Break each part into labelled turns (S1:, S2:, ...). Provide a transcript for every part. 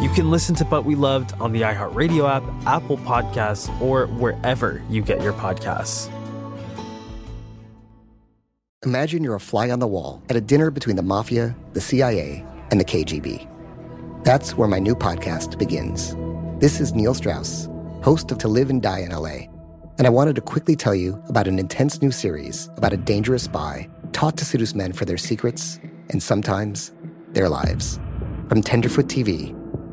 S1: You can listen to But We Loved on the iHeartRadio app, Apple Podcasts, or wherever you get your podcasts.
S2: Imagine you're a fly on the wall at a dinner between the mafia, the CIA, and the KGB. That's where my new podcast begins. This is Neil Strauss, host of To Live and Die in LA, and I wanted to quickly tell you about an intense new series about a dangerous spy taught to seduce men for their secrets and sometimes their lives. From Tenderfoot TV,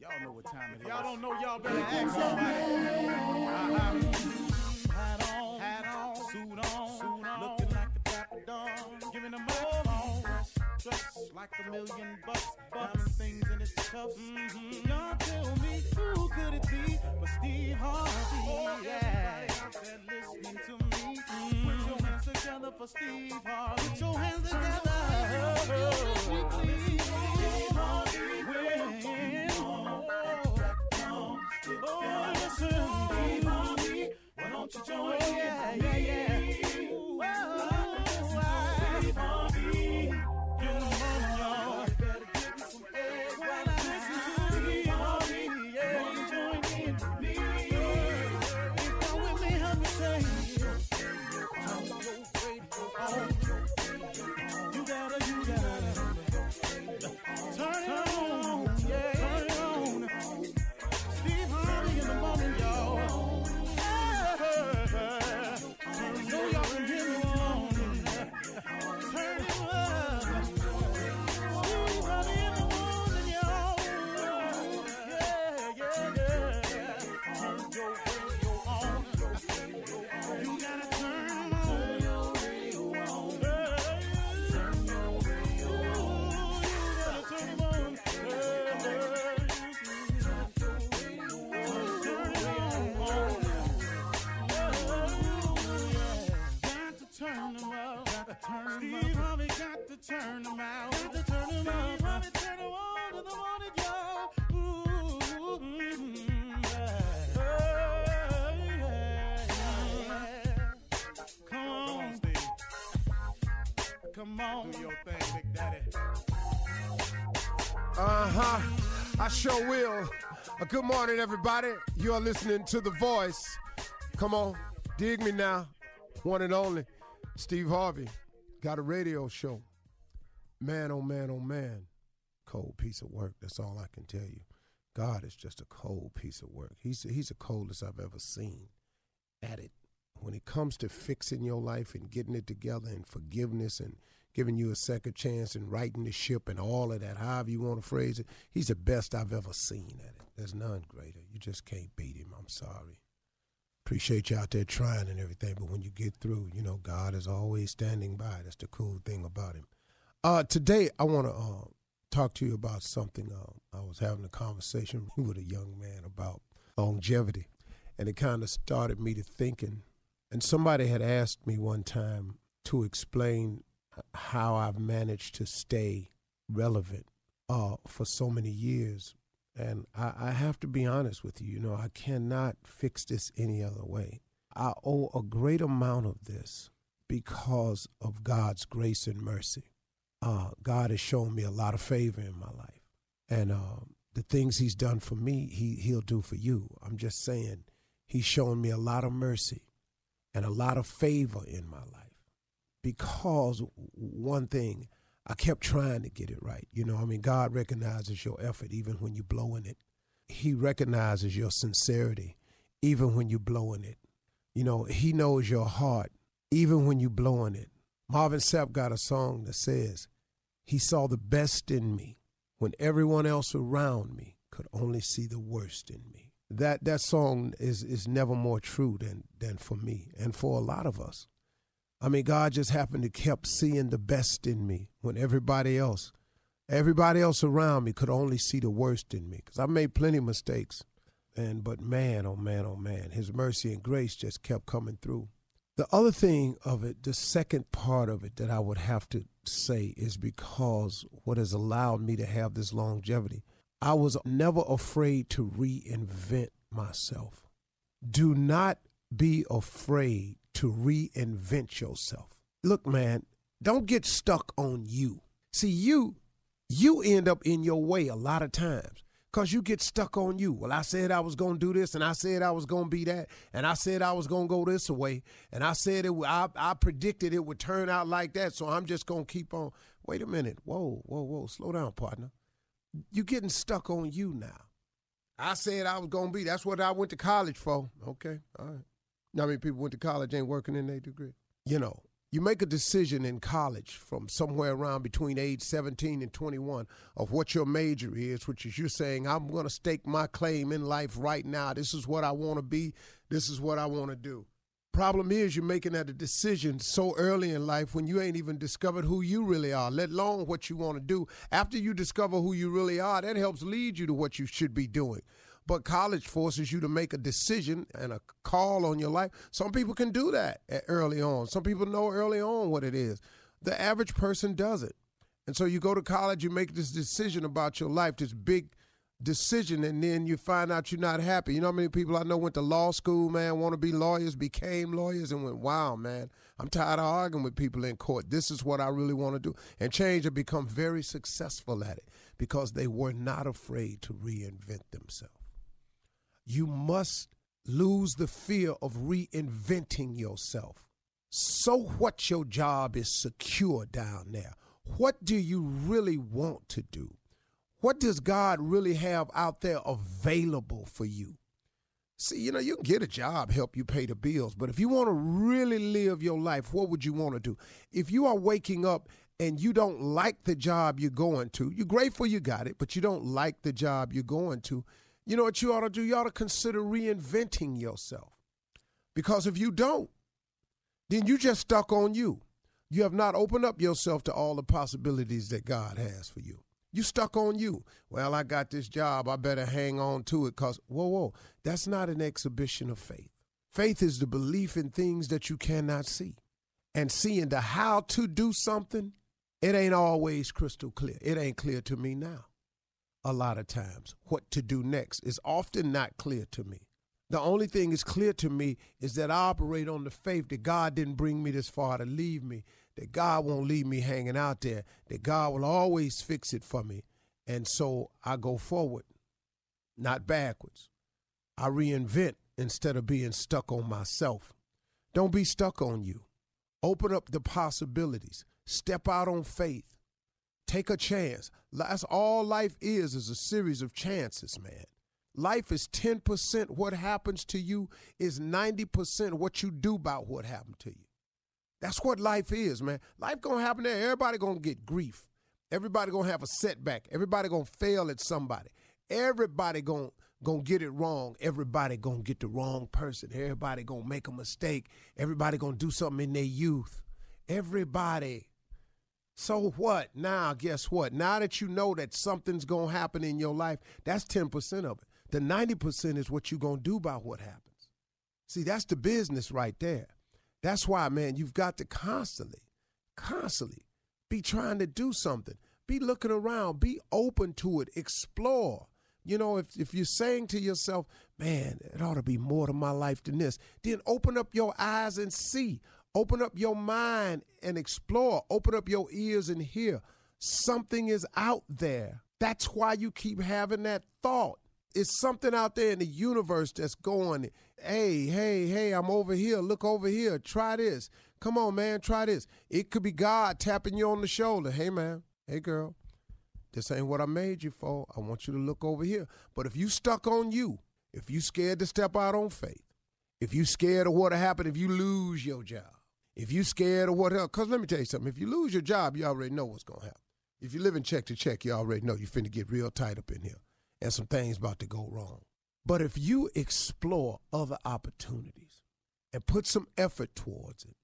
S3: Y'all don't know y'all better ask somebody. Hat on, hat on, suit on, suit on, looking like a dapper dog. Giving a microphone, dress like a million bucks, bucks things in its cups. Mm-hmm. Y'all tell me who could it be but Steve Harvey? Oh, yeah. out there listening to me, put your hands together for Steve Harvey. Put your hands together. Steve Harvey. When- Oh, listen, Steve Harvey, why don't you join yeah, yeah, yeah. Ooh, oh, Steve Harvey, you know you better give me some eggs while I listen to Steve Harvey. Yeah, won't you join in with me? If you're with me, help me say, turn your radio on. You gotta, you gotta turn it on, yeah, turn it on. Steve Harvey in the morning, y'all. Yeah. Know y'all can hear me moaning. Turn it up. Steve Harvey in the morning, y'all. Yeah, yeah, yeah. Turn your radio on. You gotta turn on. Yeah, yeah. Ooh, you gotta turn it on. Yeah, yeah. Turn them out, got to turn them out. Steve Harvey got to turn them out, got to turn them out. Harvey turn them on to the morning, y'all. Ooh, mm, yeah. Yeah, yeah. Come on, Steve. Come on, do your thing, Big Daddy.
S4: Uh huh. I sure will. Uh, good morning, everybody. You are listening to The Voice. Come on, dig me now. One and only, Steve Harvey. Got a radio show. Man, oh man, oh man. Cold piece of work. That's all I can tell you. God is just a cold piece of work. He's he's the coldest I've ever seen at it. When it comes to fixing your life and getting it together and forgiveness and giving you a second chance and righting the ship and all of that, however you want to phrase it, he's the best I've ever seen at it. There's none greater. You just can't beat him. I'm sorry. Appreciate you out there trying and everything, but when you get through, you know, God is always standing by. That's the cool thing about him. Uh, today, I want to uh, talk to you about something. Uh, I was having a conversation with a young man about longevity, and it kind of started me to thinking. And somebody had asked me one time to explain how I've managed to stay relevant uh, for so many years. And I, I have to be honest with you, you know, I cannot fix this any other way. I owe a great amount of this because of God's grace and mercy uh, God has shown me a lot of favor in my life, and uh, the things He's done for me, He He'll do for you. I'm just saying, He's shown me a lot of mercy and a lot of favor in my life because one thing I kept trying to get it right. You know, I mean, God recognizes your effort even when you're blowing it. He recognizes your sincerity even when you're blowing it. You know, He knows your heart even when you're blowing it. Marvin Sapp got a song that says, He saw the best in me when everyone else around me could only see the worst in me. That that song is is never more true than than for me and for a lot of us. I mean, God just happened to kept seeing the best in me when everybody else, everybody else around me could only see the worst in me. Cause I made plenty of mistakes, and but man, oh man, oh man, His mercy and grace just kept coming through. The other thing of it, the second part of it that I would have to say is because what has allowed me to have this longevity, I was never afraid to reinvent myself. Do not be afraid to reinvent yourself. Look, man, don't get stuck on you. See, you you end up in your way a lot of times because you get stuck on you. Well, I said I was going to do this, and I said I was going to be that, and I said I was going to go this way, and I said it. I, I predicted it would turn out like that, so I'm just going to keep on. Wait a minute. Whoa, whoa, whoa. Slow down, partner. you getting stuck on you now. I said I was going to be. That's what I went to college for. Okay, all right. Now, many people went to college ain't working in their degree. You know, you make a decision in college from somewhere around between age 17 and 21 of what your major is, which is you're saying, I'm going to stake my claim in life right now. This is what I want to be. This is what I want to do. Problem is, you're making that a decision so early in life when you ain't even discovered who you really are, let alone what you want to do. After you discover who you really are, that helps lead you to what you should be doing. But college forces you to make a decision and a call on your life. Some people can do that at- early on. Some people know early on what it is. The average person does it. And so you go to college, you make this decision about your life, this big decision, and then you find out you're not happy. You know how many people I know went to law school, man, want to be lawyers, became lawyers, and went, wow, man, I'm tired of arguing with people in court. This is what I really want to do. And change and become very successful at it because they were not afraid to reinvent themselves you must lose the fear of reinventing yourself. So, what your job is secure down there? What do you really want to do? What does God really have out there available for you? See, you know, you can get a job, help you pay the bills, but if you want to really live your life, what would you want to do? If you are waking up and you don't like the job you're going to, you're grateful you got it, but you don't like the job you're going to, you know what you ought to do? You ought to consider reinventing yourself. Because if you don't, then you just stuck on you. You have not opened up yourself to all the possibilities that God has for you. You stuck on you. Well, I got this job. I better hang on to it because, whoa, whoa, that's not an exhibition of faith. Faith is the belief in things that you cannot see. And seeing the how to do something, it ain't always crystal clear. It ain't clear to me now a lot of times. What to do next is often not clear to me. The only thing that's clear to me is that I operate on the faith that God didn't bring me this far to leave me, that God won't leave me hanging out there, that God will always fix it for me. And so I go forward, not backwards. I reinvent instead of being stuck on myself. Don't be stuck on you. Open up the possibilities. Step out on faith take a chance. That's all life is is a series of chances, man. Life is 10%. What happens to you is 90% what you do about what happened to you. That's what life is, man. Life gonna happen there. Everybody gonna get grief. Everybody gonna have a setback. Everybody gonna fail at somebody. Everybody gonna gonna get it wrong. Everybody gonna get the wrong person. Everybody gonna make a mistake. Everybody gonna do something in their youth. Everybody. So what? Now, guess what? Now that you know that something's gonna happen in your life, that's 10% of it. The 90% is what you gonna do by what happens. See, that's the business right there. That's why, man, you've got to constantly, constantly be trying to do something. Be looking around, be open to it, explore. You know, if, if you're saying to yourself, man, it ought to be more to my life than this, then open up your eyes and see. Open up your mind and explore. Open up your ears and hear. Something is out there. That's why you keep having that thought. It's something out there in the universe that's going, hey, hey, hey, I'm over here. Look over here. Try this. Come on, man. Try this. It could be God tapping you on the shoulder. Hey, man. Hey, girl. This ain't what I made you for. I want you to look over here. But if you stuck on you, if you scared to step out on faith, if you scared of what'll happen if you lose your job, if you scared of what else, because let me tell you something. If you lose your job, you already know what's going to happen. If you live in check to check, you already know you finna get real tight up in here and some things about to go wrong. But if you explore other opportunities and put some effort towards it,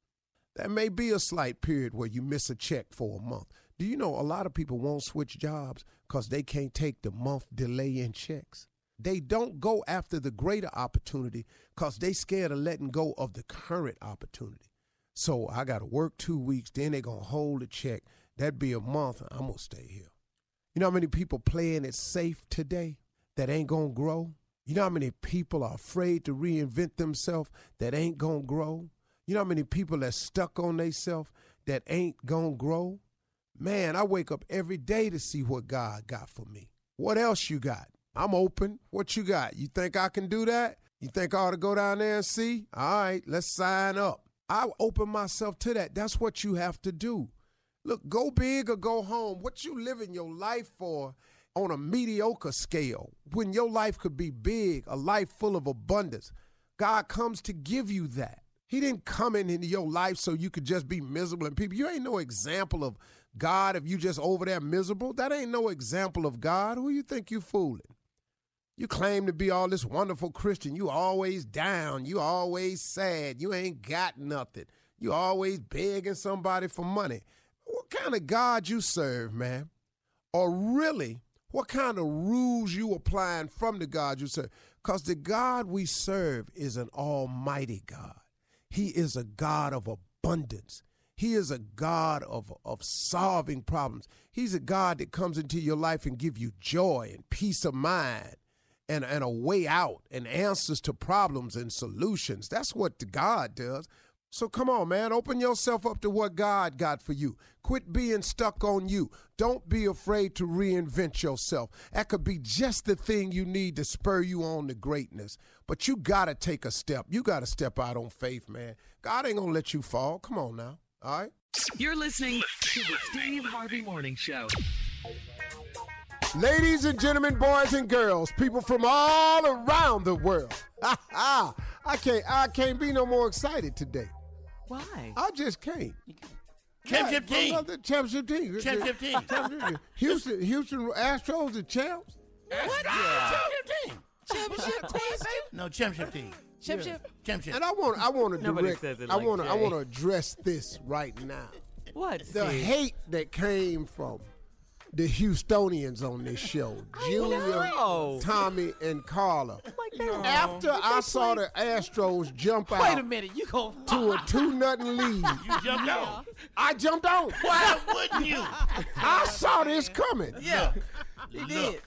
S4: there may be a slight period where you miss a check for a month. Do you know a lot of people won't switch jobs because they can't take the month delay in checks? They don't go after the greater opportunity because they scared of letting go of the current opportunity. So I got to work two weeks, then they going to hold the check. That'd be a month. I'm going to stay here. You know how many people playing it safe today that ain't going to grow? You know how many people are afraid to reinvent themselves that ain't gonna grow? You know how many people that's stuck on themselves that ain't gonna grow? Man, I wake up every day to see what God got for me. What else you got? I'm open. What you got? You think I can do that? You think I ought to go down there and see? All right, let's sign up. I open myself to that. That's what you have to do. Look, go big or go home. What you living your life for on a mediocre scale when your life could be big, a life full of abundance. God comes to give you that. He didn't come in into your life so you could just be miserable and people. You ain't no example of God if you just over there miserable. That ain't no example of God. Who you think you fooling? You claim to be all this wonderful Christian. You always down. You always sad. You ain't got nothing. You always begging somebody for money. What kind of God you serve, man? Or really, what kind of rules you applying from the God you serve. Because the God we serve is an almighty God. He is a God of abundance. He is a God of, of solving problems. He's a God that comes into your life and give you joy and peace of mind and, and a way out and answers to problems and solutions. That's what the God does. So come on, man. Open yourself up to what God got for you. Quit being stuck on you. Don't be afraid to reinvent yourself. That could be just the thing you need to spur you on to greatness. But you got to take a step. You got to step out on faith, man. God ain't going to let you fall. Come on now. All right?
S5: You're listening to the Steve Harvey Morning Show.
S4: Ladies and gentlemen, boys and girls, people from all around the world. I can't I can't be no more excited today.
S5: Why?
S4: I just can't.
S6: Championship
S4: Yeah,
S6: team.
S4: from the Championship team.
S6: Championship team.
S4: Championship team. Houston, Houston Astros, the champs.
S6: What? Championship team.
S7: Championship team, baby.
S6: No, championship team.
S7: Championship.
S6: Championship.
S4: And I want, I want to
S6: Nobody
S4: direct.
S6: says it
S4: I
S6: like
S4: want to, I
S6: Jay.
S4: want to address this right now.
S5: What?
S4: The hate that came from the Houstonians on this show, Junior,
S5: know.
S4: Tommy, and Carla.
S6: No.
S4: After I saw the Astros jump out
S6: Wait a minute, you go
S4: to a two nothing lead,
S6: You jumped out.
S4: I jumped on.
S6: Why wouldn't you?
S4: I saw this coming.
S6: Yeah, you did.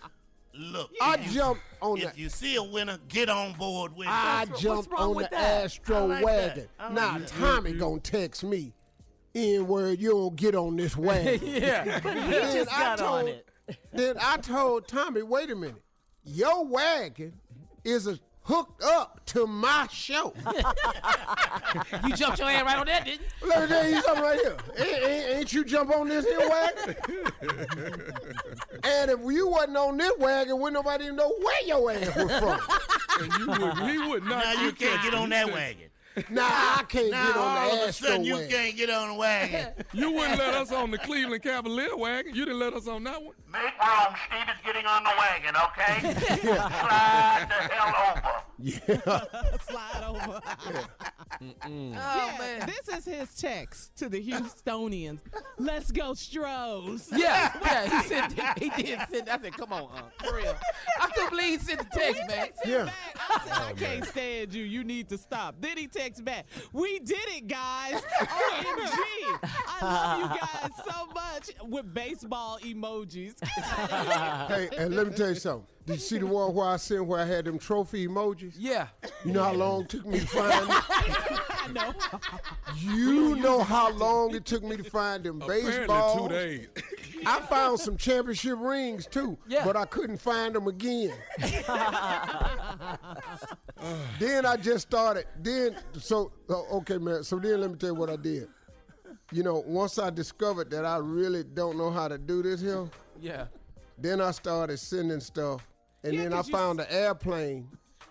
S6: Look,
S4: I
S6: if you-
S4: jumped on
S6: If
S4: the-
S6: you see a winner, get on board with. it.
S4: I
S6: What's wrong
S4: jumped on
S6: with
S4: the
S6: that? Oh, I
S4: Astro
S6: like
S4: wagon.
S6: that. I like
S4: Now
S6: that.
S4: Tommy gonna text me, N word, you don't get on this wagon.
S6: Yeah. But he
S4: Then
S6: just
S4: I
S6: got on
S4: told- Then I told Tommy, wait a minute, your wagon is a, hooked up to my show.
S8: You jumped your hand right on that, didn't you?
S4: Let me tell you something right here. Ain't, ain't- ain't you jump on this here wagon? and if you wasn't on this wagon, wouldn't nobody even know where your ass was from.
S6: And you would, he would not. Now you can't get on that wagon.
S4: Nah, I can't
S6: Now
S4: get on
S6: all
S4: the
S6: of a
S4: Astro
S6: sudden you
S4: wagon.
S6: can't get on the wagon.
S9: You wouldn't let us on the Cleveland Cavalier wagon. You didn't let us on that one.
S10: Make wrong, Steve is getting on the wagon, okay? Slide the hell over.
S4: Yeah.
S7: Slide over.
S11: Oh, man. This is his text to the Houstonians. Let's go, Stros.
S8: Yeah, yeah, he sent. He did send. I said, "Come on, uh, for real." I couldn't believe he sent the text, man.
S11: Yeah. I said, I can't stand you. You need to stop. Then he texts back, We did it, guys. OMG. I love
S4: Uh,
S11: you guys so much with baseball emojis.
S4: hey, and let me tell you something. Did you see the one where I sent where I had them trophy emojis?
S8: Yeah.
S4: You know how long it took me to find them?
S11: I know.
S4: You know how long it took me to find them
S9: Apparently two
S4: baseball.
S9: days.
S4: I found some championship rings too,
S9: Yeah.
S4: but I couldn't find them again. then I just started. Then so oh, okay, man. So then let me tell you what I did. You know, once I discovered that I really don't know how to do this here,
S8: Yeah.
S4: then I started sending stuff, and
S8: Yeah,
S4: then I
S8: 'cause you
S4: found the airplane.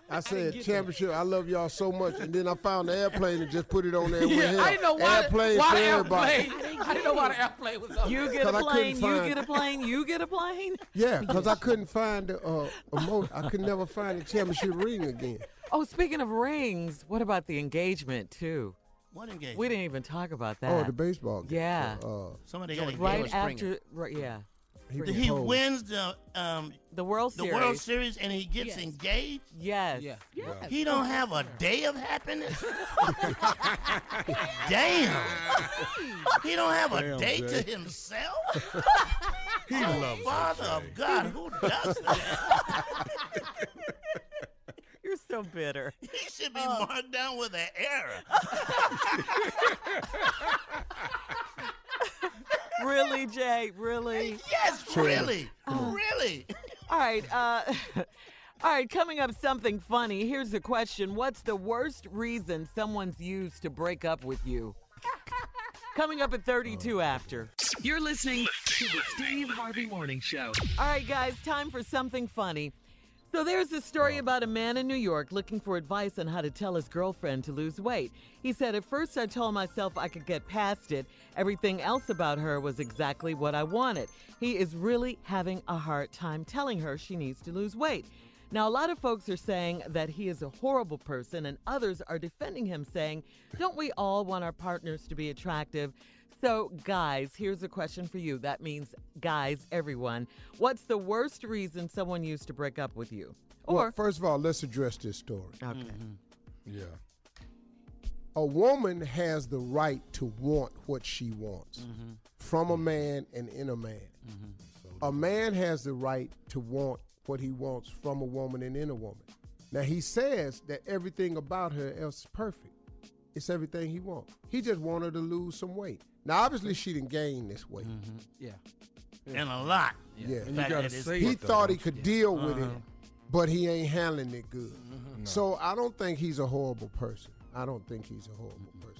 S4: I
S8: get
S4: said
S8: that.
S4: championship. I love y'all so much, and then I found the airplane and just put it on there. and went,
S8: Yeah, I
S4: "Here,
S8: didn't know why.
S4: airplane
S8: the, why
S4: for
S8: the
S4: everybody."
S8: airplane? I didn't know why the airplane was up.
S12: You
S8: there.
S12: get a
S4: 'Cause I couldn't
S12: plane, you
S4: find-
S12: get a plane, you get a plane.
S4: Yeah, because I couldn't find the uh, emo- I could never find the championship ring again.
S12: Oh, speaking of rings, what about the engagement too?
S6: What engagement?
S12: We didn't even talk about that.
S4: Oh, the baseball game.
S12: Yeah.
S4: Uh,
S6: Somebody got engaged.
S12: right after. Right, yeah.
S4: He
S6: He
S4: proposed.
S6: wins the um
S12: the World
S6: the World
S12: Series.
S6: Series and he gets
S12: Yes.
S6: engaged.
S12: Yes.
S8: Yeah.
S6: He don't have a day of happiness. Damn. He don't have a
S3: Damn,
S6: day
S3: Jay.
S6: to himself.
S3: He
S6: oh,
S3: loves you,
S6: Father
S3: Jay.
S6: of God, who does that?
S12: You're so bitter.
S6: he should be marked down with an error.
S12: really, Jay? Really?
S6: Yes,
S12: Sure.
S6: really,
S12: Oh.
S6: really.
S12: All right. Uh, all right. Coming up, something funny. Here's the question: What's the worst reason someone's used to break up with you? Coming up at 32 after.
S13: You're listening to the Steve Harvey Morning Show.
S12: All right, guys, time for something funny. So there's a story about a man in New York looking for advice on how to tell his girlfriend to lose weight. He said, At first, I told myself I could get past it. Everything else about her was exactly what I wanted. He is really having a hard time telling her she needs to lose weight. Now, a lot of folks are saying that he is a horrible person, and others are defending him, saying, Don't we all want our partners to be attractive? So, guys, here's a question for you. That means, guys, everyone, what's the worst reason someone used to break up with you?
S4: well, first of all, let's address this story.
S12: Okay.
S8: Mm-hmm.
S4: Yeah. A woman has the right to want what she wants
S8: Mm-hmm.
S4: from a man and in a man.
S3: Mm-hmm.
S4: A man has the right to want what he wants from a woman and in a woman. Now he says that everything about her else is perfect. It's everything he wants. He just wanted her to lose some weight. Now obviously she didn't gain this weight.
S8: Yeah.
S6: And a lot.
S4: Yeah,
S6: The fact that it's-
S4: he thought he could deal with it,
S6: Uh-huh.
S4: but he ain't handling it good. So I don't think he's a horrible person. I don't think he's a horrible person.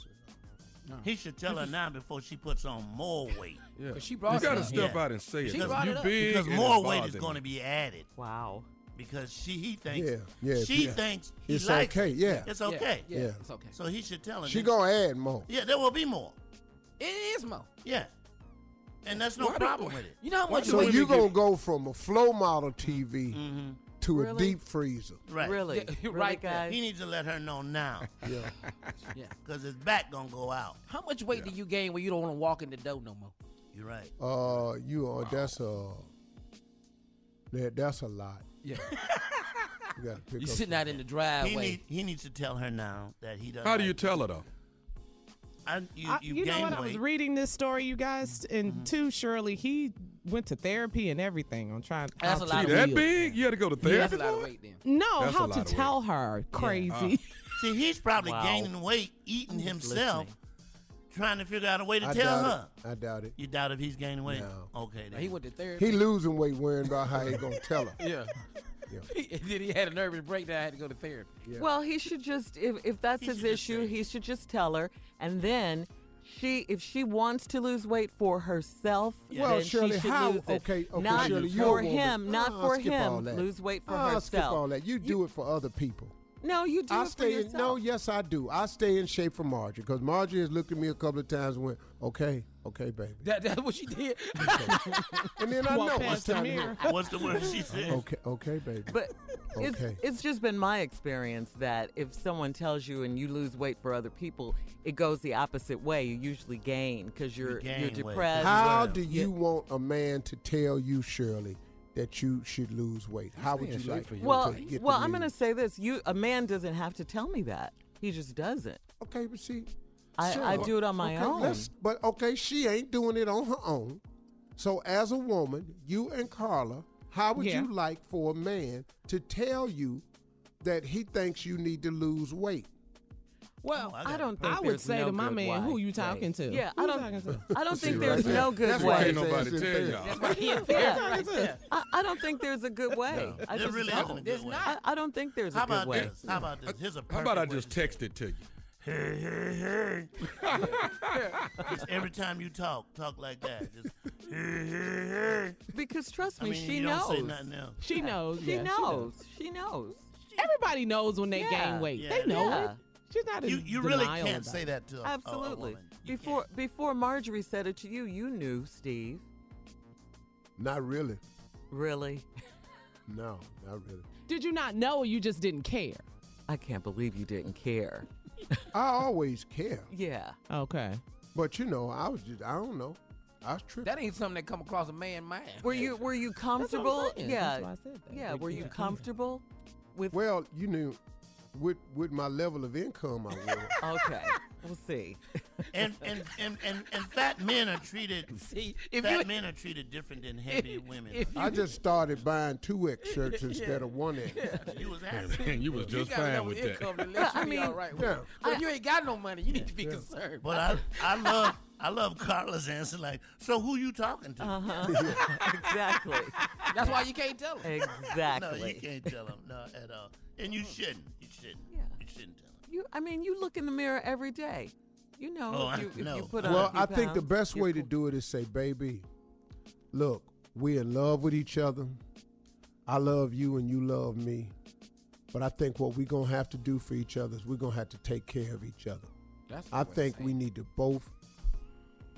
S6: He should tell her now before she puts on more weight.
S9: Yeah.
S4: 'Cause she brought You it gotta up. step
S9: out and say it,
S6: Because,
S9: 'cause you big
S6: because
S9: and it
S6: more weight is
S9: bothering
S6: going
S9: me.
S6: to be added.
S12: Wow.
S6: Because she he thinks
S4: Yeah, yeah,
S6: she
S4: yeah.
S6: thinks he
S4: It's
S6: likes
S4: okay,
S6: it.
S4: yeah.
S6: It's
S4: Yeah,
S6: okay.
S4: yeah, Yeah. it's
S8: okay.
S6: So he should tell her.
S4: She
S6: that-
S4: gonna add more.
S6: Yeah, there will be more.
S8: It is mo.
S6: Yeah. And that's no
S8: Why do-
S6: problem with it.
S8: You know how much
S4: So
S8: weight
S4: you gonna go from a flow model TV to a
S6: Really?
S4: deep freezer?
S6: Right.
S12: Really? Yeah,
S8: Really, right, guys?
S6: He needs to let her know now.
S4: Yeah.
S8: Yeah.
S6: Because his back going to go out.
S8: How much weight do you gain when you don't want to walk in the door no more?
S6: You're right.
S4: Uh, you are. That's a. That, that's a lot.
S8: Yeah.
S4: You gotta
S8: You
S4: pick up.
S8: sitting out in the
S6: He,
S8: driveway.
S6: need, he needs to tell her now that he doesn't.
S9: How do you
S6: like
S9: tell her though?
S6: I, you
S11: I-
S6: you,
S11: you know
S6: gain
S11: what? I
S6: weight. Mm-hmm.
S11: was reading this story, you guys, and too, Shirley, he went to therapy and everything on trying.
S9: That's
S11: how
S9: a
S11: to-
S9: lot of She that weight. big? You had to go to therapy
S8: That's a lot of weight then.
S11: No,
S9: That's a
S11: how
S9: lot
S11: to
S9: of weight.
S11: tell her? Crazy.
S6: Uh, See, he's probably
S11: Wow.
S6: gaining weight eating
S11: Who's
S6: himself, trying to figure out a way to
S4: I
S6: tell
S4: doubt
S6: her.
S4: It. I doubt it.
S6: You doubt if he's gaining weight?
S4: No.
S6: Okay, then.
S8: He went to therapy.
S4: He losing weight worrying about how he gonna tell her.
S8: Yeah. then he had a nervous breakdown. I had to go to therapy.
S12: Well, he should just if, if that's his issue, he should just tell her, and then she if she wants to lose weight for herself,
S4: Well,
S12: then
S4: Shirley,
S12: she should
S4: how-
S12: lose it.
S4: okay, okay,
S12: not
S4: Shirley, you're a
S12: for
S4: woman.
S12: him, not
S4: Uh-uh,
S12: for
S4: skip all
S12: him.
S4: that.
S12: Lose weight for
S4: Uh-uh,
S12: herself.
S4: Skip all that. You do it for other people.
S12: No, you do
S4: I
S12: it for
S4: stay in,
S12: yourself.
S4: no, yes, I do. I stay in shape for Marjorie because Marjorie has looked at me a couple of times and went, okay, okay, baby.
S8: That, that's what she did.
S4: and then I know it's time to hit. Okay, okay, baby.
S12: But it's,
S4: Okay.
S12: it's just been my experience that if someone tells you and you lose weight for other people, it goes the opposite way. You usually gain because you're
S6: gain
S12: you're
S6: weight.
S12: depressed.
S4: How do you want a man to tell you, Shirley, that you should lose weight? How would you like him
S12: Well,
S4: to get
S12: well,
S4: the
S12: I'm
S4: news?
S12: going to say this: you a man doesn't have to tell me that. He just doesn't.
S4: Okay, but see,
S12: I,
S4: Sure.
S12: I do it on my
S4: Okay,
S12: own.
S4: let's- But okay, she ain't doing it on her own. So as a woman, you and Carla, how would
S11: Yeah.
S4: you like for a man to tell you that he thinks you need to lose weight?
S11: Well,
S12: Oh, I don't think
S11: I would
S12: there's
S11: say
S12: no
S11: to my
S12: good
S11: man,
S12: way.
S11: who you talking to?
S12: Yeah,
S11: Who
S12: I
S11: you
S12: don't.
S11: talking to?
S12: I don't
S11: See,
S12: think
S11: right
S12: there's
S11: there.
S12: no good
S11: That's
S12: way.
S11: why Can't nobody
S4: tell y'all.
S12: Yeah,
S11: Yeah,
S12: right
S11: that's
S12: there. I, I don't think there's a good way. I
S6: There
S12: just
S6: really
S12: don't.
S6: isn't a good way.
S12: I, I don't think there's
S6: How
S12: a good
S6: about
S12: way.
S6: this? How about this? Here's a
S9: How about I
S6: perfect way
S9: just text it to you?
S6: Hey, hey, hey. Just every time you talk, talk like that. Just, hey, hey, hey.
S12: Because trust
S6: I
S12: me,
S6: mean,
S12: she
S6: you
S12: knows.
S6: don't say nothing else.
S11: She knows.
S12: Oh, She
S11: yeah,
S12: knows. She knows.
S11: Everybody knows when they
S12: Yeah.
S11: gain weight.
S6: Yeah.
S11: They know
S12: Yeah.
S11: it. She's not in
S6: You, you really
S11: denial
S6: can't
S11: about
S6: say
S11: it.
S6: that to a, a- a
S12: Absolutely.
S6: woman.
S12: before before Marjorie said it to you, you knew, Steve.
S4: Not really.
S12: Really?
S4: No, not really.
S11: Did you not know or you just didn't care?
S12: I can't believe you didn't care.
S4: I always care,
S12: Yeah.
S11: Okay.
S4: but you know, I was just, I don't know. I was tripping.
S8: That ain't something that come across a man mind.
S12: Were you were you
S11: I'm
S12: comfortable?
S11: saying.
S12: yeah.
S11: That's why I said that.
S12: Yeah.
S11: Did
S12: Were
S11: you
S12: you
S11: care?
S12: comfortable? With
S4: Well, you knew, with with my level of income, I was.
S12: okay. We'll see.
S6: And, and, and, and, and fat men are treated
S8: See, if
S6: fat
S8: you-
S6: men are treated different than heavy women.
S8: if
S4: I just started buying two X shirts instead of one X.
S6: you was asking.
S9: Man, you was
S8: You
S9: just
S8: got
S9: fine
S8: enough
S9: with that.
S8: income to let you
S12: I
S8: be
S12: mean-
S8: all right with
S4: Yeah.
S8: it. But if you ain't got no money, you need to be concerned.
S6: But I, I love I love Carla's answer like, so who you talking to?
S12: Uh huh. exactly.
S8: Uh-huh. That's why you can't tell him.
S6: No,
S12: Exactly.
S6: you can't tell them. No, at all. And you shouldn't. You shouldn't.
S12: Yeah.
S6: You shouldn't tell them.
S12: You. I mean, you look in the mirror every day. You know
S6: Oh,
S12: if
S6: I
S12: you, if you
S6: know.
S12: put on. a
S4: Well,
S12: few
S4: I think the
S12: pounds,
S4: best
S12: you're
S4: way to
S12: cool.
S4: do it is say, baby, look, we in love with each other. I love you and you love me. But I think what we're going to have to do for each other is we're going to have to take care of each other.
S8: That's
S4: I
S8: the way to
S4: think
S8: say
S4: we
S8: it.
S4: need to both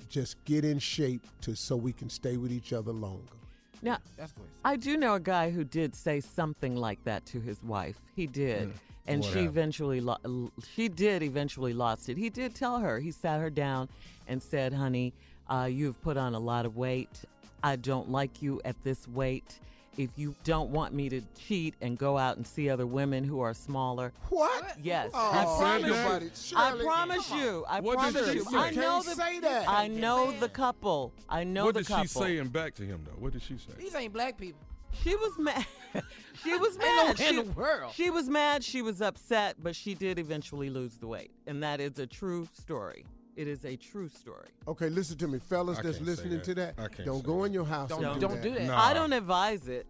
S4: just get in shape to so we can stay with each other longer.
S12: Now,
S8: That's the way to say
S12: I do know a guy who did say something like that to his wife. He
S9: Mm.
S12: did. And she eventually, lo- l- she did eventually lost it. He did tell her. He sat her down and said, "Honey, uh, you've put on a lot of weight. I don't like you at this weight. If you don't want me to cheat and go out and see other women who are smaller,
S4: What?
S12: yes,
S4: Oh,
S12: I
S4: ain't
S12: promise
S4: nobody-
S12: you.
S4: Shirley,
S12: I promise
S4: come on.
S12: you. I
S9: What did
S12: promise
S9: she
S12: you.
S9: say?
S12: I
S9: You
S12: know
S4: can't
S12: the
S4: say that.
S12: I know the couple. I know
S9: What
S12: the
S9: did
S12: couple.
S9: she say and back to him though? What did she say?
S8: These ain't black people.
S12: She was mad. she was
S8: Ain't no
S12: mad.
S8: way in
S12: She,
S8: the world.
S12: she was mad. She was upset, but she did eventually lose the weight, and that is a true story. It is a true story.
S4: Okay, listen to me, fellas
S9: I
S4: that's
S9: can't say
S4: listening
S9: that.
S4: to that.
S9: I can't
S4: don't
S9: say
S4: go
S9: that.
S4: in your house.
S8: Don't,
S4: and
S8: don't, do that.
S9: No.
S12: I don't advise it.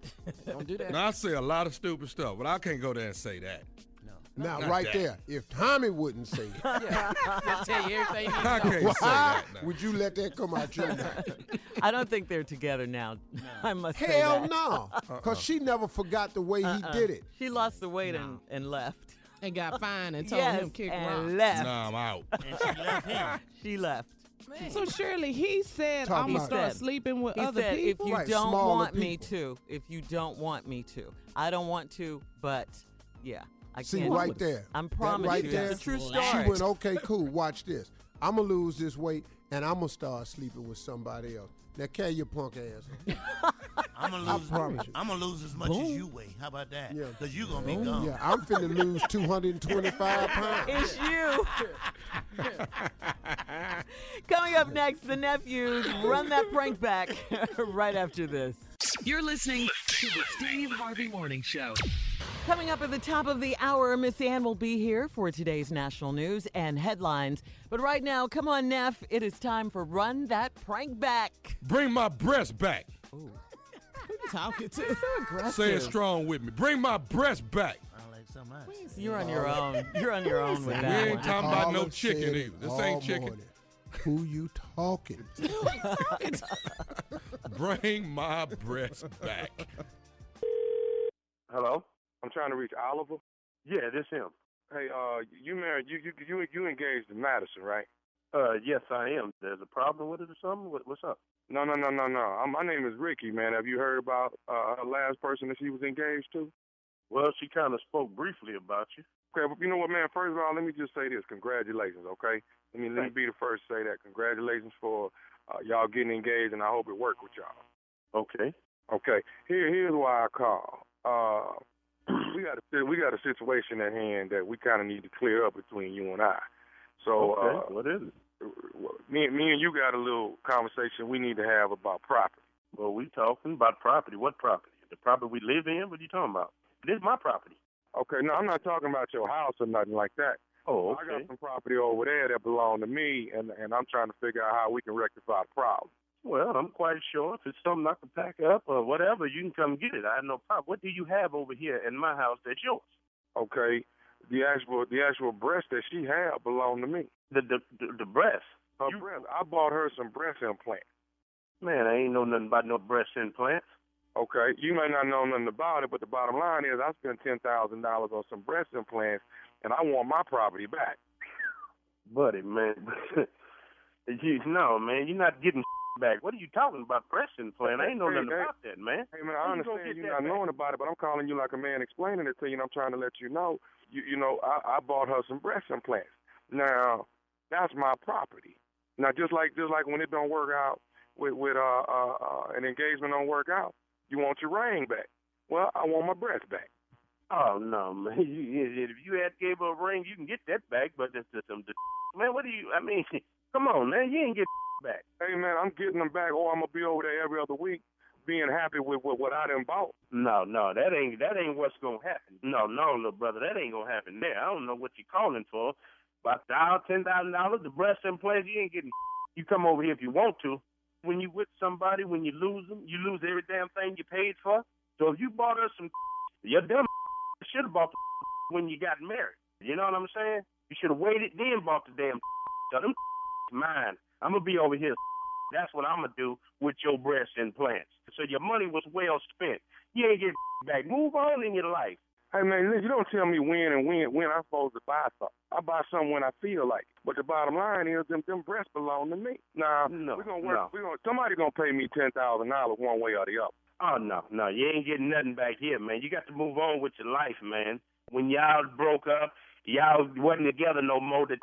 S8: Don't do that.
S9: Now I say a lot of stupid stuff, but I can't go there and say that.
S4: Now,
S9: Not
S4: right
S9: that.
S4: there, if Tommy wouldn't say that,
S8: Yeah. Just tell you everything you need
S9: I
S8: to know.
S9: can't say
S4: why
S9: that. now.
S4: would you let that come out your mouth?
S12: I don't think they're together now. I must say
S4: Hell
S12: that. Uh-uh.
S4: no, because she never forgot the way he did it.
S12: She lost the weight and, and left.
S11: And got fined and told
S12: yes,
S11: him kick
S12: and
S11: rocks.
S12: left.
S9: Nah, I'm out.
S6: And she left him.
S12: She left.
S11: So surely he said,
S4: Talk
S11: I'm going
S4: about
S11: to
S4: it.
S11: start
S12: He said-
S11: sleeping with
S12: He
S11: other
S12: said,
S11: people.
S12: "If you
S4: Right,
S12: don't
S4: smaller
S12: want me
S4: people.
S12: to, if you don't want me to, I don't want to, but yeah, I
S4: See
S12: can't."
S4: right there.
S12: I'm
S4: That
S12: promise
S4: right
S12: you,
S4: there.
S12: it's a true story.
S4: She went, okay, cool. Watch this. I'm gonna lose this weight, and I'm gonna start sleeping with somebody else. Now carry your punk ass.
S6: I'm gonna lose.
S4: promise you.
S6: I'm gonna lose as much as you weigh. How about that?
S4: Yeah.
S6: Because you gonna be gone.
S4: yeah, I'm finna lose 225 pounds.
S12: It's you. Coming up next, the nephews run that prank back right after this.
S13: You're listening to the Steve Harvey Morning Show.
S12: Coming up at the top of the hour, Miss Ann will be here for today's national news and headlines. But right now, come on, Neff, it is time for Run That Prank Back.
S9: Bring my breast back.
S11: talking to?
S9: Say it strong with me. Bring my breast back.
S12: You're on your own. You're on your own with
S9: We
S12: that.
S9: ain't
S12: one.
S9: talking about no
S4: Olive
S9: chicken
S4: said
S9: either. This
S4: all
S9: ain't chicken.
S4: morning. Who you talking?
S9: Bring my breast back.
S14: Hello, I'm trying to reach Oliver. Yeah, this him. Hey, uh, you married? You you you you engaged to Madison, right? Uh, yes, I am. There's a problem with it or something. What, what's up? No, no, no, no, no. i my name is Ricky, man. Have you heard about uh, her last person that she was engaged to? Well, she kind of spoke briefly about you. Okay, but you know what, man? First of all, let me just say this. Congratulations, okay? Let me let me be the first to say that. Congratulations for uh, y'all getting engaged, and I hope it worked with y'all. Okay. Okay. Here, here's why I call. Uh, we got a we got a situation at hand that we kind of need to clear up between you and I. So
S10: Okay,
S14: uh, what is it? Me, and- me and you got a little conversation we need to have about property.
S10: Well, we talking about property. What property? The property we live in? What you talking about? This is my property.
S14: Okay, no, I'm not talking about your house or nothing like that.
S10: Oh,
S14: I
S10: okay.
S14: got some property over there that belong to me, and and I'm trying to figure out how we can rectify the problem.
S10: Well, I'm quite sure if it's something I can pack up or whatever, you can come get it. I have no problem. What do you have over here in my house that's yours?
S14: Okay, the actual the actual breast that she had belonged to me.
S10: The the the, the breast.
S14: Her breast. I bought her some breast implants.
S10: Man, I ain't know nothing about no breast implants.
S14: Okay, you may not know nothing about it, but the bottom line is I spent ten thousand dollars on some breast implants, and I want my property back.
S10: buddy, man. you, no, man, you're not getting back. What are you talking about breast implant? I ain't know
S14: Hey,
S10: nothing
S14: hey.
S10: about that, man.
S14: Hey man,
S10: How
S14: I
S10: you gonna
S14: understand
S10: get
S14: you
S10: that
S14: not
S10: back?
S14: knowing about it, but I'm calling you like a man explaining it to you, and I'm trying to let you know. You, you know, I, I bought her some breast implants. Now, that's my property. Now, just like just like when it don't work out with with uh, uh, uh an engagement don't work out, you want your ring back. Well, I want my breast back.
S10: Oh no, man. You, you- if you had gave her a ring, you can get that back. But it's just some man. What do you? I mean, come on, man. You ain't get back.
S14: Hey man, I'm getting them back, or I'm gonna be over there every other week, being happy with what what I done bought.
S10: No, no, that ain't that ain't what's gonna happen. No, no, little brother, that ain't gonna happen. There, I don't know what you're calling for. About thousand, ten thousand dollars, the breast implants, you ain't getting. You come over here if you want to. When you with somebody, when you lose them, you lose every damn thing you paid for. So if you bought us some, your dumb should have bought the when you got married. You know what I'm saying? You should have waited then bought the damn. So them mine. I'm gonna be over here. That's what I'm gonna do with your breast implants. So your money was well spent. You ain't get back. Move on in your life.
S14: Hey man, listen, you don't tell me when and when when I'm supposed to buy something. I buy something when I feel like it. But the bottom line is them them breasts belong to me. Nah,
S10: No,
S14: we're gonna work
S10: no.
S14: we're gonna somebody gonna pay me ten thousand dollars one way or the other.
S10: Oh no, no, you ain't getting nothing back here, man. You got to move on with your life, man. When y'all broke up, y'all wasn't together no more. The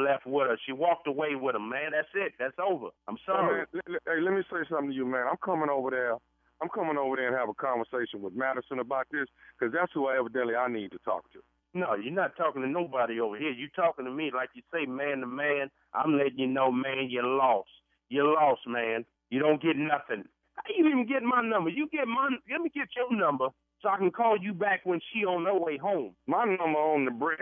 S10: left with her. She walked away with him, man. That's it. That's over. I'm sorry.
S14: Hey, man, le- le- hey, let me say something to you, man. I'm coming over there. I'm coming over there and have a conversation with Madison about this, 'cause that's who I evidently I need to talk to.
S10: No, you're not talking to nobody over here. You're talking to me like you say, man to man. I'm letting you know, man, you lost. You lost, man. You don't get nothing. How you even get my number? You get my. Let me get your number so I can call you back when she on her way home.
S14: My number on the breast.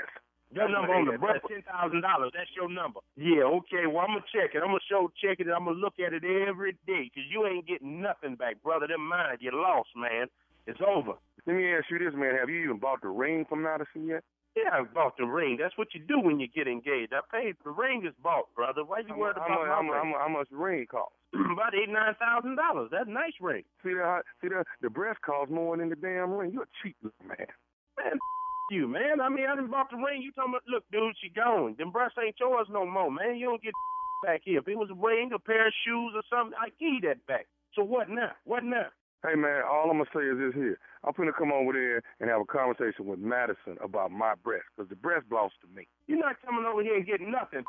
S10: Your
S14: That's
S10: number
S14: what-
S10: on the
S14: that's
S10: breast, ten thousand dollars. That's your number. Yeah, okay. Well, I'm gonna check it. I'm gonna show check it. and I'm gonna look at it every day because you ain't getting nothing back, brother. Them mind, you lost, man. It's over.
S14: Let me ask you this, man. Have you even bought the ring from Madison yet?
S10: Yeah, I bought the ring. That's what you do when you get engaged. I paid. The ring is bought, brother. Why you
S14: How
S10: worried
S14: mu-
S10: about
S14: how, mu-
S10: my
S14: how,
S10: ring?
S14: mu- how much ring cost?
S10: About eight nine thousand dollars. That's a nice ring.
S14: See that? See that? The breast costs more than the damn ring. You're a cheap little man.
S10: Man, you man. I mean, I done bought the ring. You talking about? Look, dude, she gone. Them breasts ain't yours no more, man. You don't get back here. If it was a ring, a pair of shoes, or something, I give you that back. So what now? What now?
S14: Hey man, all I'm gonna say is this here. I'm gonna come over there and have a conversation with Madison about my breast, cause the breast belongs to me.
S10: You're not coming over here and getting nothing.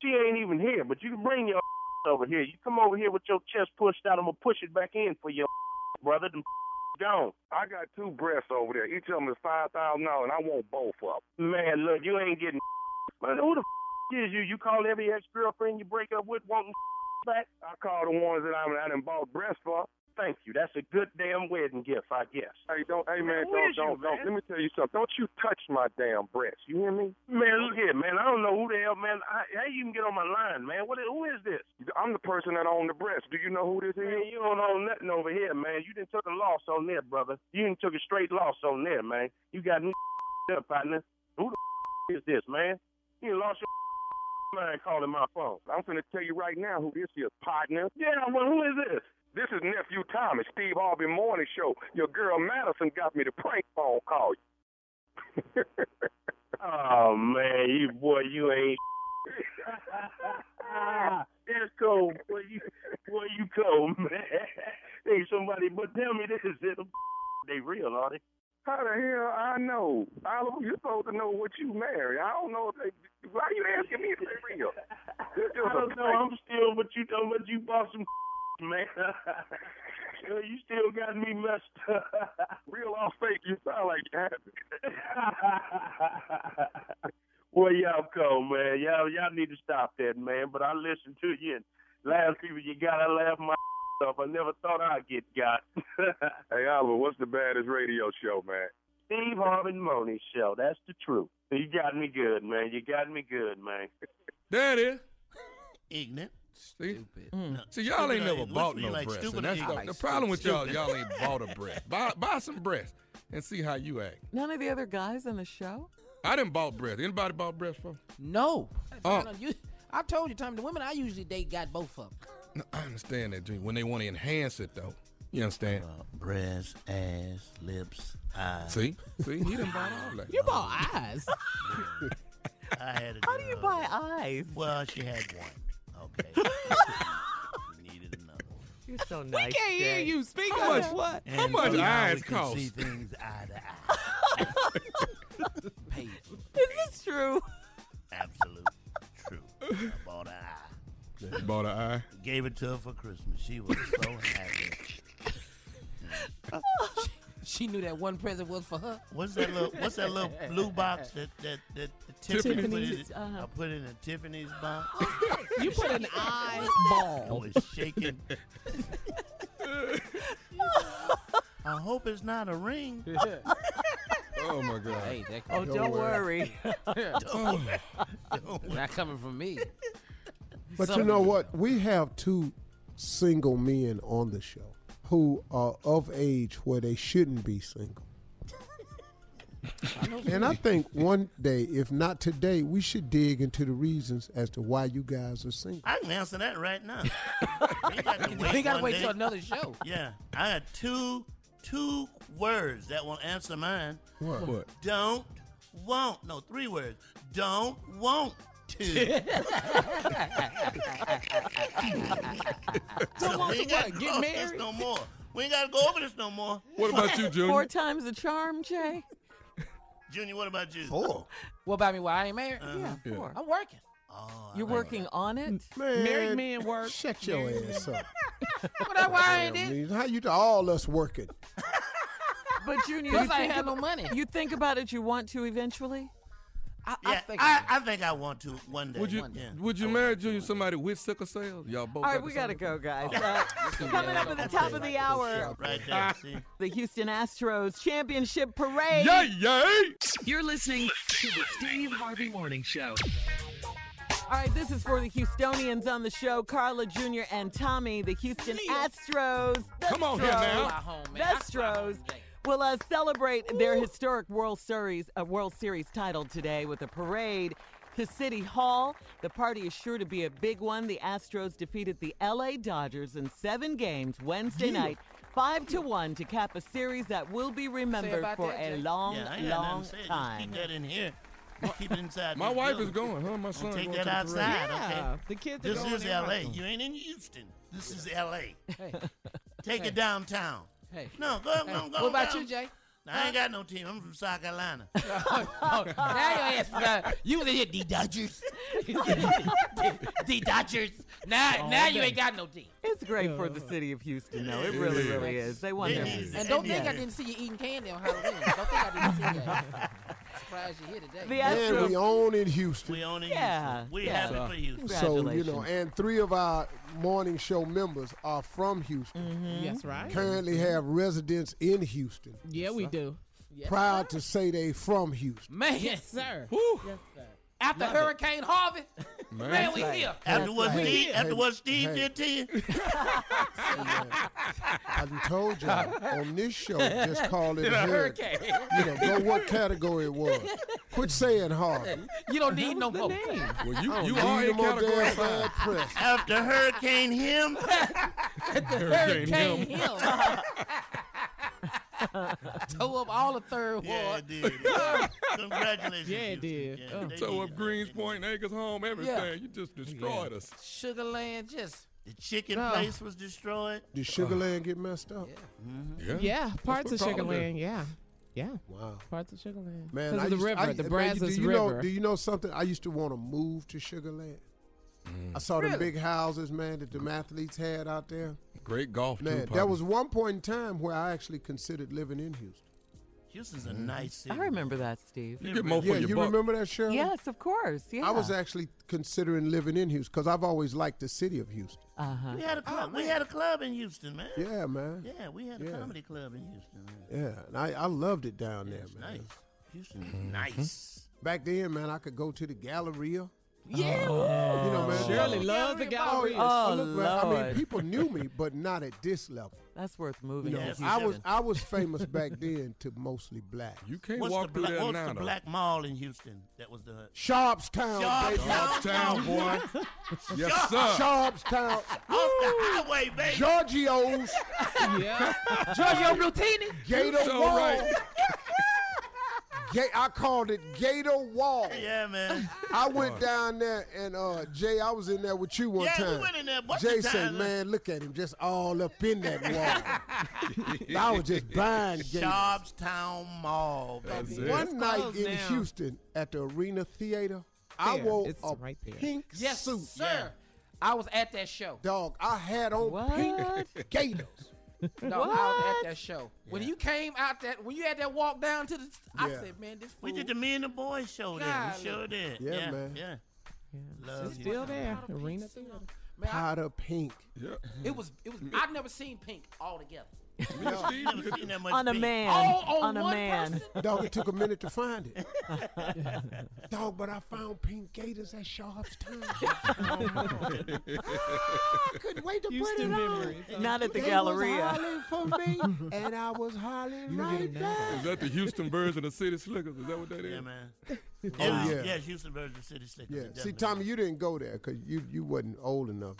S10: She ain't even here, but you can bring your over here. You come over here with your chest pushed out. I'm gonna push it back in for your brother. Them gone.
S14: I got two breasts over there. Each of them is five thousand dollars, and I want both of them.
S10: Man, look, you ain't getting. Man, who the is you? You call every ex girlfriend you break up with wanting back?
S14: I call the ones that I'm I done bought breasts for. Thank you. That's a good damn wedding gift, I guess.
S15: Hey, don't, hey man,
S14: who
S15: don't,
S14: is you,
S15: don't, don't.
S14: man?
S15: Let me tell you something. Don't you touch my damn breast. You hear me?
S14: Man, look here, man. I don't know who the hell, man. I, how you even get on my line, man? What? Who is this?
S15: I'm the person that owned the breast. Do you know who this is?
S14: Man, you don't own nothing over here, man. You didn't took a loss on there, brother. You didn't took a straight loss on there, man. You got new up, partner. Who the is this, man? You done lost your mind calling my phone.
S15: I'm finna tell you right now who this is, partner.
S14: Yeah, well, who is this?
S15: This is nephew Thomas, Steve Harvey Morning Show. Your girl Madison got me to prank phone call you.
S14: Oh man, you boy, you ain't. That's cold. Boy, you, boy, you cold, man. ain't somebody but tell me this is it. They real, are they?
S15: How the hell I know? Oliver, you're supposed to know what you marry. I don't know if they. Why you asking me if they real? This is
S14: I
S15: a
S14: don't know.
S15: prank.
S14: I'm still, but you know, but you bought some, man. Yo, you still got me messed up.
S15: real or fake. You sound like you happy.
S14: Boy, y'all cold, man. Y'all, y'all need to stop that, man. But I listened to you and last people you got, I laughed my off. I never thought I'd get got.
S15: Hey Oliver, what's the baddest radio show, man?
S14: Steve Harvey Money show. That's the truth. You got me good, man. You got me good, man.
S9: There it is.
S6: Ignorant.
S9: Stupid. See, y'all ain't never bought no breast. and that's the, the problem with y'all. Y'all ain't bought a breast. Buy, buy some breast and see how you act.
S12: None of the other guys on the show?
S9: I didn't bought breast. Anybody bought breast for?
S16: No.
S9: Uh,
S6: Oh.
S8: No, Oh. you, I told you, Tommy, the women I usually date got both of them.
S9: no, I understand that, Dream. When they want to enhance it, though. You understand?
S6: Breast, Uh, ass, lips, eyes.
S9: See? See? He done bought all that.
S3: You bought eyes.
S6: I had a
S12: How do you buy eyes?
S6: Well, she had one.
S12: You're so
S3: we
S12: nice.
S3: can't hear
S12: Jay.
S3: you. Speak
S9: How
S3: of
S9: much-
S3: what?
S9: How much
S6: so now
S9: eyes
S6: we can
S9: cost?
S6: See things eye to eye.
S12: Is this true?
S6: Absolute truth. I bought an eye.
S9: Bought an eye.
S6: Gave it to her for Christmas. She was so happy.
S8: She knew that one present was for her.
S6: What's that little? What's that little blue box that that that the Tiffany put in?
S8: Tiffany's,
S6: it? I put in a Tiffany's box.
S3: uh,
S8: Oh,
S3: You put an eye
S6: I
S3: ball.
S6: was shaking. I hope it's not a ring.
S9: Oh, my God.
S8: Hey, that
S12: Oh, don't, worry.
S8: not coming from me.
S4: But you know what? We have two single men on the show who are of age where they shouldn't be single. and I think one day, if not today, we should dig into the reasons as to why you guys are single.
S6: I can answer that right now. We got to wait,
S8: We gotta
S6: one
S8: wait
S6: day.
S8: till another show.
S6: Yeah, I got two two words that will answer mine.
S9: What? What?
S6: Don't won't. No, three words. Don't want to.
S3: Don't want
S6: we
S3: to
S6: ain't gotta
S3: what?
S6: go
S3: Get
S6: over
S3: married?
S6: this no more. We ain't gotta go over this no more.
S9: What about you, Junior?
S12: Four times the charm, Jay?
S6: Junior, what about you?
S8: What about me? Why I ain't married?
S6: Uh-huh.
S12: Yeah, four.
S8: I'm working.
S6: Oh, I
S12: You're
S6: like
S12: working on it?
S4: Man,
S3: Married men work.
S4: shut your ass up.
S8: What that why I ain't
S4: Damn,
S8: did?
S4: Reason. How you all us working?
S12: But Junior, you
S8: Plus I ain't
S12: think,
S8: had no
S12: ab-
S8: money.
S12: you think about it, you want to eventually?
S8: I,
S6: Yeah,
S8: I think
S6: I,
S8: I,
S6: I think I want to one day.
S9: Would you
S6: Yeah.
S9: would you marry Junior somebody with sickle cells? Y'all both.
S12: All right,
S9: got
S12: we
S9: the Oh. same-
S12: got to go, guys. Uh, coming up at the top of the hour,
S6: Right there,
S17: Ah.
S6: see?
S12: the Houston Astros championship parade.
S9: Yay, yay!
S17: You're listening to the Steve Harvey Morning Show.
S12: All right, this is for the Houstonians on the show, Carla Jr. and Tommy, the Houston Astros. The
S9: Come on here
S12: Astros,
S9: now.
S8: fly home,
S12: The
S8: man. I fly
S12: Astros
S8: home today.
S12: will uh, celebrate their historic World Series uh, World Series title today with a parade to City Hall. The party is sure to be a big one. The Astros defeated the LA Dodgers in seven games Wednesday night. Five to one to cap a series that will be remembered
S8: about
S12: for
S8: that,
S12: a
S8: Jay.
S12: long,
S6: Yeah, I ain't got nothing
S12: long
S6: to say. Just
S12: time.
S6: keep that in here. Just keep it inside.
S9: My
S6: this
S9: wife
S6: building.
S9: is going, huh? My son.
S6: take
S9: going
S6: that
S9: to the parade.
S6: outside.
S3: Yeah,
S6: okay.
S3: the kids are
S6: This
S3: going
S6: is
S3: in.
S6: LA. You ain't in Houston. This is LA. Take it downtown.
S8: Hey.
S6: No, go, go, go.
S8: What about
S6: down.
S8: you, Jay?
S6: Nah, I ain't got no team. I'm from South Carolina.
S8: Oh, now your ass forgot. You was in here, D Dodgers. D Dodgers. Now, now you ain't got no D.
S12: It's great for
S4: Uh.
S12: the city of Houston, though. It really, really is. They won
S6: It
S12: their
S6: is.
S8: And don't
S6: Yeah.
S8: think I didn't see you eating candy on Halloween. Don't think I didn't see that. surprised you're here today.
S12: The
S4: Man, we own in Houston.
S6: We own in
S12: Yeah,
S6: Houston. We
S12: yeah.
S6: happy for Houston.
S4: So you know, and three of our morning show members are from Houston.
S11: That's right. Mm-hmm.
S4: Currently have residence in Houston.
S11: Yeah, we do. Yes,
S4: Proud to say they from Houston.
S8: Man.
S11: Yes, sir.
S8: Whew. After
S11: Love it.
S8: Hurricane Harvey, man, we here.
S6: After what
S4: Hey,
S6: Steve,
S4: hey,
S6: after what Steve
S4: hey.
S6: did to you,
S4: I done told you on this show, just call it
S8: Did a
S4: hur-
S8: hurricane.
S4: You know, go what category it was. Quit saying Harvey.
S8: You don't need no more.
S9: Well,
S4: I
S9: you
S4: don't
S9: you
S4: need
S9: are in
S4: them up
S9: category
S4: there
S9: five.
S4: bad press.
S6: after Hurricane him,
S9: Hurricane Him.
S8: Tow up all the third
S6: yeah,
S8: ward.
S6: it did. Congratulations. Yeah, it did. Yeah, they
S9: So
S6: did.
S9: up Greens Point, Acres Home, everything. You just destroyed us.
S8: Sugarland just.
S6: The chicken
S8: No.
S6: place was destroyed.
S4: Did Sugarland get messed up?
S9: Uh-huh.
S8: Mm-hmm.
S9: Yeah,
S11: Yeah,
S9: That's
S11: parts of
S9: what
S11: Sugar
S9: Colin did.
S11: Land. Yeah, yeah,
S4: Wow.
S11: parts of Sugar Land.
S4: Man,
S11: 'Cause
S4: I
S11: of the
S4: used-
S11: river,
S4: I-
S11: the
S4: man, you-
S11: Brazos
S4: do you
S11: River.
S4: Know, do you know something? I used to want to move to Sugarland.
S8: Mm.
S4: I saw the big houses, man, that the athletes had out there.
S9: Great
S8: Oh,
S9: golf, too,
S4: Man,
S9: partner.
S4: there was one point in time where I actually considered living in Houston.
S6: Houston's a nice city.
S12: I remember that, Steve.
S9: You get more for
S4: yeah,
S9: your
S4: you
S9: buck.
S4: remember that, Shirley?
S12: Yes, of course. Yeah.
S4: I was actually considering living in Houston because I've always liked the city of Houston.
S12: Uh-huh.
S6: We had a club.
S8: Oh,
S6: we had a club in Houston, man.
S4: Yeah, man.
S6: Yeah, we had a
S4: Yeah.
S6: comedy club in Houston. Man.
S4: Yeah, and I, I loved it down
S6: Yeah,
S4: there,
S6: it's
S4: man.
S6: nice. Houston is
S9: Mm-hmm.
S6: nice.
S4: Back then, man, I could go to the Galleria.
S8: Yeah.
S4: You know, man.
S11: Shirley
S4: Oh,
S11: loves the gallery.
S4: yes. Oh,
S12: Oh,
S4: look, man, I mean,
S12: Lord.
S4: people knew me, but not at this level.
S12: That's worth
S4: You
S12: moving.
S4: know,
S12: to
S4: I was
S12: Houston.
S4: I was famous back then to mostly black.
S9: You can't
S6: What's the
S9: walk through
S6: black,
S9: that
S6: what's
S9: now.
S6: the
S9: though.
S6: black mall in Houston? That was the
S4: Sharpstown,
S6: Sharp-
S4: baby.
S9: Uptown, boy. yes, sir.
S4: Sharpstown,
S6: off the highway, baby.
S4: Giorgio's,
S11: yeah,
S8: Giorgio Brutini.
S4: Gator
S9: so
S4: Wall.
S9: right.
S4: Ga- I called it Gator Wall.
S6: Yeah, man.
S4: I went down there and uh, Jay, I was in there with you one
S6: Yeah, we
S4: time.
S6: went in there a bunch
S4: Jay
S6: of
S4: said,
S6: times.
S4: "Man, look at him, just all up in that wall." I was just buying Gator.
S6: Sharpstown Mall, baby.
S9: That's it.
S4: One night
S11: closed
S4: in
S11: now.
S4: Houston at the Arena Theater, I
S11: There,
S4: wore
S11: it's
S4: a
S11: right there.
S4: pink
S8: Yes,
S4: suit.
S8: sir. I was at that show.
S4: Dog, I had on
S12: What?
S4: pink gators.
S8: No, I was at that show. When you came out that, when you had that walk down to the, I
S4: Yeah.
S8: said, man, this fool.
S6: We did the Me and the Boys show there.
S8: Golly.
S6: We sure did.
S4: Yeah,
S6: yeah
S4: man.
S6: Yeah. Love
S11: it's
S6: you.
S11: still there.
S8: Powder pink
S11: Arena.
S8: suit on. Man, I-
S4: Powder pink.
S8: it was, it was. I've never seen pink all together.
S6: Never seen that much
S12: on a
S6: pink.
S12: man.
S8: All on,
S12: a
S8: one
S12: man.
S8: person.
S4: Dog, it took a minute to find it. Dog, but I found pink gators at Sharp's time. I couldn't wait to put it
S11: Houston
S4: on.
S11: memories.
S12: Not at the
S4: They
S12: Galleria.
S4: was hollering for me, and I was hollering right back.
S9: Is that the Houston version of City Slickers? Is that what that is?
S6: Yeah, man.
S4: Oh,
S6: yeah.
S4: yeah.
S6: yeah, Houston Virgin City Slickers.
S4: Yeah.
S6: it
S4: See,
S6: definitely-
S4: Tommy, you didn't go there because you you wasn't old enough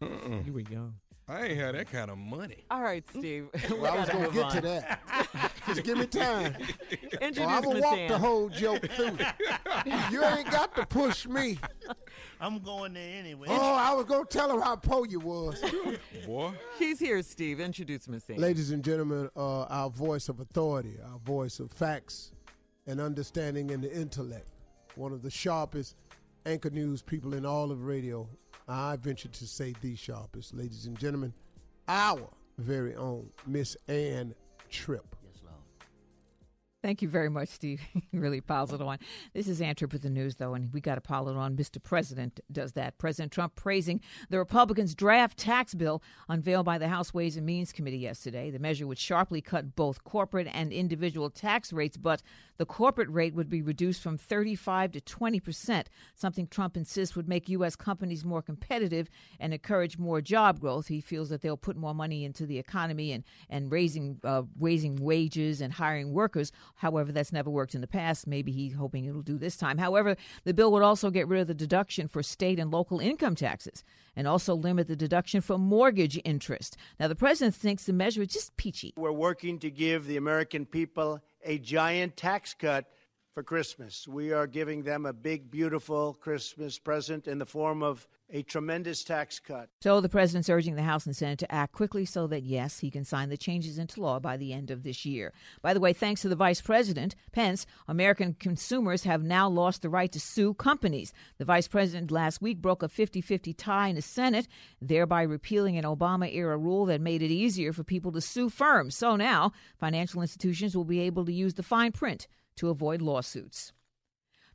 S4: then.
S11: You were young.
S9: I ain't had that kind of money.
S12: All right, Steve. We
S4: Well, I was
S12: gotta
S4: gonna
S12: move
S4: get to
S12: on.
S4: that. Just give me time. Or
S12: Introduce
S4: I'm gonna
S12: Miss
S4: walk
S12: Ann.
S4: the whole joke through. you ain't got to push me.
S6: I'm going there anyway.
S4: Oh, I was gonna tell her how poor you was.
S9: Boy,
S12: She's here, Steve. Introduce Miss Ann.
S4: Ladies and gentlemen, uh, our voice of authority, our voice of facts and understanding and the intellect. One of the sharpest anchor news people in all of radio. I venture to say the sharpest. Ladies and gentlemen, our very own Miss Ann Tripp.
S18: Thank you very much, Steve. You really piles it on. This is Antrim with the news, though, and we got to pile it on. Mr. President does that. President Trump praising the Republicans' draft tax bill unveiled by the House Ways and Means Committee yesterday. The measure would sharply cut both corporate and individual tax rates, but the corporate rate would be reduced from 35 to 20 percent, something Trump insists would make U.S. companies more competitive and encourage more job growth. He feels that they'll put more money into the economy and and raising uh, raising wages and hiring workers. However, that's never worked in the past. Maybe he's hoping it'll do this time. However, the bill would also get rid of the deduction for state and local income taxes and also limit the deduction for mortgage interest. Now, the president thinks the measure is just peachy.
S1: We're working to give the American people a giant tax cut for Christmas. We are giving them a big, beautiful Christmas present in the form of a tremendous tax cut.
S18: So the president's urging the House and Senate to act quickly so that, yes, he can sign the changes into law by the end of this year. By the way, thanks to the vice president, Pence, American consumers have now lost the right to sue companies. The vice president last week broke a 50 50 tie in the Senate, thereby repealing an Obama era rule that made it easier for people to sue firms. So now financial institutions will be able to use the fine print to avoid lawsuits.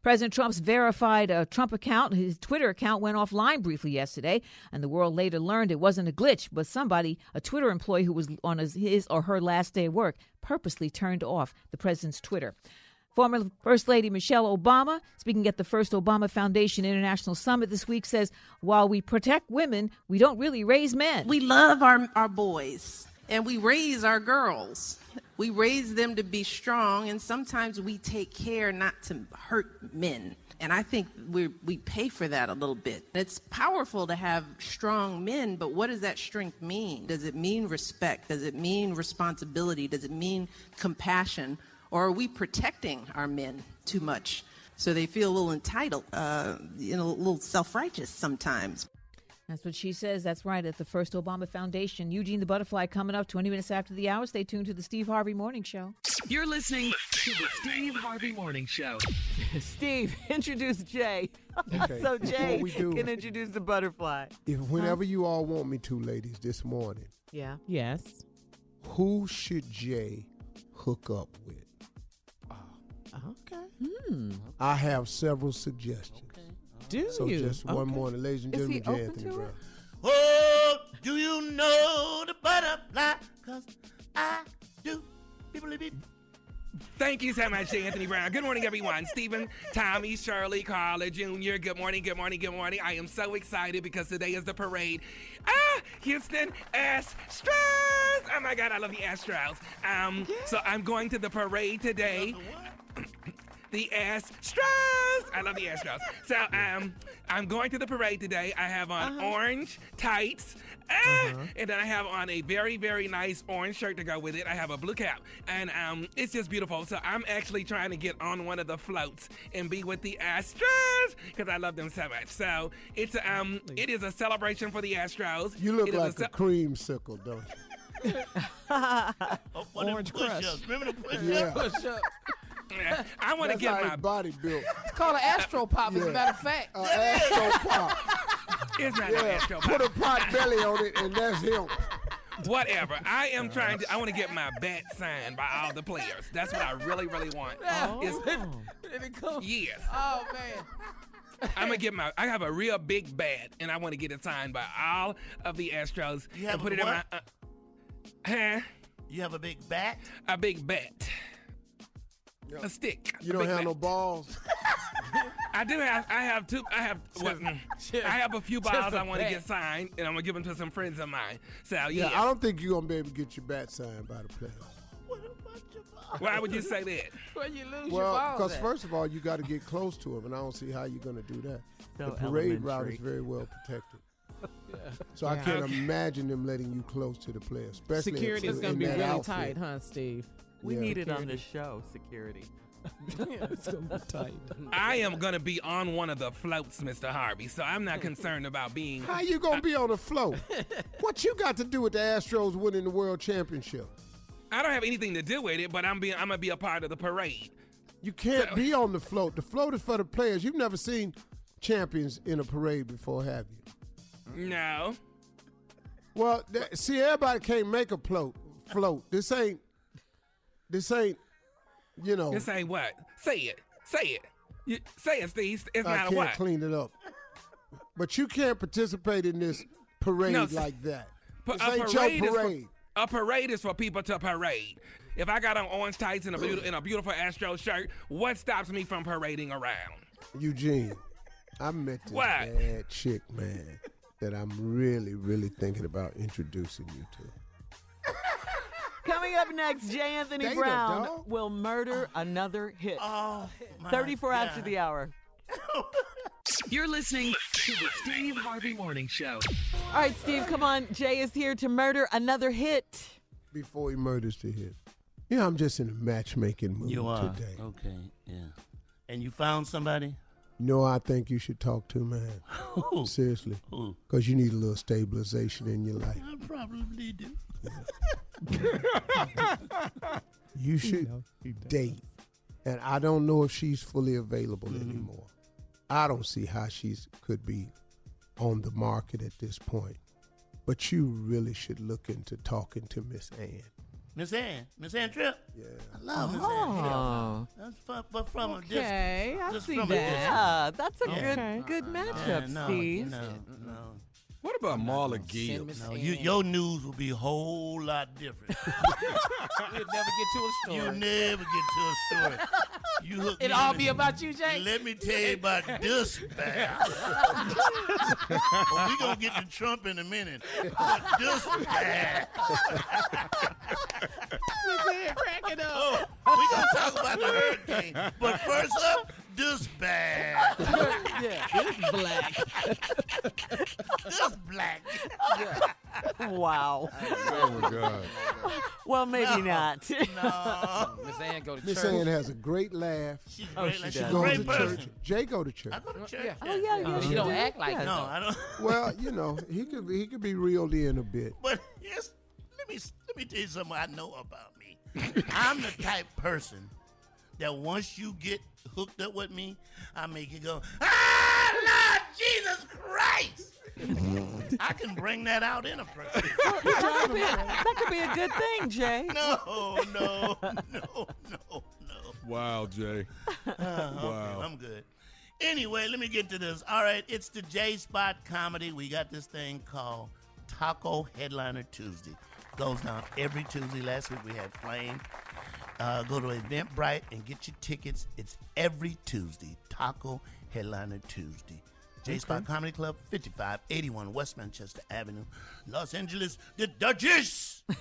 S18: President Trump's verified uh, Trump account, his Twitter account, went offline briefly yesterday, and the world later learned it wasn't a glitch, but somebody, a Twitter employee who was on his, his or her last day of work, purposely turned off the president's Twitter. Former First Lady Michelle Obama, speaking at the first Obama Foundation International Summit this week, says, While we protect women, we don't really raise men.
S19: We love our, our boys and we raise our girls. We raise them to be strong, and sometimes we take care not to hurt men. And I think we we pay for that a little bit. It's powerful to have strong men, but what does that strength mean? Does it mean respect? Does it mean responsibility? Does it mean compassion? Or are we protecting our men too much so they feel a little entitled, uh, you know, a little self righteous sometimes?
S18: That's what she says. That's right at the First Obama Foundation. Eugene the Butterfly coming up 20 minutes after the hour. Stay tuned to the Steve Harvey Morning Show.
S13: You're listening to the Steve Harvey Morning Show.
S12: Steve, introduce Jay.
S4: Okay,
S12: so
S4: before
S12: Jay
S4: we do-
S12: can introduce the butterfly.
S4: If whenever you all want me to, ladies, this morning,
S12: Yeah.
S4: Yes. Who should Jay hook up with?
S11: Uh-huh. Okay.
S4: I have several suggestions.
S11: Do
S4: so
S11: you?
S4: just one
S11: Okay.
S4: morning, ladies and
S11: Is
S4: gentlemen,
S11: he
S4: Jay
S11: open
S4: Anthony
S11: to
S4: Brown.
S6: Oh, do you know the butterfly? Cause I do. People be
S13: Thank you so much, Anthony Brown. Good morning, everyone. Stephen, Tommy, Shirley, Carla, Jr. Good morning, good morning, good morning. I am so excited because today is the parade. Ah, Houston Astros. Oh my God, I love the Astros. Um, so I'm going to the parade today. The Astros. I love the Astros. So um, I'm going to the parade today. I have on
S4: Uh-huh.
S13: orange tights. Ah, And then I have on a very, very nice orange shirt to go with it. I have a blue cap. And um, it's just beautiful. So I'm actually trying to get on one of the floats and be with the Astros because I love them so much. So it's um, it is a celebration for the Astros.
S4: You look
S13: It is
S4: like
S13: ce-
S4: a creamsicle, don't you?
S13: Orange
S6: push-ups. Remember the push-ups?
S4: Yeah.
S13: I want to
S4: That's
S13: get
S4: how
S13: my
S4: his body built.
S8: It's called an Astro Pop, as
S4: Yeah.
S8: a matter of fact.
S13: It's not an
S4: Yeah,
S13: Astro
S4: put
S13: Pop.
S4: a pot belly on it, and that's him.
S13: Whatever. I am trying to. I want to get my bat signed by all the players. That's what I really, really want.
S4: Oh.
S13: Is- Yes.
S8: Oh, man.
S13: I'm gonna get my. I have a real big bat, and I want to get it signed by all of the Astros.
S6: You
S13: and
S6: have
S13: put
S6: a
S13: it in my.
S6: what?
S13: Uh, huh?
S6: You have a big bat?
S13: A big bat. A stick.
S4: You don't have no balls.
S13: I do have. I have two. I have. What, mm, I have a few
S4: just
S13: balls
S4: a
S13: I want to
S4: bat.
S13: get signed, and I'm gonna give them to some friends of mine. So yeah.
S4: Yeah, I don't think you're gonna be able to get your bat signed by the players.
S13: Why would you say that?
S8: Where you lose your
S4: Well,
S8: balls
S4: because
S8: at.
S4: first of all, you got to get close to him, and I don't see how you're gonna do that.
S8: So
S4: the parade route
S8: elementary.
S4: is very well protected.
S8: Yeah.
S4: So I
S8: Yeah.
S4: can't
S8: Okay.
S4: imagine them letting you close to the player, especially in-
S11: Security's
S4: in
S11: gonna be
S4: that
S11: really
S4: outfit.
S11: tight, huh, Steve?
S4: Yeah.
S12: show, security.
S11: it's gonna be tight.
S13: I am gonna be on one of the floats, Mr. Harvey. So I'm not concerned about being.
S4: How you gonna be on the float? what you got to do with the Astros winning the World Championship?
S13: I don't have anything to do with it, but I'm being. I'm gonna be a part of the parade.
S4: You can't be on the float. The float is for the players. You've never seen champions in a parade before, have you?
S13: No.
S4: Well, that, see, everybody can't make a float. Float. This ain't. This ain't. You know.
S13: This ain't what. Say it. Say it. You, say it, Steve. It's
S4: I
S13: not
S4: can't
S13: a what.
S4: clean it up. But you can't participate in this parade
S13: No,
S4: like that.
S13: Pa-
S4: this ain't your
S13: is for-
S4: parade.
S13: a parade is for people to parade. If I got on orange tights and a, beautiful, and a beautiful Astro shirt, what stops me from parading around?
S4: Eugene, I met this
S13: What?
S4: bad chick, man, that I'm really, really thinking about introducing you to.
S12: Coming up next, Jay Anthony
S4: Data,
S12: Brown
S4: dog.
S12: will murder another hit.
S6: Oh, my
S12: 34 after
S13: God.
S12: the hour.
S13: You're listening to the Steve Harvey Morning Show.
S12: All right, Steve, come on. Jay is here to murder another hit.
S4: Before he murders the hit. You know, I'm just in a matchmaking mood
S6: You are.
S4: today.
S6: Okay, yeah. And you found somebody?
S4: You know, who I think you should talk to, man. Seriously. Because you need a little stabilization in your life.
S6: I probably do.
S4: You should date. And I don't know if she's fully available anymore. I don't see how she's could be on the market at this point. But you really should look into talking to Miss Ann.
S6: Miss Ann, Miss Ann Tripp. Yeah. I love Miss
S12: Oh.
S6: Ann Tripp. That's from, but from a distance.
S12: Okay, I
S6: Just
S12: see
S6: from
S12: that.
S6: A distance.
S12: Yeah, that's a
S6: Yeah.
S12: good- good
S6: Uh, uh,
S12: matchup,
S6: yeah, no,
S12: Steve.
S6: No, no.
S9: What about Marla Gibbs?
S6: No, you, your news will be a whole lot different.
S8: You'll never get to a story.
S6: You never get to a story. You hook
S8: It
S6: me
S8: all
S6: with-
S8: be about you, Jay.
S6: Let me tell you about dispatch. we gonna get to Trump in a minute. But dispatch.
S11: cracking up.
S6: Oh, we gonna talk about the hurricane. But first up, dispatch.
S8: yeah,
S6: this black. this black.
S12: Wow.
S6: Oh, my God.
S12: Well,
S6: No.
S12: maybe not.
S6: No.
S8: Miss Ann go to
S20: Miss
S8: church.
S20: Ann has a great laugh. She's
S6: great. She She's a
S20: goes
S6: great
S20: to
S6: person.
S20: church. Jay go to church.
S6: Church.
S12: Oh, yeah, yeah,
S8: She
S20: you
S8: don't
S20: do.
S8: act like
S20: Yeah.
S8: it,
S20: No,
S8: though.
S6: I don't.
S20: well, you know, he could be, he could be reeled in a bit.
S6: But yes, let me let me tell you something I know about me. I'm the type person that once you get hooked up with me, I make you go, Ah, Lord Jesus Christ! I can bring that out in a person.
S12: that, could be a, that could be a good thing, Jay.
S6: No, no, no, no.
S9: Wow, Jay. wow.
S6: I'm good. Anyway, let me get to this. All right, it's the J Spot comedy. We got this thing called Taco Headliner Tuesday. Goes down every Tuesday. Last week we had Flame. Uh, go to Eventbrite and get your tickets. It's every Tuesday. Taco Headliner Tuesday. J Spot
S9: Okay.
S6: Comedy Club, 5581 West Manchester Avenue, Los Angeles, the Duchess.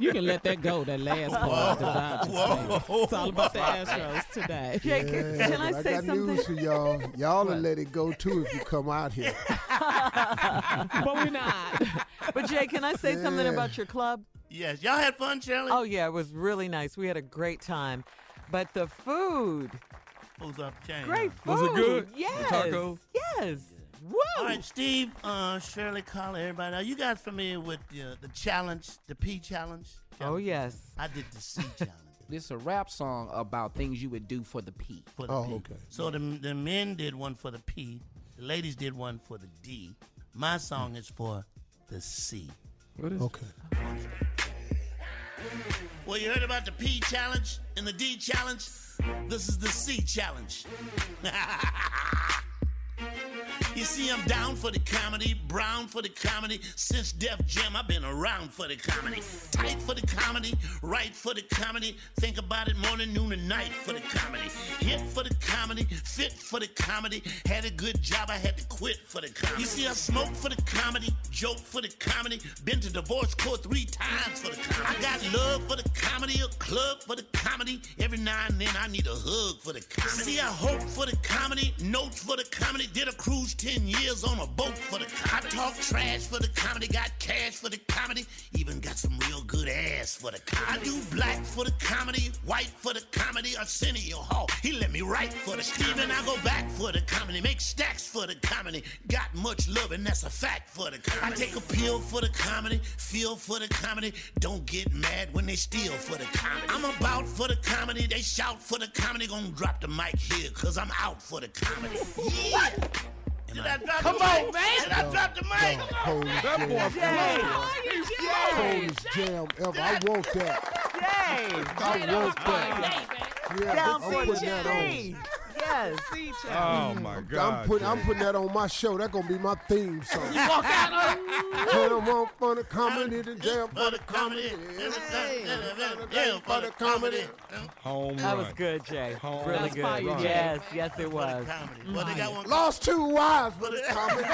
S11: You can let that go, that last part. of the Dodgers
S6: Whoa.
S11: thing. It's all about the Astros today.
S20: Yeah, but I got news for y'all. Y'all will let it go too if you come out here.
S11: but we're not.
S12: But Jay, can I say something
S20: Yeah.
S12: about your club?
S6: Yes, y'all had fun, Shirley.
S12: Oh yeah, it was really nice. We had a great time, but the food,
S6: Who's up, Jane?
S12: great food.
S6: Was it good? The
S12: Yes.
S6: taco?
S12: Yes. Woo.
S6: All right, Steve, uh, Shirley, Carla, everybody. Are you guys familiar with the, the challenge, the P challenge?
S12: Oh yes.
S6: I did the C challenge.
S8: This a rap song about things you would do for the P.
S6: For
S12: Oh,
S6: the P. So the, the men did one for the P, the ladies did one for the D. My song is for the C.
S20: What is okay?
S6: Well, you heard about the P challenge and the D challenge. This is the C challenge. you see, I'm down for the comedy, brown for the comedy. Since Def Jam, I've been around for the comedy. Tight for the comedy, right for the comedy. Think about it morning, noon, and night for the comedy. Hit for the comedy, fit for the comedy. Had a good job, I had to quit for the comedy. You see, I smoke for the comedy, joke for the comedy. Been to divorce court three times for the comedy. I got love for the comedy, a club for the comedy. Every now and then I need a hug for the comedy. See, I hope for the comedy, notes for the comedy. Did a cruise 10 years on a boat for the comedy. I talk trash for the comedy, got cash for the comedy. Even got some real good ass for the comedy. I do black for the comedy, white for the comedy. Arsenio Hall, he let me write for the Steven, I go back for the comedy, make stacks for the comedy. Got much love, and that's a fact for the comedy. I take a pill for the comedy, feel for the comedy. Don't get mad when they steal for the comedy. I'm about for the comedy, they shout for the comedy. Gonna drop the mic here, cause I'm out for the comedy. Yeah! Did I drop
S8: Come
S6: the mic?
S8: on, man.
S6: Did I drop the mic?
S20: Holy
S6: That
S20: jam.
S6: boy
S20: ever.
S6: fly.
S20: Holy jam ever. I want that. I want that. Yeah, I'm putting that on.
S12: Yes.
S9: Oh my God.
S20: I'm putting I'm putting that on my show. That's gonna be my theme
S4: Oh,
S20: song. Walk out on. Jam on for the comedy, the jam for the comedy, jam for the comedy.
S9: Home
S12: That
S9: run.
S12: was good, Jay.
S9: Home
S12: really
S9: run.
S12: good.
S9: That's fire, Jay.
S12: Yes, yes, it was.
S6: Well, they got one.
S20: Lost two wives for the comedy.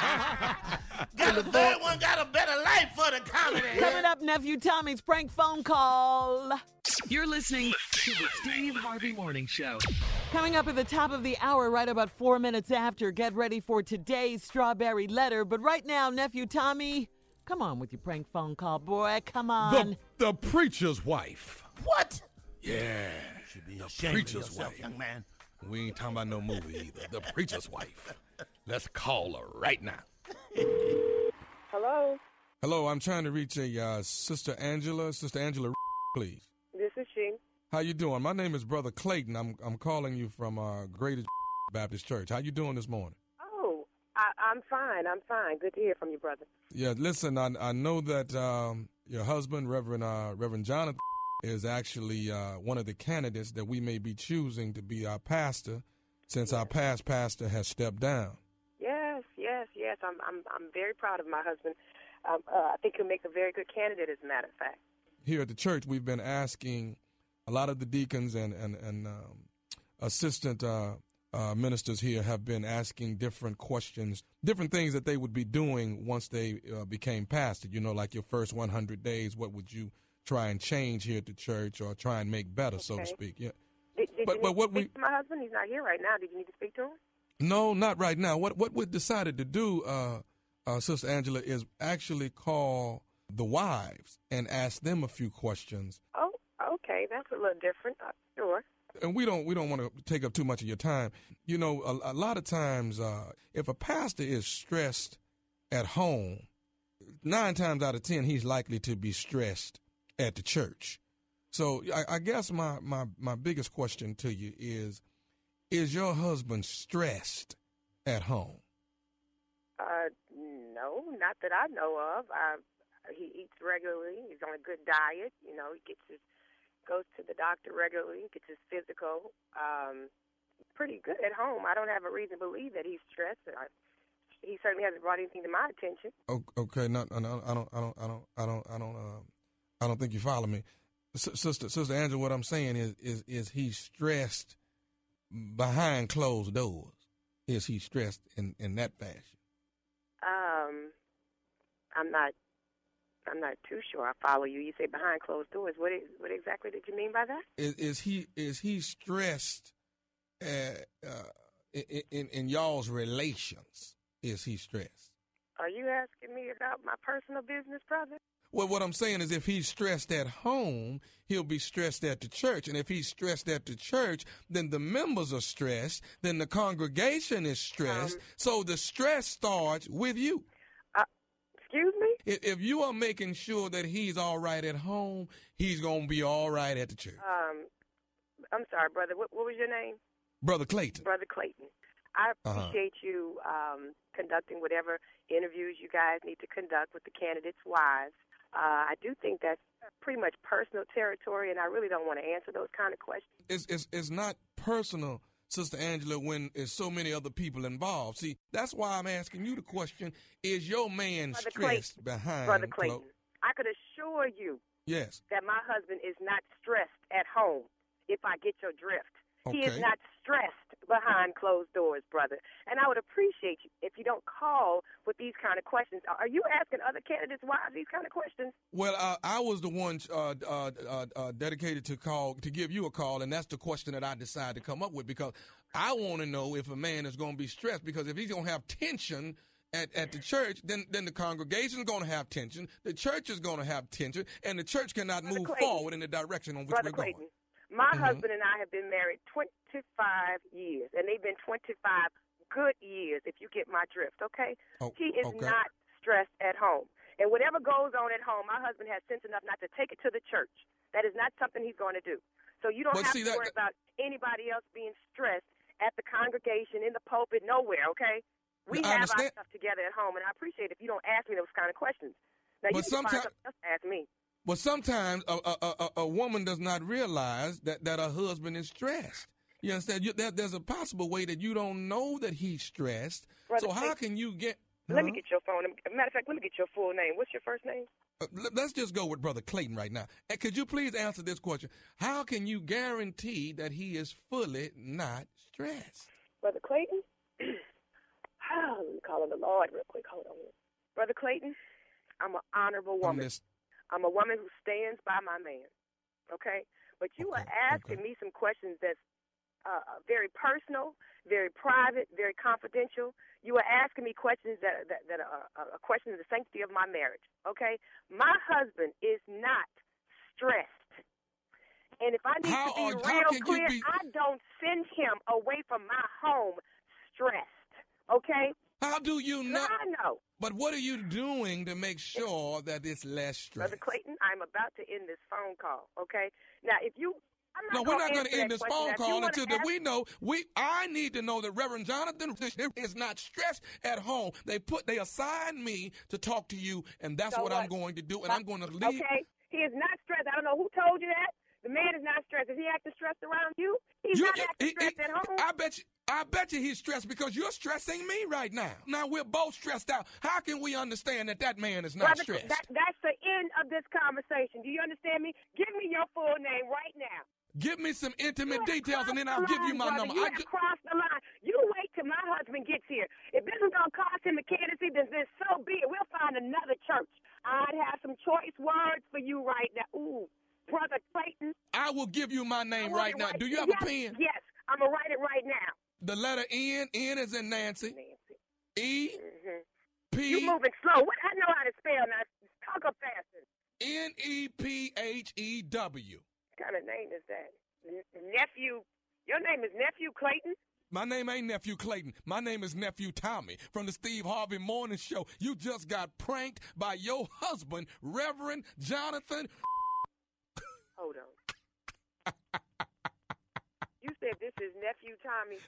S6: Got a third one, got a better life for the comedy.
S12: Coming up, nephew Tommy's prank phone call.
S5: You're listening to the Steve Harvey Morning Show.
S12: Coming up at the top of the hour, right about four minutes after, get ready for today's strawberry letter. But right now, nephew Tommy, come on with your prank phone call, boy. Come on.
S9: The, the preacher's wife.
S6: What?
S9: Yeah. the
S6: ashamed of
S9: preacher's
S6: yourself,
S9: wife.
S6: young man.
S9: We ain't talking about no movie either. The preacher's wife. Let's call her right now.
S15: Hello,
S9: Hello, I'm trying to reach a uh, sister Angela. Sister Angela, please.
S15: this is she.
S9: How you doing? My name is Brother Clayton. I'm I'm calling you from uh, Greater Baptist Church. How you doing this morning?
S15: Oh, I, I'm fine. I'm fine. Good to hear from you, brother.
S9: Yeah, listen, I I know that um, Your husband, Reverend uh, Reverend Jonathan, is actually uh, one of the candidates that we may be choosing to be our pastor, since our past pastor has stepped down.
S15: Yes, yes, yes. I'm I'm I'm very proud of my husband. Um, uh, I think he'll make a very good candidate, as a matter of fact.
S9: Here at the church, we've been asking a lot of the deacons and and and um, assistant uh, uh, ministers here have been asking different questions, different things that they would be doing once they uh, became pastor. You know, like your first 100 days, what would you try and change here at the church or try and make better, so to
S15: Okay.
S9: speak? Yeah.
S15: Did, did
S9: But-
S15: you need
S9: but
S15: to
S9: what
S15: speak
S9: we-
S15: to my husband? He's not here right now. Did you need to speak to him?
S9: No, not right now. What what we decided to do, uh, uh, Sister Angela, is actually call the wives and ask them a few questions.
S15: Oh, okay. That's a little different. Uh, sure.
S9: And we don't we don't want to take up too much of your time. You know, a, a lot of times, uh, if a pastor is stressed at home, nine times out of ten, he's likely to be stressed at the church. So I, I guess my, my my biggest question to you is: Is your husband stressed at home?
S15: Uh, no, not that I know of. Uh, he eats regularly. He's on a good diet. You know, he gets his goes to the doctor regularly. Gets his physical. Um, pretty good at home. I don't have a reason to believe that he's stressed. And I, he certainly hasn't brought anything to my attention.
S9: O- Okay, not I don't I don't I don't I don't I don't I don't, uh, I don't think you follow me, S- sister sister Angela. What I'm saying is is is he stressed behind closed doors? Is he stressed in in that fashion?
S15: Um, I'm not. I'm not too sure. I follow you. You say behind closed doors. What? Is, what exactly did you mean by that?
S9: Is is he is he stressed uh, uh, in, in in y'all's relations? Is he stressed?
S15: Are you asking me about my personal business, brother?
S9: Well, what I'm saying is, if he's stressed at home, he'll be stressed at the church. And if he's stressed at the church, then the members are stressed. Then the congregation is stressed.
S15: Um,
S9: so the stress starts with you.
S15: Uh, excuse me?
S9: If, if you are making sure that he's all right at home, he's going to be all right at the church.
S15: Um, I'm sorry, brother. What, what was your name?
S9: Brother Clayton.
S15: Brother Clayton. I
S9: Uh-huh.
S15: appreciate you um, conducting whatever interviews you guys need to conduct with the candidates' wives. Uh, I do think that's pretty much personal territory, and I really don't want to answer those kind of questions.
S9: it's, it's, it's not personal, Sister Angela, when there's so many other people involved. See, that's why I'm asking you the question Is your man
S15: Brother
S9: stressed
S15: Clayton.
S9: behind
S15: Brother
S9: clo-
S15: Clayton. I could assure you
S9: Yes.
S15: that my husband is not stressed at home, if I get your drift. He is
S9: Okay.
S15: not stressed behind closed doors, brother. And I would appreciate you if you don't call with these kind of questions. Are you asking other candidates wives these kind of questions?
S9: Well, uh, I was the one uh, uh, uh, uh, dedicated to call to give you a call, and that's the question that I decided to come up with because I want to know if a man is going to be stressed because if he's going to have tension. At, at the church, then then the congregation's going to have tension. The church is going to have tension, and the church cannot move
S15: Clayton.
S9: forward in the direction on which
S15: Brother
S9: we're going.
S15: Clayton, my
S9: Mhm.
S15: husband and I have been married 25 years, and they've been 25 good years, if you get my drift, okay?
S9: Oh,
S15: he is
S9: okay.
S15: not stressed at home. And whatever goes on at home, my husband has sense enough not to take it to the church. That is not something he's going to do. So you don't
S9: But
S15: have
S9: see,
S15: to
S9: that-
S15: worry about anybody else being stressed at the congregation, in the pulpit, nowhere, okay? We
S9: Yeah, I
S15: have
S9: understand.
S15: our stuff together at home, and I appreciate if you don't ask me those kind of questions. Now,
S9: But
S15: you can
S9: sometime-
S15: find something else to ask me.
S9: But sometimes a, a, a- a, a woman does not realize that, that her husband is stressed. You understand? You, that, there's a possible way that you don't know that he's stressed.
S15: Brother
S9: so how
S15: Clayton,
S9: can you get?
S15: Let me
S9: Huh?
S15: get your phone. Matter of fact, let me get your full name. What's your first name?
S9: Uh, let- Let's just go with Brother Clayton right now. And could you please answer this question? How can you guarantee that he is fully not stressed?
S15: Brother Clayton? Ah, Let me call on the Lord real quick. Hold on. here. Brother Clayton, I'm an honorable
S9: I'm
S15: woman.
S9: lis-
S15: I'm a woman who stands by my man. Okay? But you are asking me some questions that's uh, uh, very personal, very private, very confidential. You are asking me questions that that, that are, are, are questions of the sanctity of my marriage. Okay? My husband is not stressed. And if I need
S3: How
S15: to be
S3: are- how
S15: real
S3: can you
S15: clear,
S3: be-
S15: I don't send him away from my home stressed. Okay?
S9: How do you know?
S15: I know.
S9: But what are you doing to make sure that it's less stress?
S15: Brother Clayton, I'm about to end this phone call, okay? Now, if you I'm
S9: No, we're
S15: gonna
S9: not going to
S15: answer
S9: end
S15: that
S9: this
S15: question.
S9: phone
S15: If you
S9: call
S15: wanna
S9: until that
S15: ask-
S9: we know. We I need to know that Reverend Jonathan is not stressed at home. They put they assigned me to talk to you, and that's
S15: So
S9: what, I'm
S15: what?
S9: going to do. And I'm going to leave.
S15: Okay, he is not stressed. I don't know who told you that. The man is not stressed. Is he acting stressed around you? He's
S9: You-
S15: not acting
S9: he- he-
S15: stressed at home.
S9: I bet you. I bet you he's stressed because you're stressing me right now. Now we're both stressed out. How can we understand that that man is not
S15: Brother,
S9: stressed?
S15: That, that's the end of this conversation. Do you understand me? Give me your full name right now.
S9: give me some intimate
S15: You have
S9: details, and then I'll
S15: crossed the
S9: give you my
S15: line, brother.
S9: number.
S15: You
S9: I
S15: have
S9: ju-
S15: crossed the line. You wait till my husband gets here. If this is gonna cost him a candidacy, then, then so be it. We'll find another church. I'd have some choice words for you right now. Ooh, brother Clayton.
S9: I will give you my name right now. Do you have
S15: yes,
S9: a pen?
S15: Yes, I'm gonna write it right now.
S9: The letter N. N is in Nancy. E. P.
S15: Mm-hmm. You moving slow? Oh, What? I know how to spell now. Talk up faster.
S9: N E P H E W.
S15: What kind of name is that? N- nephew. Your name is nephew Clayton.
S9: My name ain't Nephew Clayton. My name is Nephew Tommy from the Steve Harvey Morning Show. You just got pranked by your husband, Reverend Jonathan.
S15: Hold on. you said this is nephew Tommy.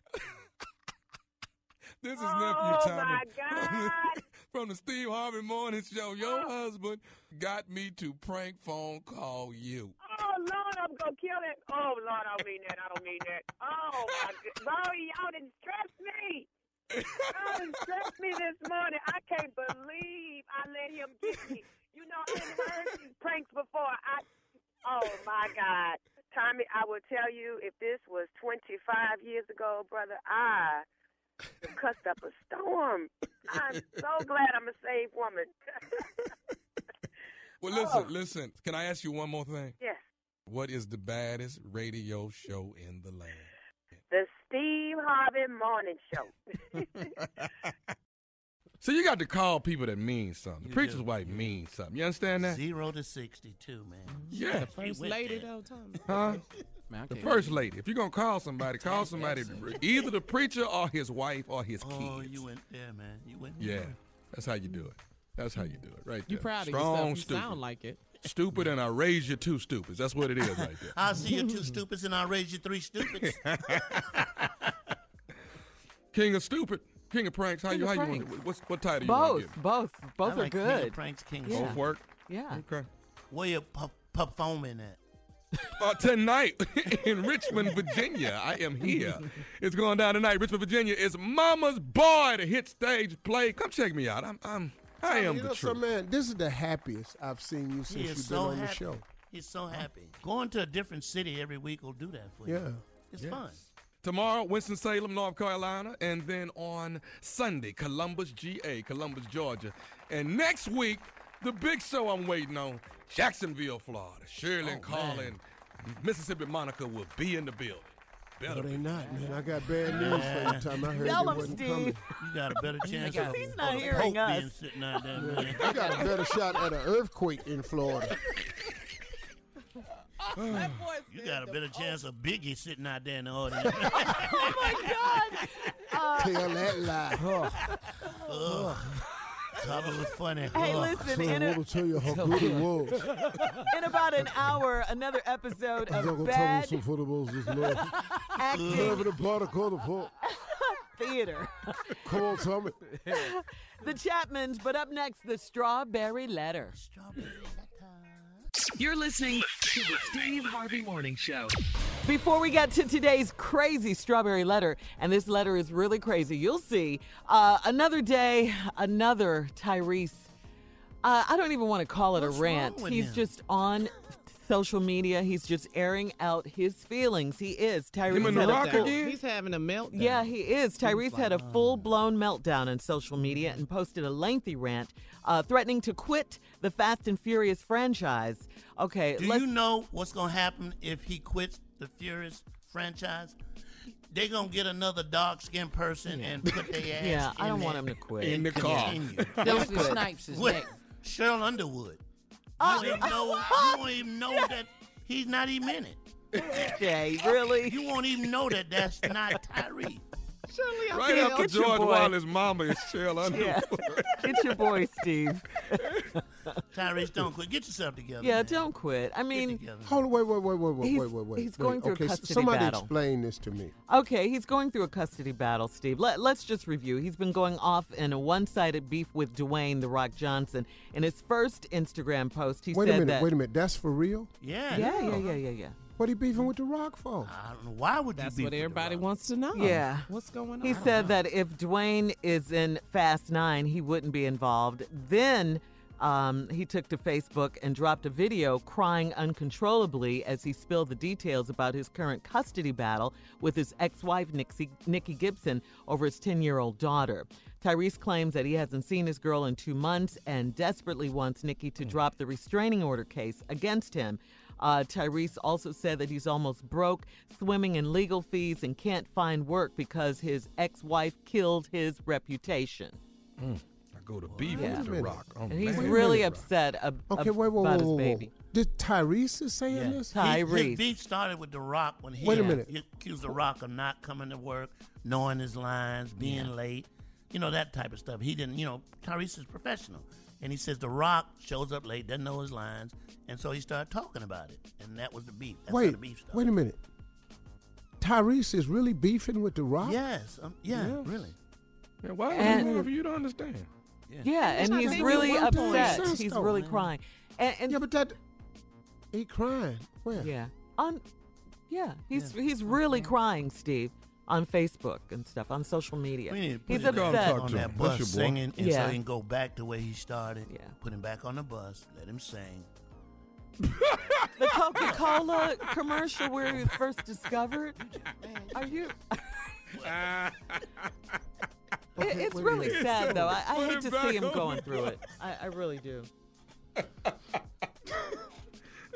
S9: This is
S15: Oh,
S9: Nephew Tommy.
S15: my
S9: God. from the Steve Harvey Morning Show. Your
S15: Oh.
S9: husband got me to prank phone call you.
S15: Oh Lord, I'm gonna kill it. Oh Lord, I don't mean that. I don't mean that. Oh my God. Lord, y'all didn't stress me. Y'all didn't stress me this morning. I can't believe I let him get me. You know, I didn't heard these pranks before. I oh my God. Tommy, I will tell you if this was twenty five years ago, brother, I would've cussed up a storm. I'm so glad I'm a saved woman.
S9: Well,
S15: Oh.
S9: listen, listen. Can I ask you one more thing?
S15: yes.
S9: What is the baddest radio show in the land?
S15: The Steve Harvey Morning Show.
S9: So you got to call people that mean something. The preacher's wife means something. You understand that?
S6: Zero to 62, man.
S9: uh, Yeah. The
S6: He
S11: First
S6: went
S11: lady
S6: there.
S11: though, Tommy.
S9: Huh?
S11: I
S9: The
S11: can't-
S9: first lady. If you're gonna call somebody, call
S6: Type
S9: somebody
S6: essence.
S9: either the preacher or his wife or his
S6: Oh,
S9: kids.
S6: you went there, man. You went there.
S9: Yeah, that's how you do it. That's how you do it, right
S11: You
S9: there.
S11: proud of
S9: Strong,
S11: yourself. You
S9: stupid.
S11: sound like it.
S9: Stupid, and I raise you two stupids. That's what it is, right there.
S6: I'll see you two stupids and I'll raise you three stupids.
S9: King of stupid, king of pranks. How
S12: King
S9: you? How
S12: of
S9: you
S12: pranks.
S9: want? What's what title you want
S12: Both,
S9: to give?
S12: both, both
S6: I
S12: are
S6: like King of
S12: good.
S6: Pranks, King of
S12: yeah.
S6: Both
S9: Both work.
S12: Yeah.
S9: Okay.
S6: Where you pu- performing at?
S9: Uh, tonight in Richmond, Virginia, I am here. It's going down tonight. Richmond, Virginia. It's Mama's Boy, the hit stage play. Come check me out. I'm,
S6: Um,
S9: I'm, I am
S20: you
S9: the
S20: know,
S9: truth.
S20: some man, this is the happiest I've seen you since
S6: He
S20: you've been
S6: is so
S20: on the
S6: happy.
S20: show.
S6: He's so happy. Going to a different city every week will do that for you.
S9: Yeah.
S6: It's
S9: Yes.
S6: fun.
S9: Tomorrow, Winston-Salem, North Carolina, and then on Sunday, Columbus, GA, Columbus, Georgia. And next week, the big show I'm waiting on, Jacksonville, Florida. Shirley and
S20: Oh,
S9: Carla
S20: man.
S9: and Mississippi Monica will be in the building.
S20: No,
S9: Better
S20: they
S9: be.
S20: not, man. I got bad news for you, Tom. I heard
S12: Tell
S20: you
S12: him,
S20: wasn't
S12: Steve.
S20: coming.
S6: You got a better chance
S12: Because
S6: of,
S12: he's
S6: of
S12: not
S6: the
S12: hearing
S6: Pope
S12: us.
S6: being sitting out there, man.
S20: You got a better shot at an earthquake in Florida.
S6: You got a better chance of Biggie sitting out there in the audience.
S20: Tell that lie. Huh.
S6: Ugh. That was funny.
S12: Hey,
S6: Ugh.
S12: listen,
S20: So I
S12: in, a,
S20: want to tell you how good it was.
S12: in about an hour, another episode
S20: I'm not
S12: of
S20: gonna tell you
S12: Bad
S20: some footballs this morning.
S12: Acting
S20: Whatever the part of the part.
S12: Theater.
S20: Come on, Tommy.
S12: The Chapmans, but up next, the Strawberry Letter.
S17: You're listening to the Steve Harvey Morning Show.
S12: Before we get to today's crazy strawberry letter, and this letter is really crazy, you'll see. Uh, another day, another Tyrese. Uh, I don't even want to call it a rant.
S6: with
S12: He's
S6: him?
S12: just on social media. He's just airing out his feelings. He is. Tyrese had a full-
S11: He's having a meltdown.
S12: Yeah, he is. Tyrese had a
S6: "Oh."
S12: full blown meltdown on social media and posted a lengthy rant uh, threatening to quit the Fast and Furious franchise. Okay,
S6: Do
S12: let's.
S6: you know what's gonna happen if he quits the Furious franchise? They gonna get another dark skinned person and put their ass.
S12: Yeah, I
S6: in
S12: don't want
S6: that
S12: him to quit.
S9: In the
S6: and
S9: car.
S6: continue.
S11: Those were Snipes' is
S6: With
S11: next.
S6: Cheryl Underwood.
S12: Oh.
S6: You don't even know, you don't even know that he's not even in it.
S12: Jay, really?
S6: You won't even know that that's not Tyree.
S11: Shirley, I
S9: Right
S11: feel-
S9: after George Wallace's mama is Shell Underwood.
S12: Yeah. Get your boy, Steve.
S6: Tyrese, don't quit. Get yourself together.
S12: Yeah,
S6: man.
S12: don't quit. I mean,
S4: Hold on, wait, wait, wait, wait, wait,
S12: He's-
S4: wait, wait, wait.
S12: he's
S4: wait.
S12: going through a
S4: okay, s-
S12: custody
S4: somebody
S12: battle.
S4: explain this to me.
S12: Okay, he's going through a custody battle, Steve. Let, us just review. He's been going off in a one sided beef with Dwayne The Rock Johnson. In his first Instagram post, he
S4: wait
S12: said
S4: a minute,
S12: that.
S4: wait a minute. That's for real?
S6: Yeah.
S12: Yeah, yeah, yeah, yeah, yeah.
S4: What he beefing with The Rock for?
S6: I don't know. Why would
S11: That's what everybody wants to know.
S12: Yeah.
S11: What's going on?
S12: He said that if Dwayne is in Fast Nine, he wouldn't be involved. Then um, he took to Facebook and dropped a video crying uncontrollably as he spilled the details about his current custody battle with his ex wife, Nixie, Nikki Gibson, over his 10 year old daughter. Tyrese claims that he hasn't seen his girl in two months and desperately wants Nikki
S11: Hmm.
S12: to drop the restraining order case against him. Uh, Tyrese also said that he's almost broke, swimming in legal fees, and can't find work because his ex wife killed his reputation.
S9: Mm. I go to beef
S12: Yeah.
S9: with The
S12: Wait a
S9: Rock. Oh,
S12: And he's
S9: man.
S12: really upset ab-
S4: Okay, wait, wait,
S12: about
S4: wait,
S12: his
S4: wait,
S12: baby.
S4: wait. Did Tyrese is saying
S6: Yeah.
S4: this?
S6: He- His beef started with The Rock when he,
S4: Wait a minute.
S6: he accused The Rock of not coming to work, knowing his lines, being late, you know, that type of stuff. He didn't, you know, Tyrese is professional. And he says The Rock shows up late, doesn't know his lines, and so he started talking about it. And that was the beef. That's how
S4: wait,
S6: the beef started.
S4: wait a minute. Tyrese is really beefing with The Rock?
S6: Yes, um, yeah, really.
S9: Yeah, why would
S12: And-
S9: you want for you to understand?
S12: Yeah,
S4: He's
S12: and
S4: not
S12: he's
S4: making
S12: really
S4: one point
S12: upset.
S4: sense,
S12: he's
S4: though,
S12: really
S4: man.
S12: crying. And, and
S4: yeah, but that he crying. Where?
S12: Yeah. On yeah, he's he's really crying, Steve, on Facebook and stuff, on social media.
S6: We need to put
S12: he's
S6: him back
S12: upset.
S6: on that bus singing, and so
S12: yeah.
S6: he can go back to where he started. Yeah. Put him back on the bus, let him sing.
S12: the Coca-Cola commercial where he was first discovered. Are you It- it's
S3: wait a
S12: really
S3: minute.
S12: sad though. I, I
S3: Put
S12: hate
S3: him
S12: to
S3: back
S12: see him
S3: on
S12: going
S3: the
S12: through
S3: bus.
S12: it. I, I really do.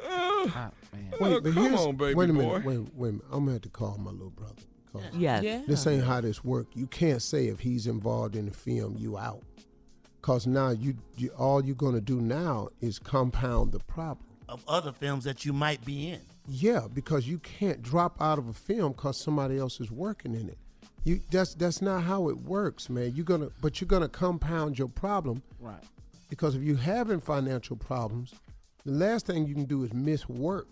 S4: Ah, Wait, but
S9: come
S4: here's-
S9: on, baby
S4: wait a
S9: boy.
S4: minute. Wait, wait a minute. I'm gonna have to call my little brother. because
S12: Yes. Yeah.
S4: This ain't how this work. You can't say if he's involved in the film, you out. Cause now you, you all you're gonna do now is compound the problem.
S6: Of other films that you might be in.
S4: Yeah, because you can't drop out of a film because somebody else is working in it. You that's that's not how it works, man. You're gonna but you're gonna compound your problem
S11: Right.
S4: because if you're having financial problems, the last thing you can do is miss work.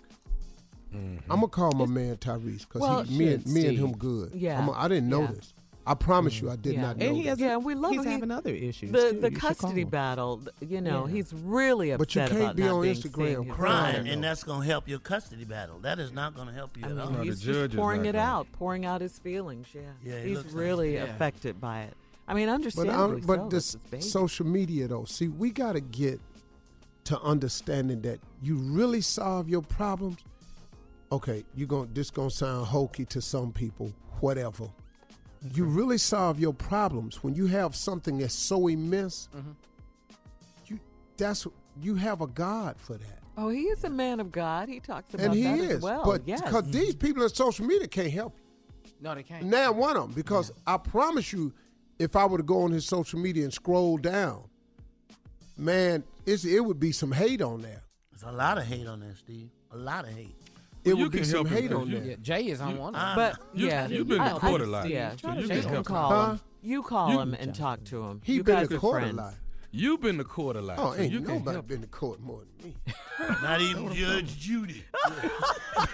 S4: I'm gonna call my man Tyrese because
S12: Mm-hmm. Well,
S4: me and me and
S11: Steve.
S4: him good.
S12: Yeah.
S4: I'm a, I did not know
S12: Yeah.
S4: this. I promise you, I did not know.
S11: And he
S4: this.
S11: has
S12: Yeah, we love
S11: he's
S12: him. He-
S11: having other issues.
S12: The
S11: too.
S12: the
S11: You should call
S12: custody
S11: him.
S12: battle, you know,
S11: Yeah.
S12: he's really upset
S4: But you can't
S12: about
S4: be
S12: not
S4: on
S12: being
S4: Instagram
S12: seen. His-
S6: Crying, and that's going to help your custody battle. That is not going to help you
S12: I
S6: at all.
S12: mean, he's just pouring it out, pouring out his feelings. Yeah,
S6: Yeah, he
S12: he's
S6: looks like-
S12: really
S6: yeah.
S12: affected by it. I mean,
S4: But
S12: understandably
S4: I'm, but
S12: so.
S4: this
S12: it's his baby.
S4: social media though, see, we gotta get to understanding that you really solve your problems. Okay, you gonna this gonna sound hokey to some people, whatever. You really solve your problems when you have something that's so immense.
S12: Mm-hmm.
S4: You that's you have a God for that.
S12: oh, he is a man of God. He talks about
S4: and he
S12: that
S4: is,
S12: as well.
S4: but
S12: yes. Mm-hmm.
S4: because these people in social media can't help you.
S8: No, they can't.
S4: Now one of them, because I promise you, if I were to go on his social media and scroll down, man, it's, it would be some hate on there.
S6: There's a lot of hate on that, Steve. A lot of hate.
S4: It would be some hate on there.
S8: Yeah, Jay is on
S6: You-
S8: one.
S6: I'm-
S8: of them.
S12: But
S6: You-
S12: yeah,
S6: you've been
S12: I-
S6: to court a
S12: I-
S6: lot.
S12: Yeah,
S6: You try to
S12: you
S6: take
S12: can
S6: him.
S12: call
S4: Huh?
S12: him. You call
S9: You-
S12: him and talk to him.
S4: He
S12: you
S4: been
S12: guys
S4: to
S12: are
S4: court a
S12: friends.
S4: lot.
S9: You've been to court a lot.
S4: Oh,
S9: so
S4: ain't
S9: you can't
S4: nobody
S9: help
S4: been to court more than me.
S6: Not even Judge Judy.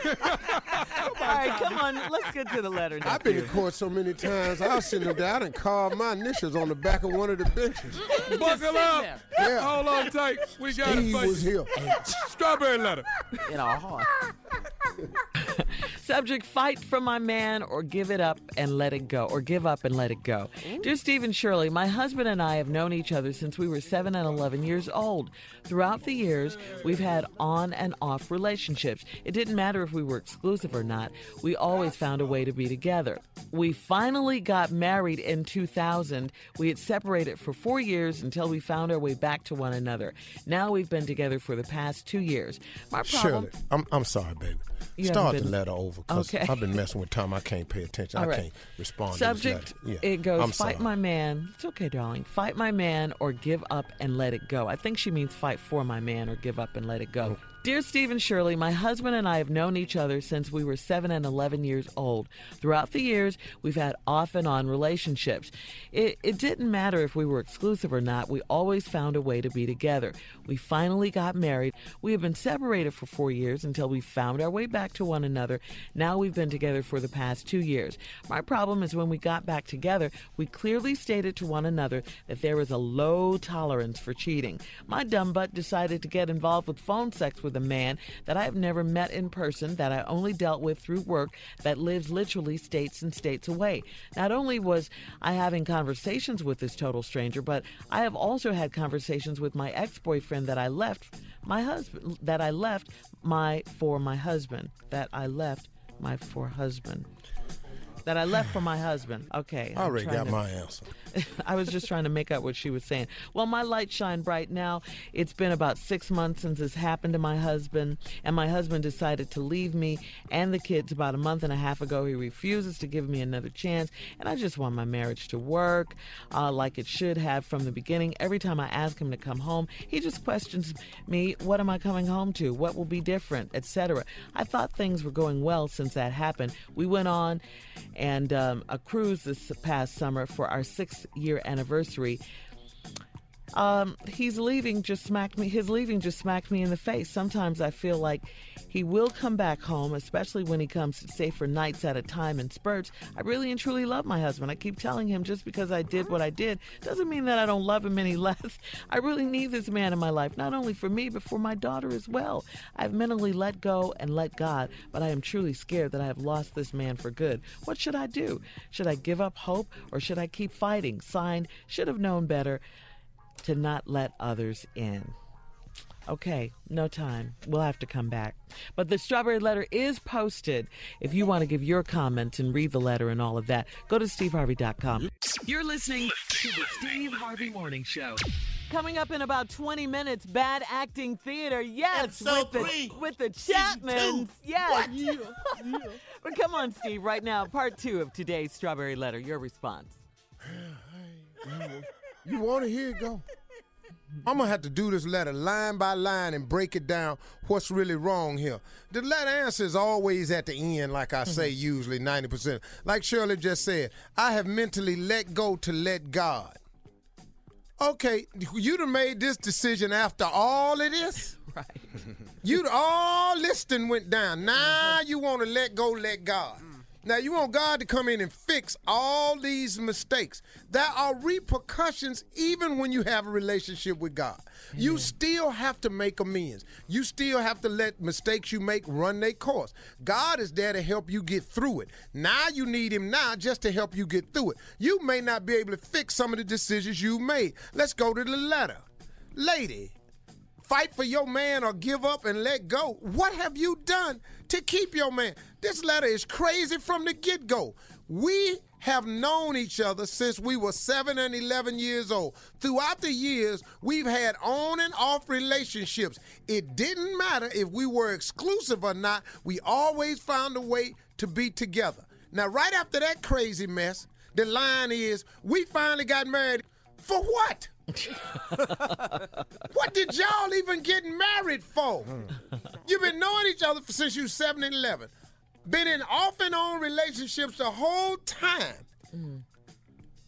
S12: All right, come on, let's get to the letter.
S4: I've been to court so many times. I'll sit them down and carve my initials on the back of one of the benches.
S9: Buckle up.
S4: Yeah.
S9: Hold on tight. We got
S4: Steve
S9: it for
S4: was
S9: you.
S4: here.
S9: Strawberry letter.
S8: In our heart.
S12: Subject fight for my man or give it up and let it go or give up and let it go. Dear Stephen Shirley, my husband and I have known each other since we were 7 and 11 years old. Throughout the years, we've had on and off relationships. It didn't matter if we were exclusive or not. We always found a way to be together. We finally got married in 2000. We had separated for 4 years until we found our way back to one another. Now we've been together for the past 2 years. My problem
S20: Shirley, I'm, I'm sorry, baby.
S12: You
S20: Start
S12: haven't
S20: the
S12: been-
S20: letter over because
S12: Okay.
S20: I've been messing with time. I can't pay attention.
S12: All
S20: I
S12: right.
S20: can't respond
S12: Subject,
S20: to this letter. Yeah.
S12: it goes,
S20: I'm
S12: fight
S20: sorry.
S12: my man. It's okay, darling. Fight my man or give up and let it go. I think she means fight for my man or give up and let it go. Dear Stephen Shirley, my husband and I have known each other since we were 7 and 11 years old. Throughout the years, we've had off and on relationships. It, it didn't matter if we were exclusive or not, we always found a way to be together. We finally got married. We have been separated for four years until we found our way back to one another. Now we've been together for the past two years. My problem is when we got back together, we clearly stated to one another that there is a low tolerance for cheating. My dumb butt decided to get involved with phone sex with a man that I have never met in person, that I only dealt with through work, that lives literally states and states away. Not only was I having conversations with this total stranger, but I have also had conversations with my ex boyfriend that I left my husband, that I left my for my husband, that I left my for husband. That I left for my husband. Okay.
S4: I
S12: I'm
S4: already
S12: trying
S4: got
S12: to-
S4: my answer.
S12: I was just trying to make out what she was saying. Well, my light shine bright now. It's been about six months since this happened to my husband, and my husband decided to leave me and the kids about a month and a half ago. He refuses to give me another chance, and I just want my marriage to work uh, like it should have from the beginning. Every time I ask him to come home, he just questions me, "What am I coming home to? What will be different?" Etc. I thought things were going well since that happened. We went on and um, a cruise this past summer for our sixth year anniversary. Um, he's leaving just smacked me. His leaving just smacked me in the face. Sometimes I feel like he will come back home, especially when he comes to stay for nights at a time in spurts. I really and truly love my husband. I keep telling him just because I did what I did doesn't mean that I don't love him any less. I really need this man in my life, not only for me, but for my daughter as well. I've mentally let go and let God, but I am truly scared that I have lost this man for good. What should I do? Should I give up hope or should I keep fighting? Signed, should have known better to not let others in. Okay, no time. We'll have to come back. But the strawberry letter is posted. If you want to give your comments and read the letter and all of that, go to steveharvey.com.
S17: You're listening to the Steve Harvey Morning Show.
S12: Coming up in about 20 minutes, bad acting theater. Yes, with
S17: Episode
S12: the,
S17: three,
S12: with the Chapmans.
S17: two.
S12: Yes. but come on, Steve, right now, part two of today's strawberry letter. Your response.
S4: You want to hear it go? I'm gonna have to do this letter line by line and break it down. What's really wrong here? The letter answer is always at the end, like I say, usually 90%. Like Shirley just said, I have mentally let go to let God. Okay, you'd have made this decision after all of this.
S12: right.
S4: You'd all listing went down. Now you want to let go, let God. Now you want God to come in and fix all these mistakes. There are repercussions even when you have a relationship with God. You still have to make amends. You still have to let mistakes you make run their course. God is there to help you get through it. Now you need him now just to help you get through it. You may not be able to fix some of the decisions you made. Let's go to the letter. Lady, fight for your man or give up and let go. What have you done to keep your man? This letter is crazy from the get go. We have known each other since we were 7 and 11 years old. Throughout the years, we've had on and off relationships. It didn't matter if we were exclusive or not, we always found a way to be together. Now, right after that crazy mess, the line is we finally got married. For what? What did y'all even get married for? You've been knowing each other since you seven and eleven. Been in off and on relationships the whole time.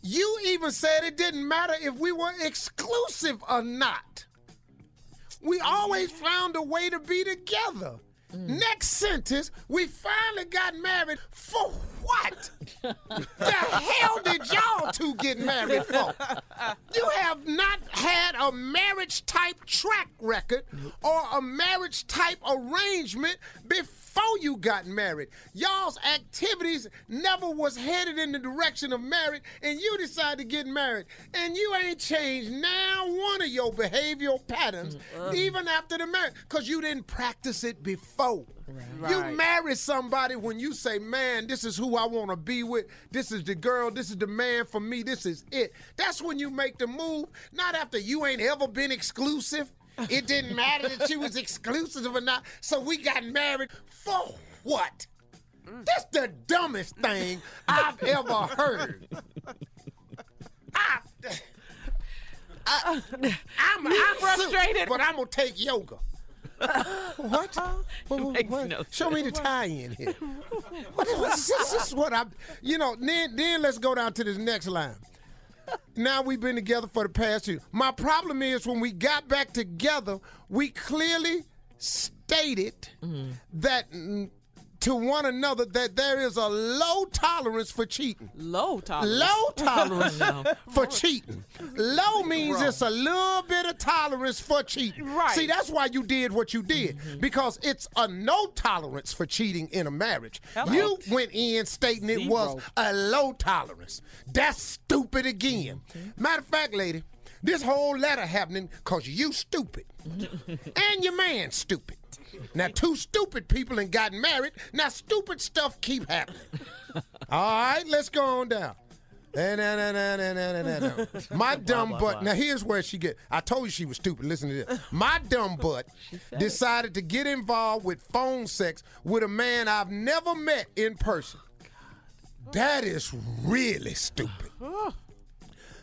S4: You even said it didn't matter if we were exclusive or not. We always found a way to be together. Next sentence, we finally got married for what? the hell did y'all two get married for? You have not had a marriage type track record or a marriage type arrangement before you got married. Y'all's activities never was headed in the direction of marriage, and you decide to get married. And you ain't changed now one of your behavioral patterns, even after the marriage, because you didn't practice it before. You marry somebody when you say, man, this is who I want to be with. This is the girl. This is the man for me. This is it. That's when you make the move, not after you ain't ever been exclusive. It didn't matter that she was exclusive or not. So we got married for what? That's the dumbest thing I've ever heard. I, I, am frustrated, but I'm going to take yoga. what? What- what- what? Show me the tie in here. What- what- this, this is what I, you know. Then, then let's go down to this next line. Now we've been together for the past year. My problem is when we got back together, we clearly stated
S3: Mm-hmm.
S4: that mm, to one another that there is a low tolerance for cheating.
S3: Low tolerance.
S4: Low tolerance
S3: No.
S4: for cheating. Low means
S3: Wrong.
S4: it's a little bit of tolerance for cheating.
S3: Right. Mm-hmm.
S4: See, that's why you did what you did because it's a no tolerance for cheating in a marriage.
S3: Hello.
S4: You went in stating it was
S3: Zero.
S4: a low tolerance. That's stupid again.
S3: Mm-hmm.
S4: Matter of fact, lady, this whole letter happening cause you stupid and your man stupid. Now two stupid people and got married. Now stupid stuff keep happening. All right, let's go on down. Eh, nah, nah, nah, nah, nah, nah, nah, nah. My dumb
S21: blah,
S4: butt.
S21: blah.
S4: Now here's where she get. I told you she was stupid. Listen to this. My dumb butt decided to get involved with phone sex with a man I've never met in person.
S21: Oh,
S4: That is really stupid.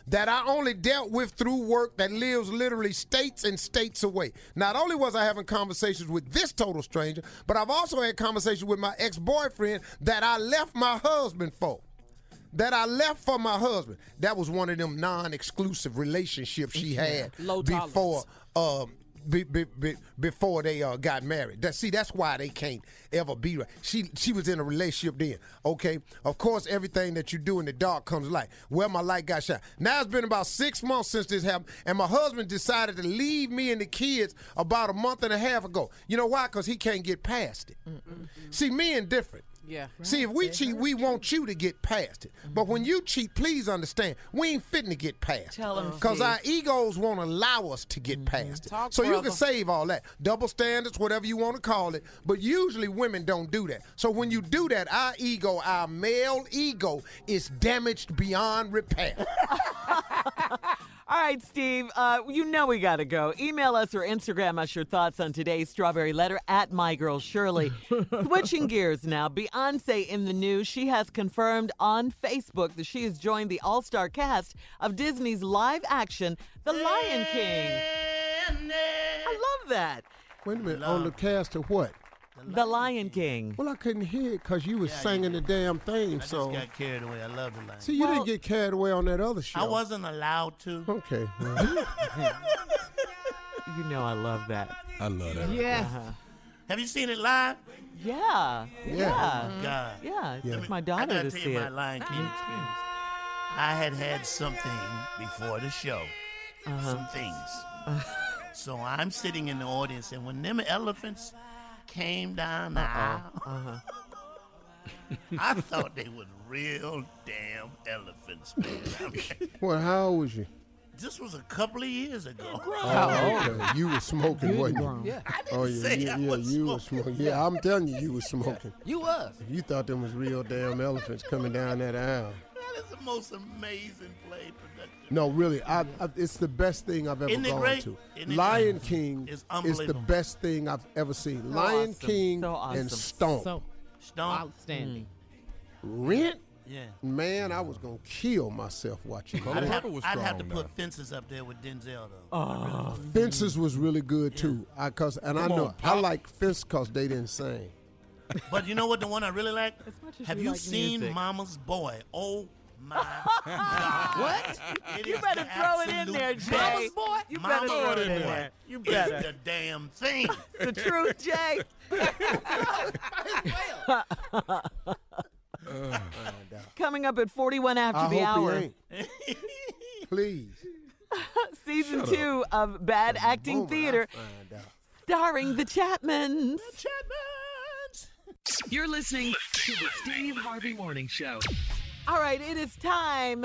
S4: That I only dealt with through work that lives literally states and states away. Not only was I having conversations with this total stranger, but I've also had conversations with my ex boyfriend that I left my husband for. That I left for my husband. That was one of them non exclusive relationships she had
S3: Low tolerance.
S4: before um, be, be, be- before they uh, got married. That see, that's why they can't ever be right. She she was in a relationship then. Okay, of course, everything that you do in the dark comes light. Well, my light got shot. Now it's been about six months since this happened, and my husband decided to leave me and the kids about a month and a half ago. You know why? Because he can't get past it. See, men different.
S3: Yeah.
S4: See, if we cheat, we want you to get past it. But when you cheat, please understand, we ain't fitting to get past
S12: Tell 'em,
S4: Because
S12: Steve.
S4: our egos won't allow us to get past it.
S12: Talk,
S4: so you
S12: brother.
S4: can save all that. Double standards, whatever you want to call it. But usually women don't do that. So when you do that, our ego, our male ego, is damaged beyond repair.
S12: All right, Steve, uh, you know we got to go. Email us or Instagram us your thoughts on today's Strawberry Letter at My Girl Shirley. Switching gears now, Beyonce in the news. She has confirmed on Facebook that she has joined the all star cast of Disney's live action The Lion King. I love that.
S9: Wait a minute. On the cast of what?
S12: The Lion King.
S9: Well, I couldn't hear it because you was singing the damn theme song.
S6: got carried away. I love the line.
S9: See, you didn't get carried away on that other show.
S6: I wasn't allowed to.
S9: Okay. well.
S12: You know I love that.
S22: I love
S6: that. Yes. Have you seen it live?
S12: Yeah.
S6: Yeah.
S12: Yeah.
S6: Oh, God.
S12: Yeah. I
S6: Yeah.
S12: took my
S6: I
S12: daughter
S6: gotta
S12: to
S6: tell
S12: see
S6: you my
S12: it.
S6: Lion King experience. I had had something before the show,
S12: Uh-huh.
S6: some things. so I'm sitting in the audience, and when them elephants came down the aisle,
S12: Uh-huh.
S6: I thought they was real damn elephants. Man. I mean,
S9: Well, how old was you?
S6: this was a couple of years ago.
S9: Oh, okay. You was smoking, wasn't you?
S6: Yeah. I didn't
S9: Oh yeah,
S6: say
S9: yeah,
S6: I
S9: yeah,
S6: was
S9: you was smoking. Yeah, I'm telling you, you was smoking.
S6: You was.
S9: You thought them was real damn elephants coming down that aisle.
S6: That is the most amazing play production.
S9: No, really, I, I, it's the best thing I've ever
S6: Isn't it
S9: gone
S6: great?
S9: to.
S6: Isn't it
S9: Lion
S6: great?
S9: King
S6: It's
S9: is the
S6: unbelievable.
S9: best thing I've ever seen. Lion King and Stomp.
S6: Stone. Outstanding.
S9: Rent?
S6: Yeah.
S9: Man, I was going to kill myself watching
S6: Mm. I'd,
S9: that.
S6: have, I'd have to put fences up there with Denzel though.
S9: Uh, Fences was really good too. I cause and I
S6: Come
S9: know
S6: on,
S9: I like Fence cause they didn't sing.
S6: But you know what? The one I really like.
S9: as
S6: Have
S9: you
S6: you
S9: like
S6: seen
S9: music.
S6: Mama's Boy? Oh my God!
S12: What? You
S6: is
S12: better
S6: the
S12: throw it in
S6: absolute
S12: there,
S6: best.
S12: Jay.
S6: Mama's Boy.
S12: You better
S6: Mama's
S12: throw it
S6: Boy
S12: in there. You
S6: is
S12: better.
S6: the damn thing.
S12: the truth, Jay.
S9: Uh,
S12: Coming up at 41 after
S9: I
S12: the
S9: hope he
S12: hour.
S9: ain't. Please.
S12: Season
S9: Shut
S12: two of Bad Acting Theater, starring the Chapmans.
S17: You're listening to the Steve Harvey Morning Show.
S12: All right, it is time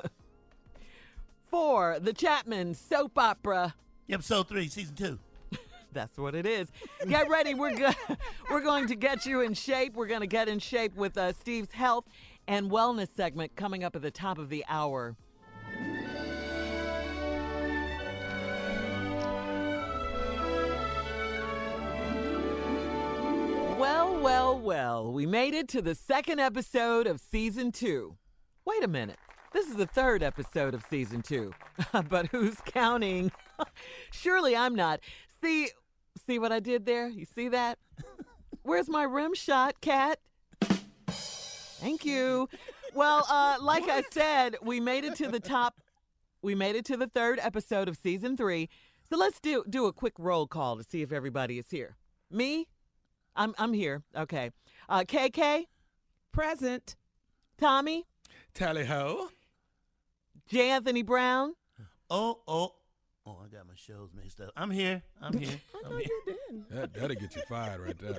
S12: for the Chapman soap opera.
S6: Episode three, season two.
S12: That's what it is. Get ready. We're go- we're going to get you in shape. We're going to get in shape with uh, Steve's health and wellness segment coming up at the top of the hour. Well, well, well, we made it to the second episode of season two. Wait a minute. This is the third episode of season two. but who's counting? Surely I'm not. See, See what I did there? You see that? Where's my rim shot, Kat? Thank you. Well, uh, like I said, we made it to the top. We made it to the third episode of season three. So let's do do a quick roll call to see if everybody is here. Me, I'm I'm here. Okay. Uh, KK,
S23: present.
S12: Tommy,
S24: Tally ho.
S12: J. Anthony Brown.
S25: Oh, oh, oh! I got my shows mixed up. I'm here. I'm here. I'm here.
S6: That, that'll get you fired right there.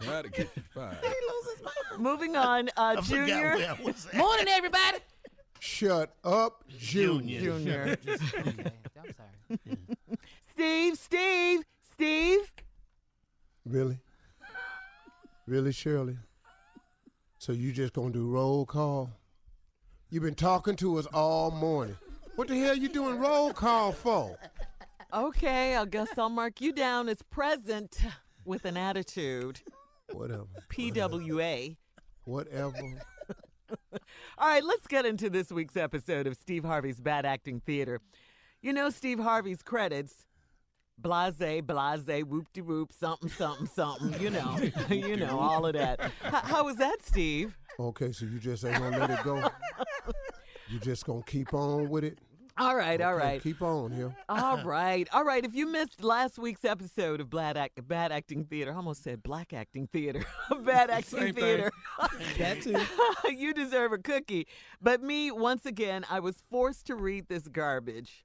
S6: that'll get you fired.
S12: Moving on, uh,
S6: I forgot
S12: Junior.
S6: where I was
S8: at. Morning, everybody.
S4: Shut up, Junior.
S12: Junior. Steve, Steve, Steve.
S4: Really? Really, Shirley? So you just gonna do roll call? You've been talking to us all morning. What the hell you doing roll call for?
S12: Okay, I guess I'll mark you down as present with an attitude.
S4: Whatever.
S12: PWA.
S4: Whatever.
S12: All right, let's get into this week's episode of Steve Harvey's Bad Acting Theater. You know Steve Harvey's credits. Blase, blase, whoop de whoop, something, something, something. You know, you know, all of that. H- how was that, Steve?
S4: Okay, so you just ain't gonna let it go. You just gonna keep on with it.
S12: All right, all
S4: Okay,
S12: right.
S4: Keep on here.
S12: All right, all right. If you missed last week's episode of Bad, Act- Bad Acting Theater, I almost said Black Acting Theater, Bad Acting
S8: Same thing.
S12: Theater.
S8: That
S12: too. you deserve a cookie. But me, once again, I was forced to read this garbage.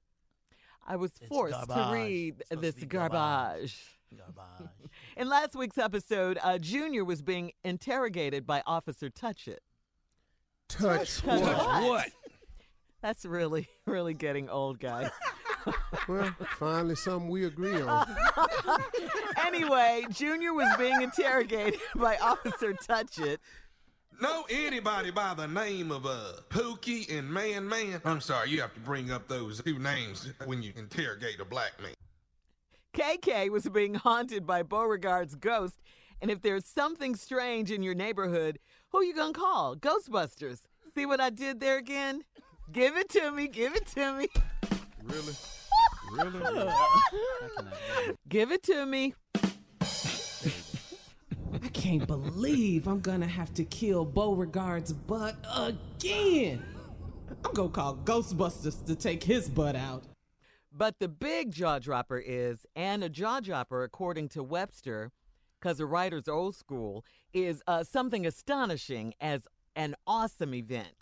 S12: I was forced to
S8: garbage.
S12: read
S8: It's supposed
S12: this
S8: to be
S12: garbage. Garbage. In last week's episode, uh, Junior was being interrogated by Officer Touch It.
S4: Touch,
S12: Touch
S4: what?
S12: what? That's really, really getting old, guys. Uh,
S4: Well, finally something we agree on.
S12: anyway, Junior was being interrogated by Officer Touch It.
S9: Know anybody by the name of uh, Pookie and Man Man? I'm sorry, you have to bring up those two names when you interrogate a black man.
S12: KK was being haunted by Beauregard's ghost. And if there's something strange in your neighborhood, who you gonna call? Ghostbusters. See what I did there again? Give it to me, give it to me.
S9: Really?
S12: Really? give it to me.
S23: I can't believe I'm gonna have to kill Beauregard's butt again. I'm gonna call Ghostbusters to take his butt out.
S12: But the big jaw dropper is, and a jaw dropper, according to Webster, because the writer's old school, is uh, something astonishing as an awesome event.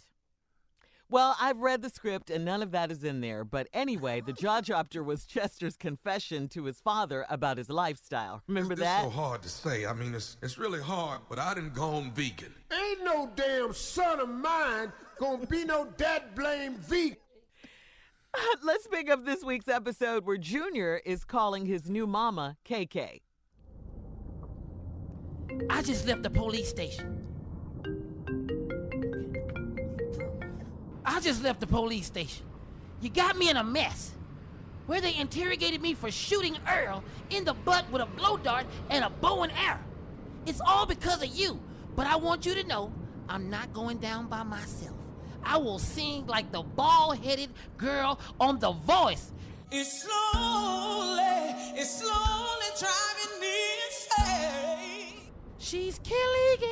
S12: Well, I've read the script and none of that is in there. But anyway, the jaw dropper was Chester's confession to his father about his lifestyle. Remember
S9: It's
S12: that?
S9: so hard to say. I mean, it's it's really hard, but I done gone vegan.
S4: Ain't no damn son of mine gonna be no dad blame vegan.
S12: Let's pick up this week's episode where Junior is calling his new mama KK.
S8: I just left the police station. I just left the police station. You got me in a mess. Where they interrogated me for shooting Earl in the butt with a blow dart and a bow and arrow. It's all because of you. But I want you to know I'm not going down by myself. I will sing like the bald headed girl on The Voice.
S3: It's slowly, it's slowly driving me insane.
S8: She's killing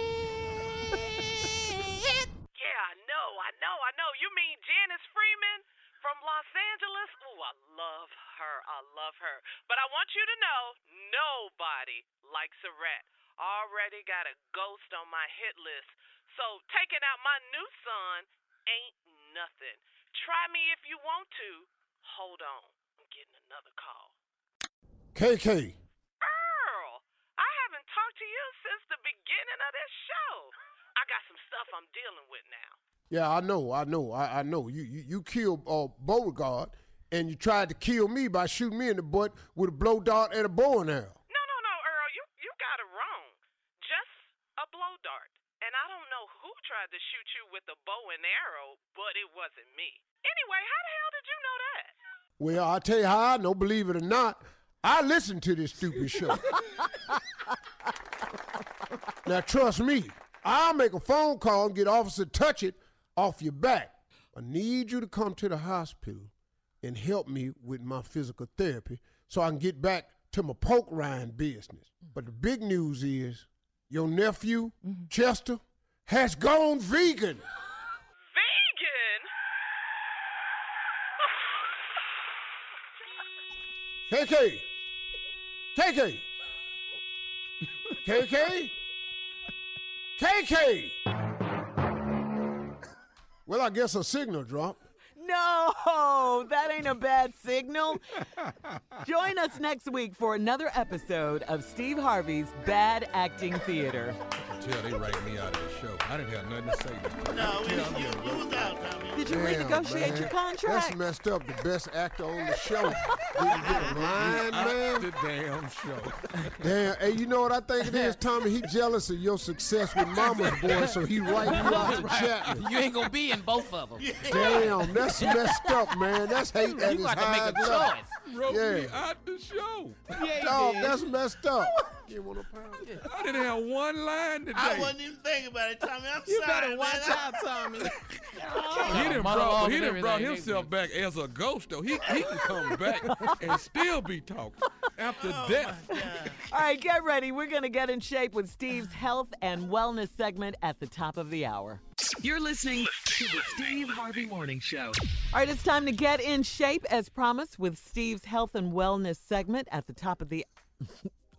S8: it.
S11: Yeah, I know, I know, I know. You mean Janice Freeman from Los Angeles? Ooh, I love her. I love her. But I want you to know nobody likes a rat. Already got a ghost on my hit list. So taking out my new son ain't nothing. Try me if you want to. Hold on. I'm getting another call.
S4: KK,
S11: Earl, I haven't talked to you since the beginning of this show. I got some stuff I'm dealing with now.
S4: Yeah, I know, I know, I, I know. You you, you killed uh, Beauregard, and you tried to kill me by shooting me in the butt with a blow dart and a bow and arrow.
S11: No, no, no, Earl, you you got it wrong. Just a blow dart. And I don't know who tried to shoot you with a bow and arrow, but it wasn't me. Anyway, how the hell did you know that?
S4: Well, I tell you how I know. Believe it or not, I listen to this stupid show. now trust me, I'll make a phone call and get Officer Touch It off your back. I need you to come to the hospital and help me with my physical therapy so I can get back to my poke rind business. But the big news is your nephew, Chester, has gone vegan.
S26: Vegan?
S4: KK. KK. KK. KK. Well, I guess a signal dropped.
S12: No, that ain't a bad signal. Join us next week for another episode of Steve Harvey's Bad Acting Theater.
S9: Tell they write me out of the show. I didn't have nothing to say.
S6: No,
S9: we
S12: Did you
S4: Damn,
S12: renegotiate
S4: man.
S12: your contract?
S4: That's messed up. The best actor on the show didn't get a line, man.
S9: The damn show.
S4: Damn. Hey, you know what I think it is, Tommy? He jealous of your success with Mama's Boy, so he writing you out to Chapman.
S8: You ain't gonna be in both of them.
S4: Damn, that's messed up, man. That's hate at
S8: You got
S4: its
S8: to make
S4: highest
S8: a
S4: level.
S8: choice.
S9: Wrote me
S4: Yeah.
S9: out the show.
S4: Dog, that's messed up.
S9: I didn't have one line today.
S6: I wasn't even thinking about it, Tommy. I'm
S9: You
S6: sorry.
S9: better
S6: man.
S9: watch
S6: I-
S9: out,
S3: Tommy.
S9: He done brought,
S6: Monologue
S9: he
S6: and
S9: done brought
S6: everything.
S9: himself back as a ghost, though. He, he can come back and still be talking after
S8: Oh,
S9: death.
S12: All right, get ready. We're going to get in shape with Steve's health and wellness segment at the top of the hour.
S17: You're listening to the Steve Harvey Morning Show.
S12: All right, it's time to get in shape as promised with Steve's health and wellness segment at the top of the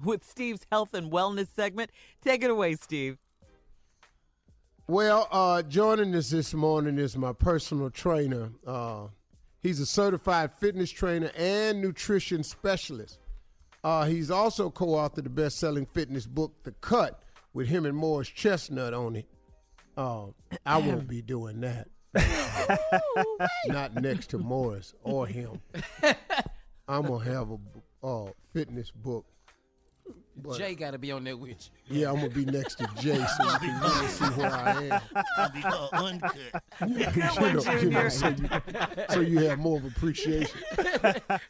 S12: with Steve's health and wellness segment. Take it away, Steve.
S4: Well, uh, joining us this morning is my personal trainer. Uh, he's a certified fitness trainer and nutrition specialist. Uh, he's also co authored the best selling fitness book, The Cut, with him and Morris Chestnut on it. Uh, I won't be doing that. Not next to Morris or him. I'm going to have a uh, fitness book. But-
S27: Jay got to be on there with you.
S4: Yeah, I'm gonna be next to Jay so you can really see where I am.
S6: I'll be called uncut.
S4: You know, so, you, so you have more of appreciation.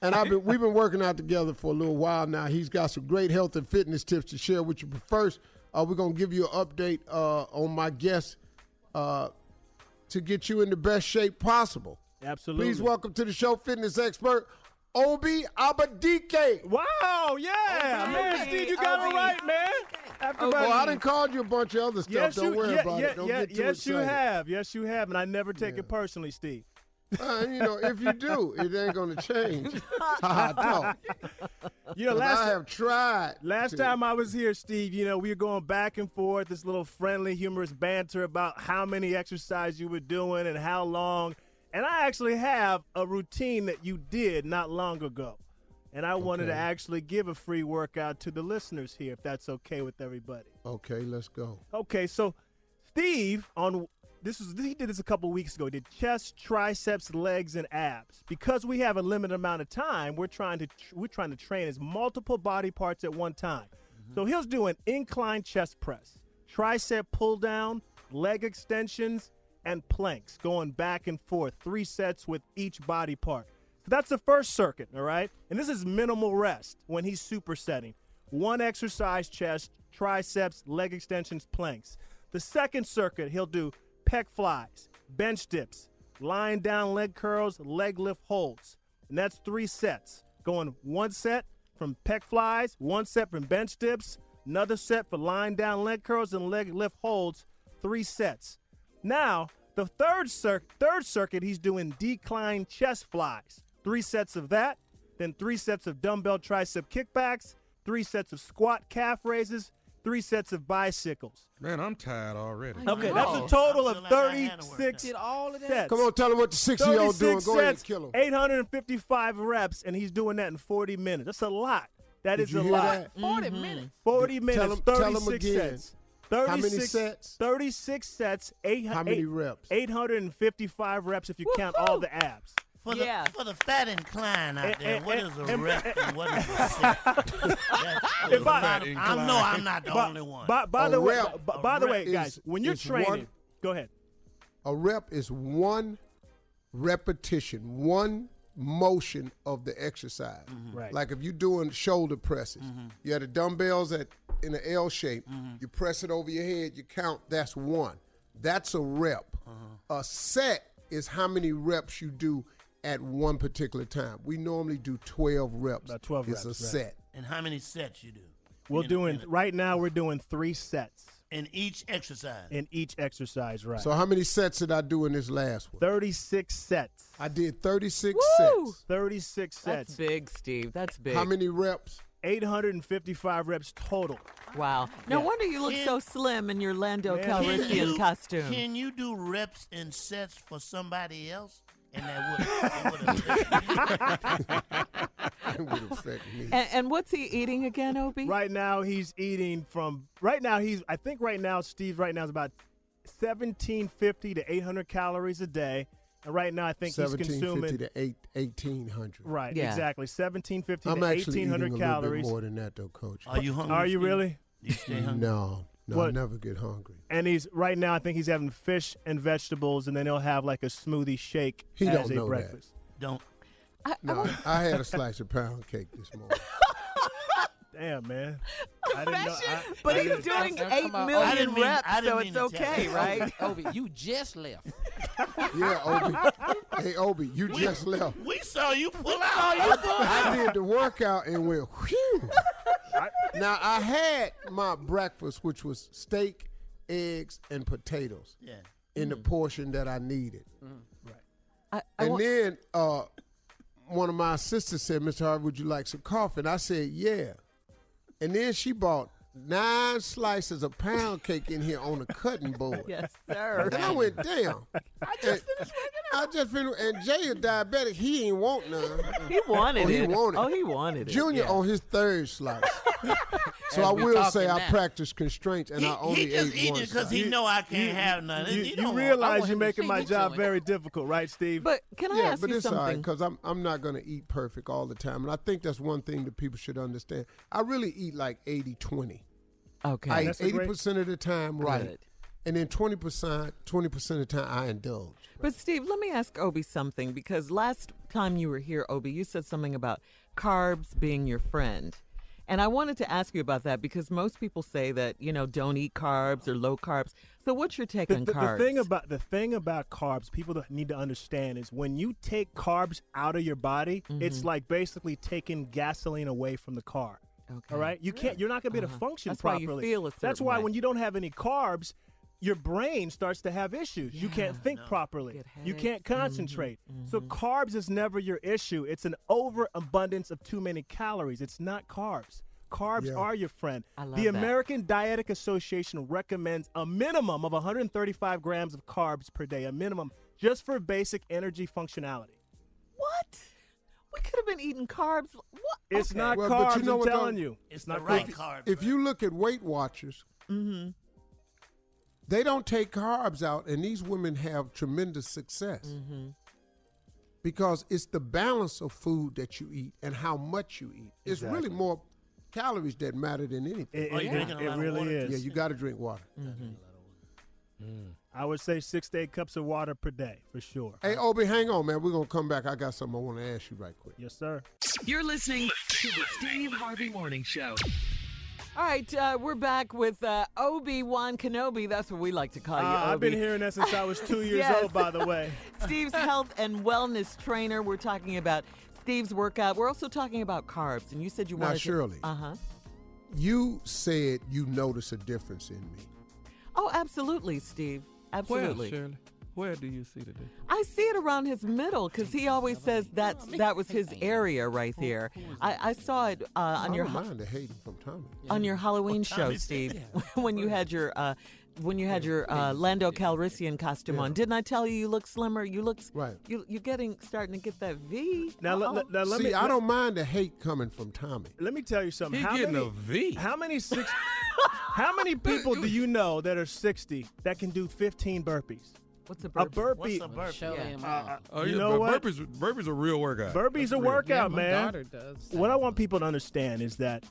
S4: And I've been we've been working out together for a little while now. He's got some great health and fitness tips to share with you. But first, uh, we're gonna give you an update uh, on my guest uh, to get you in the best shape possible.
S10: Absolutely.
S4: Please welcome to the show fitness expert Obi Abadike.
S10: Wow, yeah, man, Steve, you got it right, man. After
S4: Oh,
S10: my-
S4: well, I done called you a bunch of other stuff.
S10: Yes,
S4: Don't
S10: you,
S4: worry
S10: yeah,
S4: about
S10: yeah,
S4: it. Don't
S10: yeah,
S4: get too
S10: yes, you
S4: excited.
S10: have. Yes, you have, and I never take it personally, Steve.
S4: Uh, you know, if you do, it ain't gonna change. How I talk.
S10: You know,
S4: 'Cause
S10: last
S4: I have tried.
S10: Last
S4: to-
S10: time I was here, Steve, you know, we were going back and forth, this little friendly, humorous banter about how many exercise you were doing and how long. And I actually have a routine that you did not long ago. And I wanted to
S4: Okay.
S10: actually give a free workout to the listeners here, if that's okay with everybody.
S4: Okay, let's go.
S10: Okay, so Steve on this was he did this a couple weeks ago. Did chest, triceps, legs, and abs. Because we have a limited amount of time, we're trying to tr- we're trying to train as multiple body parts at one time. So he'll do an incline chest press, tricep pull down, leg extensions, and planks, going back and forth, three sets with each body part. So that's the first circuit, all right? And this is minimal rest when he's supersetting. One exercise chest, triceps, leg extensions, planks. The second circuit, he'll do pec flies, bench dips, lying down leg curls, leg lift holds. And that's three sets. Going one set from pec flies, one set from bench dips, another set for lying down leg curls and leg lift holds, three sets. Now, the third cir- third circuit, he's doing decline chest flies. Three sets of that, then three sets of dumbbell tricep kickbacks, three sets of squat calf raises, three sets of bicycles.
S9: Man, I'm tired already.
S10: Okay, that's a total of 36
S3: Did all of that?
S10: sets.
S4: Come on, tell him what the 60-year-old doing.
S10: 36
S4: Go ahead and
S10: sets,
S4: kill him.
S10: 855 reps, and he's doing that in 40 minutes. That's a lot. That
S4: Did
S10: is
S4: you
S10: a
S4: hear
S10: lot.
S4: that? 40 Mhm. minutes.
S10: 40
S4: Tell
S10: minutes,
S4: him-
S10: 36
S4: tell him again.
S10: sets.
S4: How many
S10: 36
S4: sets?
S10: 36 sets. Eight,
S4: How many
S10: eight-
S4: reps?
S10: 855 reps if you count all the abs.
S6: For the, for the fat incline out
S10: Eh,
S6: there,
S10: eh,
S6: what
S10: eh,
S6: is a
S10: em-
S6: rep and what is a set? That's-
S10: If I-
S6: I know I'm not the
S10: By-
S6: only one.
S10: By, by
S4: A
S10: the way,
S4: rep-
S10: by, by the
S4: a
S10: way,
S4: rep is-
S10: guys, when you're
S4: is
S10: training,
S4: one-
S10: go ahead.
S4: A rep is one repetition, one motion of the exercise.
S10: Mm-hmm. Right.
S4: Like if you're doing shoulder presses,
S10: Mm-hmm.
S4: you have the dumbbells at in an L shape. You press it over your head. You count. That's one. That's a rep. A set is how many reps you do at one particular time. We normally do 12 reps.
S10: About 12
S4: It's a
S10: reps, right.
S4: set.
S6: And how many sets you do
S10: We're
S6: In-
S10: doing
S6: in-
S10: right now. We're doing three sets
S6: in each exercise?
S10: in each exercise. Right.
S4: So how many sets did I do in this last one?
S10: 36 sets.
S4: I did 36 sets.
S10: 36 sets.
S12: That's big, Steve. That's big.
S4: How many reps?
S10: 855 reps total.
S12: Wow. No
S10: Yeah.
S12: wonder you look so slim in your Lando Calrissian costume.
S6: Can you do reps and sets for somebody else? And that
S4: would would affect me.
S12: And, and what's he eating again, Obi?
S10: Right now he's eating from right now he's I think right now Steve right now is about 1750 to 800 calories a day. And right now I think he's consuming
S4: 1750 to 8, 1800.
S10: right exactly 1750
S4: I'm
S10: to
S4: actually eating a
S10: 1800
S4: little
S10: calories.
S4: bit more than that, though, Coach.
S10: Are you hungry, Are you Steve? really?
S6: You
S4: No, no, I
S10: What-
S4: never get hungry.
S10: and he's right now I think he's having fish and vegetables and then he'll have like a smoothie shake
S4: He
S10: as
S4: don't
S10: a
S4: know that.
S10: breakfast.
S6: Don't
S4: No, I had a slice of pound cake this morning.
S10: Damn, man. I didn't know, I,
S12: But
S10: I
S12: he's
S10: didn't-
S12: doing
S10: I'm- I'm
S12: eight
S10: talking about-
S12: million
S10: I didn't mean-
S12: reps,
S10: I didn't
S12: so
S10: mean
S12: it's
S10: to tell
S12: okay,
S10: you.
S12: right?
S3: Obi, you just left.
S4: Yeah, Obi. hey, Obi, you just left.
S6: We saw you pull
S4: I did the workout and went, whew. now, I had my breakfast, which was steak, eggs, and potatoes
S6: Yeah.
S4: in the portion that I needed.
S12: Mm. I, I
S4: and
S12: want-
S4: then uh, one of my sisters said, Mr. Harvey, would you like some coffee? And I said, yeah. And then she bought nine slices of pound cake in here on a cutting board.
S12: Yes, sir.
S4: And I went, damn. I just finished I just finished. And Jay is diabetic. He ain't want none.
S12: He wanted
S4: oh, He
S12: it.
S4: wanted
S12: Oh, he wanted it,
S4: Junior oh.
S12: yeah.
S4: on his third slice. so
S12: As
S4: I
S12: we
S4: will say
S12: talking
S4: I
S12: now.
S4: practiced constraints and I only
S6: he just
S4: ate
S6: eat
S4: one
S6: it because he
S4: slice.
S6: know I can't have none.
S10: You,
S6: He
S10: you
S6: don't want- I want
S10: realize
S6: him
S10: you're
S6: to
S10: making my
S6: see me
S10: job
S6: doing it.
S10: very difficult, right, Steve?
S12: But can I
S4: yeah,
S12: ask
S4: but
S12: you
S4: it's all right
S12: something?
S4: because I'm I'm not gonna eat perfect all the time, and I think that's one thing that people should understand. I really eat like 80 20.
S12: Okay,
S4: I eat
S12: That's a great-
S4: 80 percent of the time right,
S12: Good.
S4: and then 20 percent 20 percent of the time I indulge.
S12: But Steve, let me ask Obi something because last time you were here, Obi, you said something about carbs being your friend. And I wanted to ask you about that because most people say that, you know, don't eat carbs or low carbs. So what's your take
S10: The,
S12: on
S10: the- the
S12: carbs?
S10: thing about the thing about carbs, people that need to understand is when you take carbs out of your body, it's
S12: Mhm.
S10: like basically taking gasoline away from the car.
S12: Okay.
S10: All right, you can't. You're not going to be able
S12: Uh-huh.
S10: to function
S12: That's why you
S10: properly.
S12: feel a
S10: That's
S12: certain
S10: why
S12: way.
S10: when you don't have any carbs, your brain starts to have issues. you can't think properly. You can't concentrate. So carbs is never your issue. It's an overabundance of too many calories. It's not carbs. Carbs
S20: Yeah.
S10: are your friend.
S20: I love
S10: the
S20: that.
S10: American Dietetic Association recommends a minimum of 135 grams of carbs per day, a minimum just for basic energy functionality.
S12: what? We could have been eating carbs. What?
S10: It's not carbs, I'm telling you. It's not
S4: if,
S10: carbs.
S4: If you look at Weight Watchers,
S12: Mm-hmm.
S4: they don't take carbs out, and these women have tremendous success
S10: Mm-hmm.
S4: because it's the balance of food that you eat and how much you eat. It's
S10: Exactly.
S4: really more calories that matter than anything.
S10: It- Oh, you're it- drinking a it lot of really water, is.
S4: Yeah, you got to drink water.
S12: Mm-hmm.
S4: Mm.
S10: I would say six to eight cups of water per day for sure.
S4: Hey, Obi, hang on, man. We're gonna come back. I got something I want to ask you right quick.
S10: Yes, sir.
S17: You're listening to the Steve Harvey Morning Show.
S12: All right, uh, we're back with uh, Obi Wan Kenobi. That's what we like to call you.
S10: Ah, I've
S12: Obi.
S10: been hearing that since I was two years
S12: Yes.
S10: old, by the way.
S12: Steve's health and wellness trainer. We're talking about Steve's workout. We're also talking about carbs, and you said you
S4: Now,
S12: wanted.
S4: Shirley.
S12: Uh huh.
S4: You said you notice a difference in me.
S12: Oh, absolutely, Steve. Absolutely.
S3: Where, Shirley? Where do you see today?
S12: I see it around his middle because he always says that's that was his area right there. I, I saw it uh, on
S4: I
S12: your
S4: don't
S12: ho-
S4: mind the hating from Tommy.
S12: on your Halloween
S4: Well,
S12: show,
S4: Tommy
S12: Steve,
S4: said-
S12: when you had your uh, when you had your uh, Lando Calrissian costume on. Didn't I tell you you look slimmer? You look right. You you're getting starting to get that V. Uh-oh.
S4: See, I don't mind the hate coming from Tommy.
S10: Let me tell you something.
S4: He
S10: how
S4: getting
S10: many,
S4: a V.
S10: How many six? how many people do you know that are sixty that can do fifteen burpees?
S12: What's a
S10: burpee?
S3: What's a burpee? Show him off.
S10: Uh, you know what?
S9: Oh, Burpees, burpees a real workout.
S10: Burpee's
S9: That's
S10: a
S9: real.
S10: workout,
S3: Yeah, my
S10: man.
S3: daughter does.
S10: What I want people to understand is that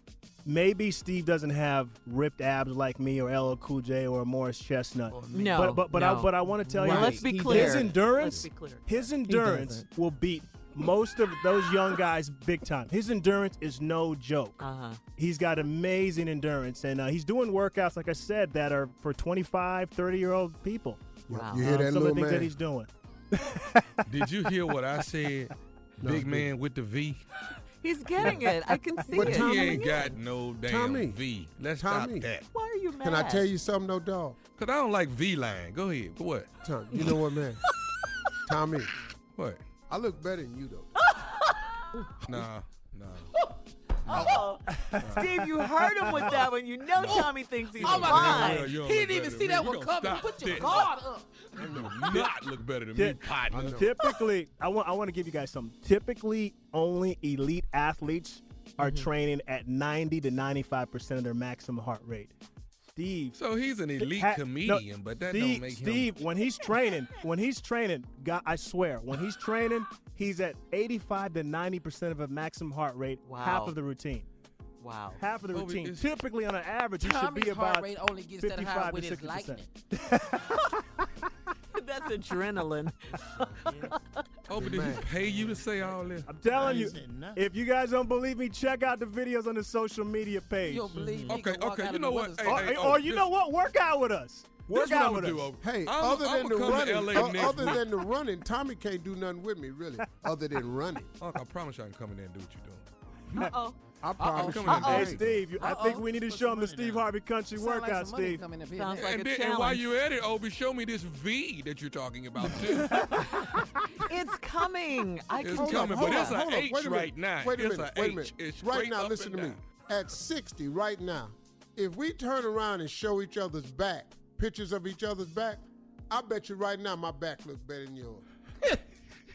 S10: maybe Steve doesn't have ripped abs like me or LL Cool J or Morris Chestnut.
S12: me. No,
S10: but but, but
S12: no.
S10: I but I want to tell
S12: Right.
S10: you,
S12: Let's be
S10: his
S12: clear.
S10: His endurance,
S12: Let's be clear.
S10: his endurance will beat most of those young guys big time. His endurance is no joke.
S12: Uh-huh.
S10: He's got amazing endurance, and uh, he's doing workouts like I said that are for 25, 30 year old people.
S4: You hear
S10: Um,
S4: that
S10: some of the
S4: little
S10: things
S4: man?
S10: that he's doing.
S9: Did you hear what I said? Big man with the V.
S12: He's getting it. I can see
S9: But
S12: it.
S9: he ain't got no damn
S4: Tommy.
S9: V. Let's
S4: Tommy.
S9: stop that.
S12: Why are you mad?
S4: Can I tell you something, though, dog?
S9: Cause I don't like V line. Go ahead. But what?
S4: Tommy, you know what, man? Tommy.
S9: What?
S4: I look better than you, though.
S12: Ah,
S9: Nah, nah.
S12: Oh, Steve, you heard him with that one. You know Tommy thinks he's
S11: Oh, my
S12: fine.
S11: God. He didn't even see that one coming. Put your guard up.
S9: Not look better than me, partner.
S10: Typically, I want I want to give you guys some. Typically, only elite athletes are
S28: Mm-hmm.
S10: training at 90 to 95 percent of their maximum heart rate. Steve.
S9: So he's an elite
S10: ha- no,
S9: comedian, but that
S10: Steve,
S9: don't make him.
S10: Steve, when he's training, when he's training, God, I swear, when he's training, he's at 85 to 90 percent of a maximum heart rate.
S28: Wow.
S10: Half of the routine.
S12: Wow.
S10: Half of the
S28: Oh,
S10: routine. Typically, on an average, it should
S28: Tommy's
S10: be about
S28: heart rate only gets that
S10: 55
S28: high
S10: to
S28: with his
S10: 60
S28: lightning.
S12: That's adrenaline.
S9: Oh, but did he pay you to say all this?
S10: I'm telling you, if you guys don't believe me, check out the videos on the social media page.
S9: You don't believe me, you Okay, can walk okay, out you of know the what? weather
S10: or,
S9: Hey, hey,
S10: or
S9: oh,
S10: you
S9: this-
S10: know what? Work out with us. Work
S9: what
S10: out
S9: I'ma
S10: with
S9: do,
S10: us.
S9: Oprah.
S4: Hey,
S9: I'ma-
S4: other than
S9: I'ma
S4: the
S9: come to
S4: running,
S9: LA
S4: o-
S9: next
S4: other
S9: week.
S4: than the running, Tommy can't do nothing with me, really, other than running.
S9: Uncle, I promise you I can come in there and do what you're doing.
S12: Uh-oh.
S4: I promise
S9: Uh-oh.
S4: you.
S9: Uh-oh.
S10: Hey, Steve, you, I think we need to show him the Steve Harvey Country
S11: Sound like
S10: workout,
S11: some money
S10: Steve.
S11: coming up here.
S12: Sounds like
S9: and,
S12: a
S9: then- and while
S12: challenge.
S9: you at it, Obi, show me this V that you're talking about too.
S12: It's coming. I
S9: It's
S12: can
S9: coming,
S12: just
S9: but
S12: feel
S9: it's
S12: it.
S9: a
S4: Hold on,
S9: H
S4: wait a minute,
S9: right now.
S4: Wait a
S9: It's
S4: minute.
S9: a
S4: wait
S9: H.
S4: a minute.
S9: It's
S4: right
S9: straight
S4: now,
S9: up
S4: listen
S9: and
S4: to me. At 60, right now, if we turn around and show each other's back, pictures of each other's back, I bet you right now my back looks better than yours.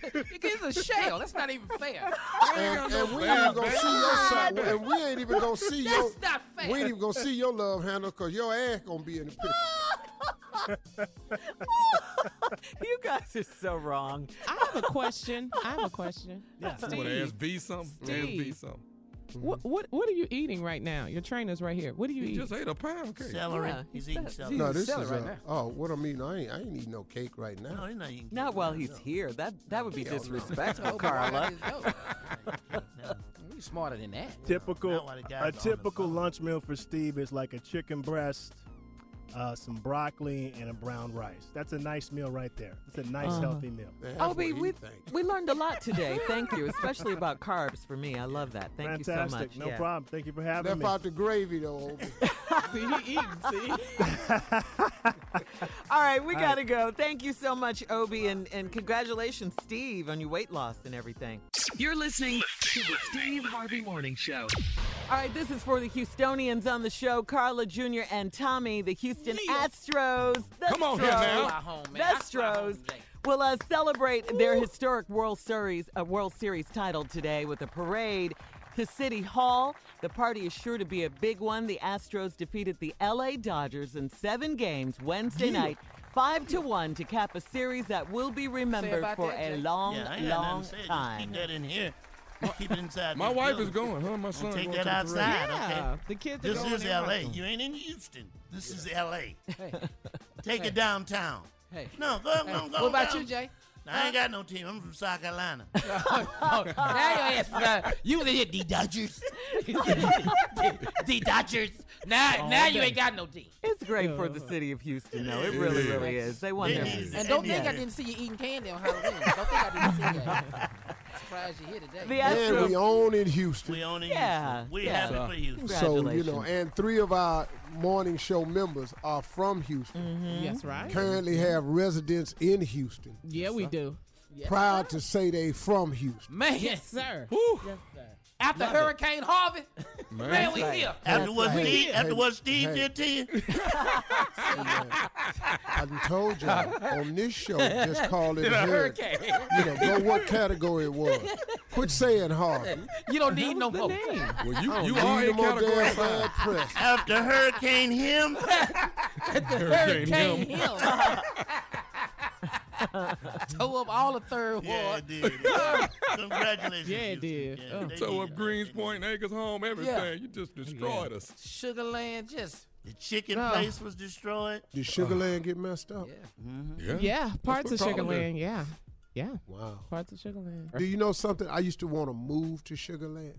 S11: It's a shell. That's not even fair.
S4: And, and we ain't even gonna see your side. And we ain't even gonna see your.
S11: That's not fair.
S4: We ain't even gonna see your love handle because your ass gonna be in the picture.
S12: You guys are so wrong.
S11: I have a question. I have a question.
S9: You want to ask V something? Ask V
S11: Steve.
S9: something.
S11: What what what are you eating right now? Your trainer's right here. What are you
S9: He
S11: eating?
S9: just ate a pound cake.
S6: Celery. he's eating celery.
S4: No, this is
S11: Celery
S4: uh,
S11: right
S4: oh, what I'm eating. I ain't, I ain't eating no cake right now.
S6: No, he's not eating
S12: Not while he's here. That that would be disrespectful, Carla.
S8: We smarter than that.
S10: Typical,
S8: why the guys
S10: a
S8: on the
S10: typical lunch meal for Steve is like a chicken breast, uh, some broccoli, and a brown rice. That's a nice meal right there. It's a nice,
S12: Uh-huh.
S10: healthy meal.
S12: Obi, we we learned a lot today. Thank you, especially about carbs. For me, I love that. Thank you so
S10: Fantastic.
S12: much.
S10: No
S12: Yeah.
S10: problem. Thank you for having
S4: Left
S10: me.
S4: out the gravy though.
S11: see, he eating. See.
S12: All right, we
S4: All
S12: gotta go. Thank you so much, Obi, and and congratulations, Steve, on your weight loss and everything.
S17: You're listening to the Steve Harvey Morning Show.
S12: All right, this is for the Houstonians on the show. Carla Jr. and Tommy, the Houston Astros. The
S9: Come on here
S12: Astros,
S9: now.
S12: The Astros will uh, celebrate their historic World Series, uh, World Series title today with a parade to City Hall. The party is sure to be a big one. The Astros defeated the LA Dodgers in seven games Wednesday night. Five to one to cap a series that will be remembered
S8: about
S12: for
S8: that,
S12: a
S8: Jake.
S12: long,
S6: Yeah, I ain't got nothing
S12: long
S6: to say. Just
S12: time.
S6: Keep that in here. Keep it inside.
S9: My
S6: this
S9: wife
S6: building.
S9: is going, huh? My
S6: Don't
S9: son
S6: Take
S9: going
S6: that
S9: to the parade.
S6: outside,
S9: Yeah,
S6: okay?
S9: the kids are
S6: This
S9: going
S6: is
S9: in
S6: L.A.
S9: Houston.
S6: You ain't in Houston. This is L.A. Take it downtown.
S8: Hey.
S6: No, go,
S8: Hey,
S6: go, go
S8: what about
S6: down.
S8: you, Jay?
S6: Now, I ain't got no team. I'm from South Carolina.
S8: now your ass fly. You was in here, D Dodgers. D Dodgers. Now,
S12: All
S8: now you
S12: day.
S8: ain't got no D.
S12: It's great for the city of Houston, though. It really, really is. They won their
S8: And don't think I didn't see you eating candy on Halloween. Don't think I didn't see that. Surprised you're here today.
S12: The
S4: Man, we own in Houston.
S6: We own in
S12: Yeah, Houston. We yeah. happy for Houston.
S4: So you know,
S12: Congratulations.
S4: and three of our morning show members are from Houston.
S11: That's right.
S4: Currently have residence in Houston.
S11: Yeah, we do. Yes,
S4: Proud to say they from Houston.
S8: Man.
S11: Yes, sir.
S8: Yes, sir. After Hurricane Harvey, man, we here.
S6: After what,
S4: Hey,
S6: Steve, after
S4: hey,
S6: what Steve
S4: hey.
S6: did to you?
S4: I done told you on this show, just call it a hurricane. You know, know what category it was. Quit saying hard.
S8: You don't need no more.
S9: Well,
S4: I
S9: you,
S4: don't
S9: you
S4: need
S9: are
S4: no
S9: in
S4: more
S9: category
S4: damn
S9: five.
S4: bad press.
S6: After Hurricane him?
S9: Hurricane him.
S8: Tow up all the third
S6: Yeah,
S8: ward.
S6: it did. Congratulations.
S11: Yeah, it did. Oh.
S9: So up Greens Point, Acres Home, everything.
S8: Yeah.
S9: You just destroyed us.
S8: Sugarland just
S6: The chicken
S8: Oh.
S6: place was destroyed.
S4: Did Sugar Land get messed up?
S9: Yeah.
S11: Uh, Mm-hmm. Yeah,
S9: That's
S11: parts
S9: what
S11: of
S9: Carla
S11: Sugar
S9: did.
S11: Land. Yeah, yeah,
S4: Wow.
S11: parts of Sugar Land.
S4: Do you know something? I used to want to move to Sugar Land.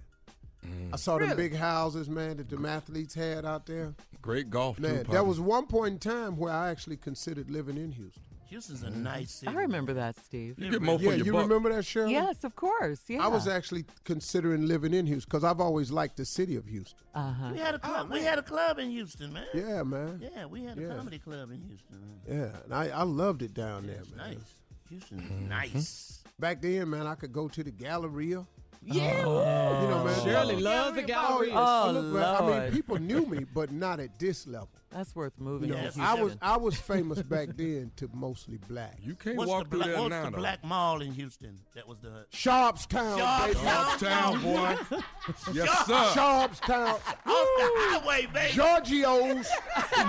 S9: Mm.
S4: I saw them big houses, man, that the athletes had out there.
S9: Great golf,
S4: Man,
S9: too,
S4: there
S9: partner.
S4: was one point in time where I actually considered living in Houston.
S6: Houston's a nice city.
S12: I remember that, Steve.
S6: You get more for
S4: yeah,
S6: your
S4: you
S6: buck.
S4: remember that, Shirley?
S12: Yes, of course. Yeah.
S4: I was actually considering living in Houston because I've always liked the city of Houston.
S12: Uh-huh.
S6: We had a club. we had a club in Houston, man.
S4: Uh, oh, Yeah, man.
S6: Yeah, we had a
S4: Yeah.
S6: comedy club in Houston. Man.
S4: Yeah, and I, I loved it down there, man. Mm-hmm.
S6: Nice. Houston,
S12: Mm-hmm.
S6: nice.
S4: Back then, man, I could go to the Galleria.
S6: Yeah.
S3: Oh.
S4: You know, man.
S3: Shirley loves the Galleria.
S4: Oh,
S3: Oh,
S4: look, man, I mean,
S3: Lord.
S4: people knew me, but not at this level.
S12: That's worth
S4: You
S12: moving.
S4: know,
S12: to
S4: I was
S12: Houston.
S4: I was famous back then to mostly black. You
S29: can't
S6: What's the black, what's the black mall in Houston? That was the
S4: Sharpstown, baby.
S6: Sharpstown,
S29: boy.
S6: Yes, sir.
S4: Sharpstown.
S6: highway, baby.
S4: Giorgio's.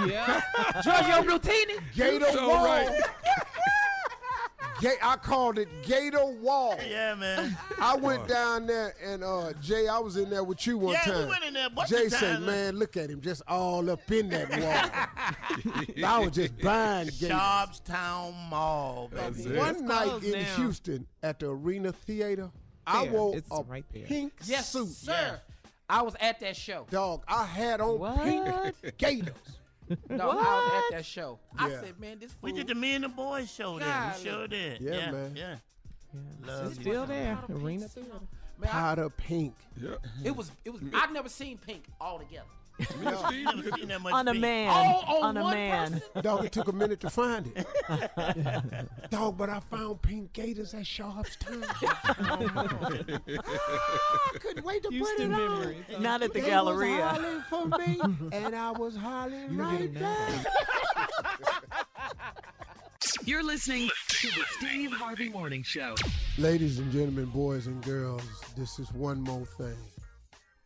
S30: yeah.
S4: Giorgio
S12: Blutini.
S4: Gator
S3: You so
S4: Wall.
S3: right.
S4: Ga- I called it Gator Wall.
S6: Yeah, man.
S4: I went down there and uh, Jay, I was in there with you one
S6: Yeah, we
S4: time.
S6: went in there a bunch
S4: Jay
S6: of
S4: said,
S6: times.
S4: "Man, look at him, just all up in that wall." I was just buying Gators.
S6: Sharpstown Mall, baby.
S4: One night in Houston at the Arena Theater, I
S6: There,
S4: wore
S6: it's
S4: a
S6: right there.
S4: pink
S8: Yes,
S4: suit.
S8: sir. I was at that show.
S4: Dog, I had on pink gators.
S8: No, I was at that show. I
S4: Yeah.
S8: said, man, this fool.
S6: We did the men and boys show there. We sure did.
S4: Yeah,
S6: yeah
S4: man.
S6: Yeah.
S8: This
S6: Love
S8: was
S6: you.
S8: a lot of
S30: Arena
S8: pink
S30: Theater.
S8: stuff. Man, I-
S4: Powder pink.
S29: Yeah.
S8: it was. It was. I've never seen pink all together.
S6: Never seen that much
S12: On a
S6: pink.
S12: man.
S8: All on
S12: on a
S8: Oh, one
S12: man.
S4: Dog, it took a minute to find it. Dog, but I found pink gators at Sharp's
S8: Oh,
S4: time. I couldn't wait to
S12: Houston
S4: put it
S12: memories, huh?
S4: on.
S12: Not at the
S4: They
S12: Galleria.
S4: Was hollering for me, and I was hollering right there.
S17: You're listening to the Steve Harvey Morning Show.
S4: Ladies and gentlemen, boys and girls, this is one more thing.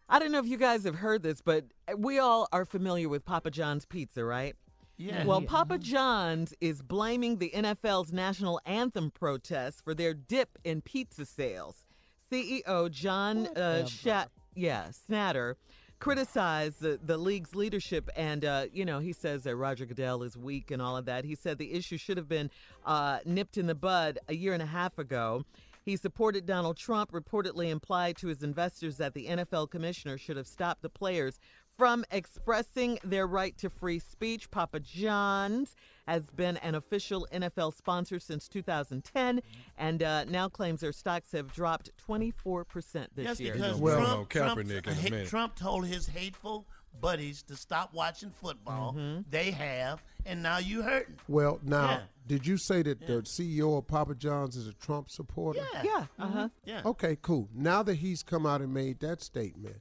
S12: I don't know if you guys have heard this, but we all are familiar with Papa John's pizza, right?
S6: Yeah.
S12: Well,
S6: Yeah.
S12: Papa John's is blaming the NFL's national anthem protests for their dip in pizza sales. CEO John uh, Sha- yeah, Snatter criticized the, the league's leadership, and uh, you know he says that Roger Goodell is weak and all of that. He said the issue should have been uh, nipped in the bud a year and a half ago. He supported Donald Trump, reportedly implied to his investors that the NFL commissioner should have stopped the players from expressing their right to free speech. Papa John's has been an official NFL sponsor since 2010 and uh, now claims their stocks have dropped 24% this
S6: That's
S12: year.
S6: because
S29: Well,
S6: Trump,
S29: no,
S6: Trump,
S29: Kaepernick in a
S6: hate-
S29: minute.
S6: Trump told his hateful buddies to stop watching football. They have, and now you hurting.
S4: Well, now,
S6: Yeah.
S4: did you say that the CEO of Papa John's is a Trump supporter?
S6: Yeah. Yeah, uh-huh. Yeah.
S4: Okay, cool. Now that he's come out and made that statement,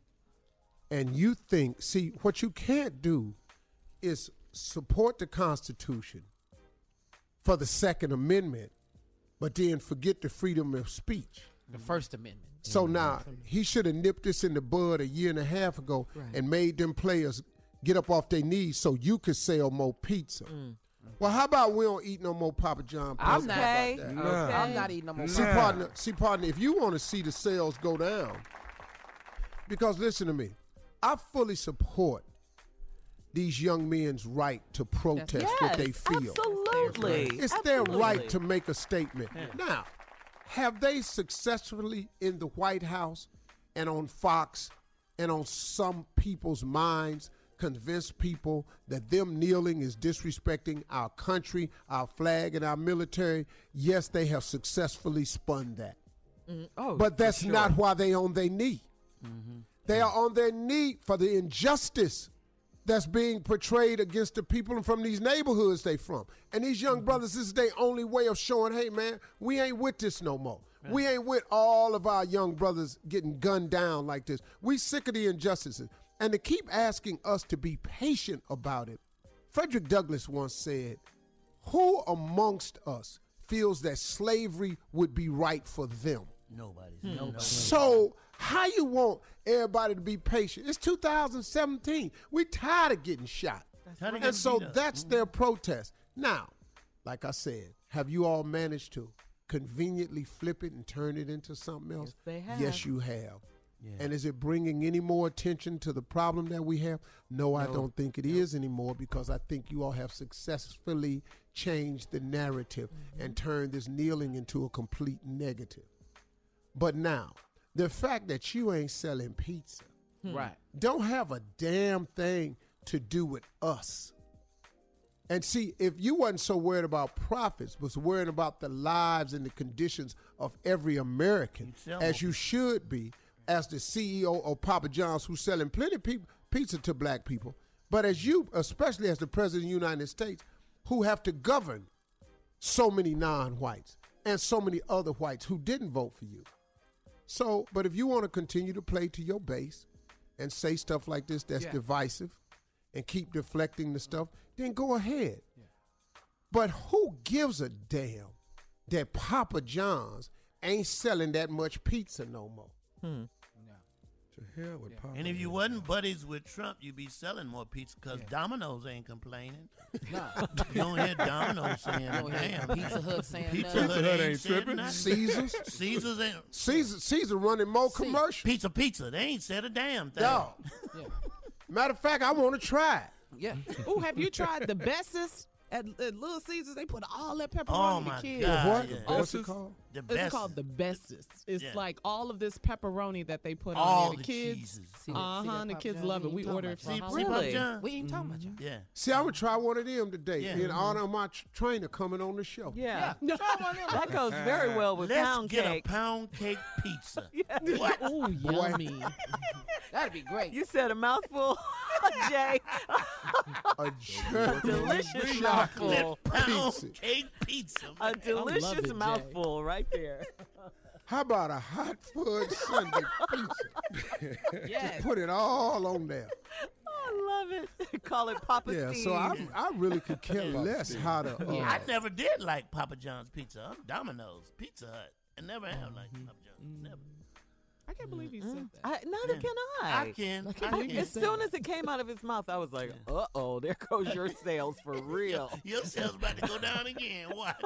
S4: and you think, see, what you can't do is support the Constitution for the Second Amendment, but then forget the freedom of speech.
S8: The First Amendment.
S4: So now he should have nipped this in the bud a year and a half ago and made them players get up off their knees so you could sell more pizza. Well, how about we don't eat no more Papa John pizza?
S8: I'm not.
S4: How about
S8: about
S4: that?
S8: that. I'm not eating no more.
S4: See, partner, see, partner, if you want to see the sales go down, because listen to me, I fully support these young men's right to protest what they
S12: Yes,
S4: feel.
S12: absolutely.
S4: It's their right
S12: Absolutely.
S4: to make a statement. Now, have they successfully in the White House and on Fox and on some people's minds convinced people that them kneeling is disrespecting our country, our flag, and our military? Yes, they have successfully spun that.
S12: Mm, oh,
S4: but
S12: for
S4: that's
S12: sure. Mm-hmm.
S4: not why they on their knee. They are on their knee for the injustice that's being portrayed against the people from these neighborhoods they from. And these
S12: Mm-hmm.
S4: young brothers, this is their only way of showing, hey man, we ain't with this no more. We ain't with all of our young brothers getting gunned down like this. We sick of the injustices. And to keep asking us to be patient about it, Frederick Douglass once said, Who amongst us feels that slavery would be right for them?
S6: Nobody's.
S3: Hmm.
S6: Nobody.
S4: So how you want everybody to be patient? It's 2017. We tired of getting shot.
S6: Tired of
S4: and
S6: getting
S4: so
S6: beat up.
S4: that's their protest. Now, like I said, have you all managed to conveniently flip it and turn it into something else?
S12: Yes, they have.
S4: Yes, you have. And is it bringing any more attention to the problem that we have? No, I
S12: No.
S4: don't think it is anymore because I think you all have successfully changed the narrative
S12: Mm-hmm.
S4: and turned this kneeling into a complete negative. But now, the fact that you ain't selling pizza,
S12: Hmm.
S8: Right.
S4: don't have a damn thing to do with us. And see, if you wasn't so worried about profits, but was worrying about the lives and the conditions of every American,
S6: sell
S4: as
S6: more.
S4: you should be, as the CEO of Papa John's, who's selling plenty of peop pizza to black people, but as you, especially as the president of the United States, who have to govern so many non-whites and so many other whites who didn't vote for you. So, but if you want to continue to play to your base and say stuff like this that's
S31: Yeah.
S4: divisive and keep deflecting the stuff, then go ahead. But who gives a damn that Papa John's ain't selling that much pizza no more?
S12: Hmm.
S9: To hell with Papa.
S6: And if you wasn't buddies with Trump, you'd be selling more pizza because Domino's ain't complaining. you don't hear Domino's saying
S4: You don't hear
S6: damn.
S4: Pizza Hut saying
S6: Pizza
S4: nothing. Pizza
S6: Hut,
S4: Hut
S6: ain't,
S4: ain't
S6: saying
S4: tripping.
S6: nothing.
S4: Caesar's?
S6: Caesar's ain't.
S4: Caesar, Caesar running more commercials.
S6: Pizza, pizza. They ain't said a damn thing.
S4: Dog. Matter of fact, I want to try it.
S11: Yeah. Ooh, have you tried the bestest at, at Little Caesars? They put all that pepperoni
S6: Oh,
S11: in
S6: my
S11: the kids.
S6: God, The
S4: what? yeah.
S11: Oh,
S4: What's it
S11: it's-
S4: called?
S6: The
S11: It's called
S6: bestest.
S11: the bestest. It's
S6: Yeah.
S11: like all of this pepperoni that they put
S6: All the
S11: on there. The kids,
S6: cheeses. See that-
S11: uh
S6: see
S11: huh,
S6: that
S11: the
S6: Papa
S11: kids
S6: John?
S11: love
S6: We
S11: it. We
S6: ain't talking
S11: order it
S6: about
S11: for
S6: See,
S11: Halloween.
S6: Papa Really? John. We
S11: ain't talking about you.
S6: Yeah.
S4: See, I would try one of them today
S6: Yeah.
S4: in
S6: Mhm.
S4: honor of my tr- trainer coming on the show.
S12: Yeah. that goes very well with
S6: Let's
S12: pound
S6: get
S12: cake.
S6: a pound cake pizza.
S12: What?
S11: Ooh,
S4: Boy.
S12: That'd be great. You said a mouthful, Jay.
S4: a
S12: delicious mouthful.
S6: Pound cake pizza.
S12: A
S6: man.
S12: delicious mouthful right there.
S4: How about a hot fudge Sunday pizza? Just put it all on there.
S12: I love it. Call it Papa
S4: yeah,
S12: Steve.
S4: so I, I really could care less how to. Uh,
S6: I never did like Papa John's pizza. I'm Domino's Pizza Hut. I never have liked
S4: Mm-hmm.
S6: Papa John's. Never.
S11: I can't believe he said that.
S12: Mm. I, neither
S6: Yeah.
S12: can I.
S6: I can. I can believe you
S12: as
S6: said
S12: soon
S6: that.
S12: as it came out of his mouth, I was like, "Uh oh, there goes your sales for real."
S6: Your sales about to go down again. Watch.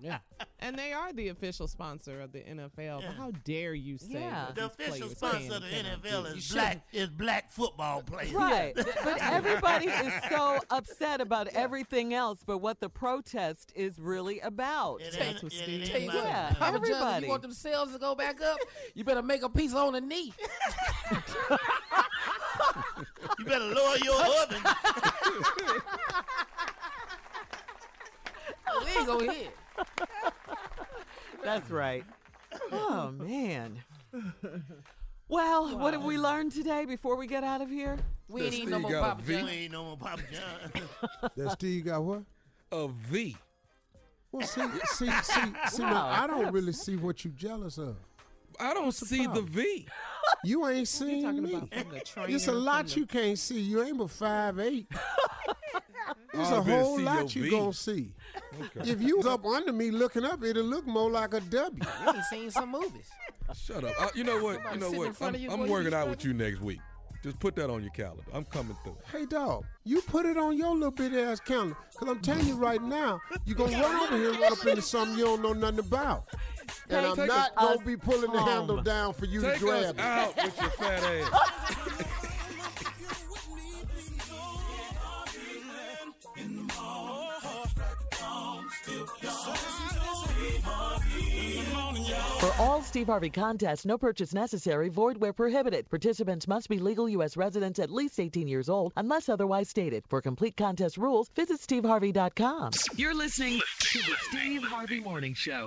S11: Yeah. And they are the official sponsor of the NFL. But how dare you say
S12: Yeah.
S11: what
S12: The
S11: these
S6: official
S11: players
S6: sponsor
S11: can
S6: of the
S11: and cannot do.
S6: NFL
S11: You
S6: is
S11: shouldn't.
S6: black is black football players.
S12: Right, but everybody is so upset about everything else, but what the protest is really about.
S6: It ain't- That's what it Steve ain't
S8: Tell you what,
S12: yeah,
S8: Papa John's, if
S12: everybody.
S8: you want them sales to go back up, you better make a pizza on the knee.
S6: you better lower your oven.
S8: we ain't gonna hit.
S12: That's right. Oh man. Well, what have we learned today before we get out of here?
S8: We ain't eating
S4: no more Papa
S6: We
S4: John.
S6: ain't no more Papa John.
S4: that Steve got what?
S3: A V.
S4: Well, see, see, see, see
S3: Wow.
S4: now, I don't really see what you jealous of.
S3: I don't see the V.
S4: You ain't seen me. it's a lot you can't see. You ain't but five eight. There's
S3: Oh,
S4: a
S3: I better
S4: whole
S3: see
S4: lot
S3: your
S4: you
S3: V.
S4: gonna see. If you was up under me looking up, it'll look more like a W.
S8: You ain't seen some movies.
S9: Shut up. I, you know what?
S8: Somebody
S9: You know
S8: sitting in
S9: what?
S8: front
S9: I'm,
S8: of you
S9: I'm
S8: while you
S9: working out with you next week. Just put that on your calendar. I'm coming through.
S4: Hey dog, you put it on your little bitty ass calendar. Cause I'm telling you right now, you gonna run over here and run up into something you don't know nothing about. And
S9: Take
S4: I'm
S9: us
S4: not gonna be pulling the
S9: home.
S4: handle down for you
S9: Take
S4: to grab
S9: us out with your fat ass.
S12: For all Steve Harvey contests, no purchase necessary, void where prohibited. Participants must be legal U.S. residents at least 18 years old, unless otherwise stated. For complete contest rules, visit steveharvey.com.
S17: You're listening to the Steve Harvey Morning Show.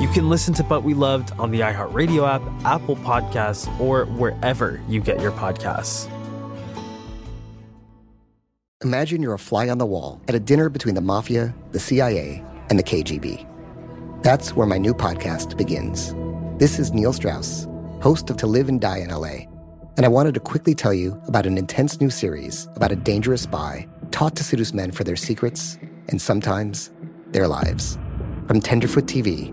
S1: You can listen to But We Loved on the iHeartRadio app, Apple Podcasts, or wherever you get your podcasts.
S2: Imagine you're a fly on the wall at a dinner between the mafia, the CIA, and the KGB. That's where my new podcast begins. This is Neil Strauss, host of To Live and Die in LA, and I wanted to quickly tell you about an intense new series about a dangerous spy taught to seduce men for their secrets and sometimes their lives. From Tenderfoot TV,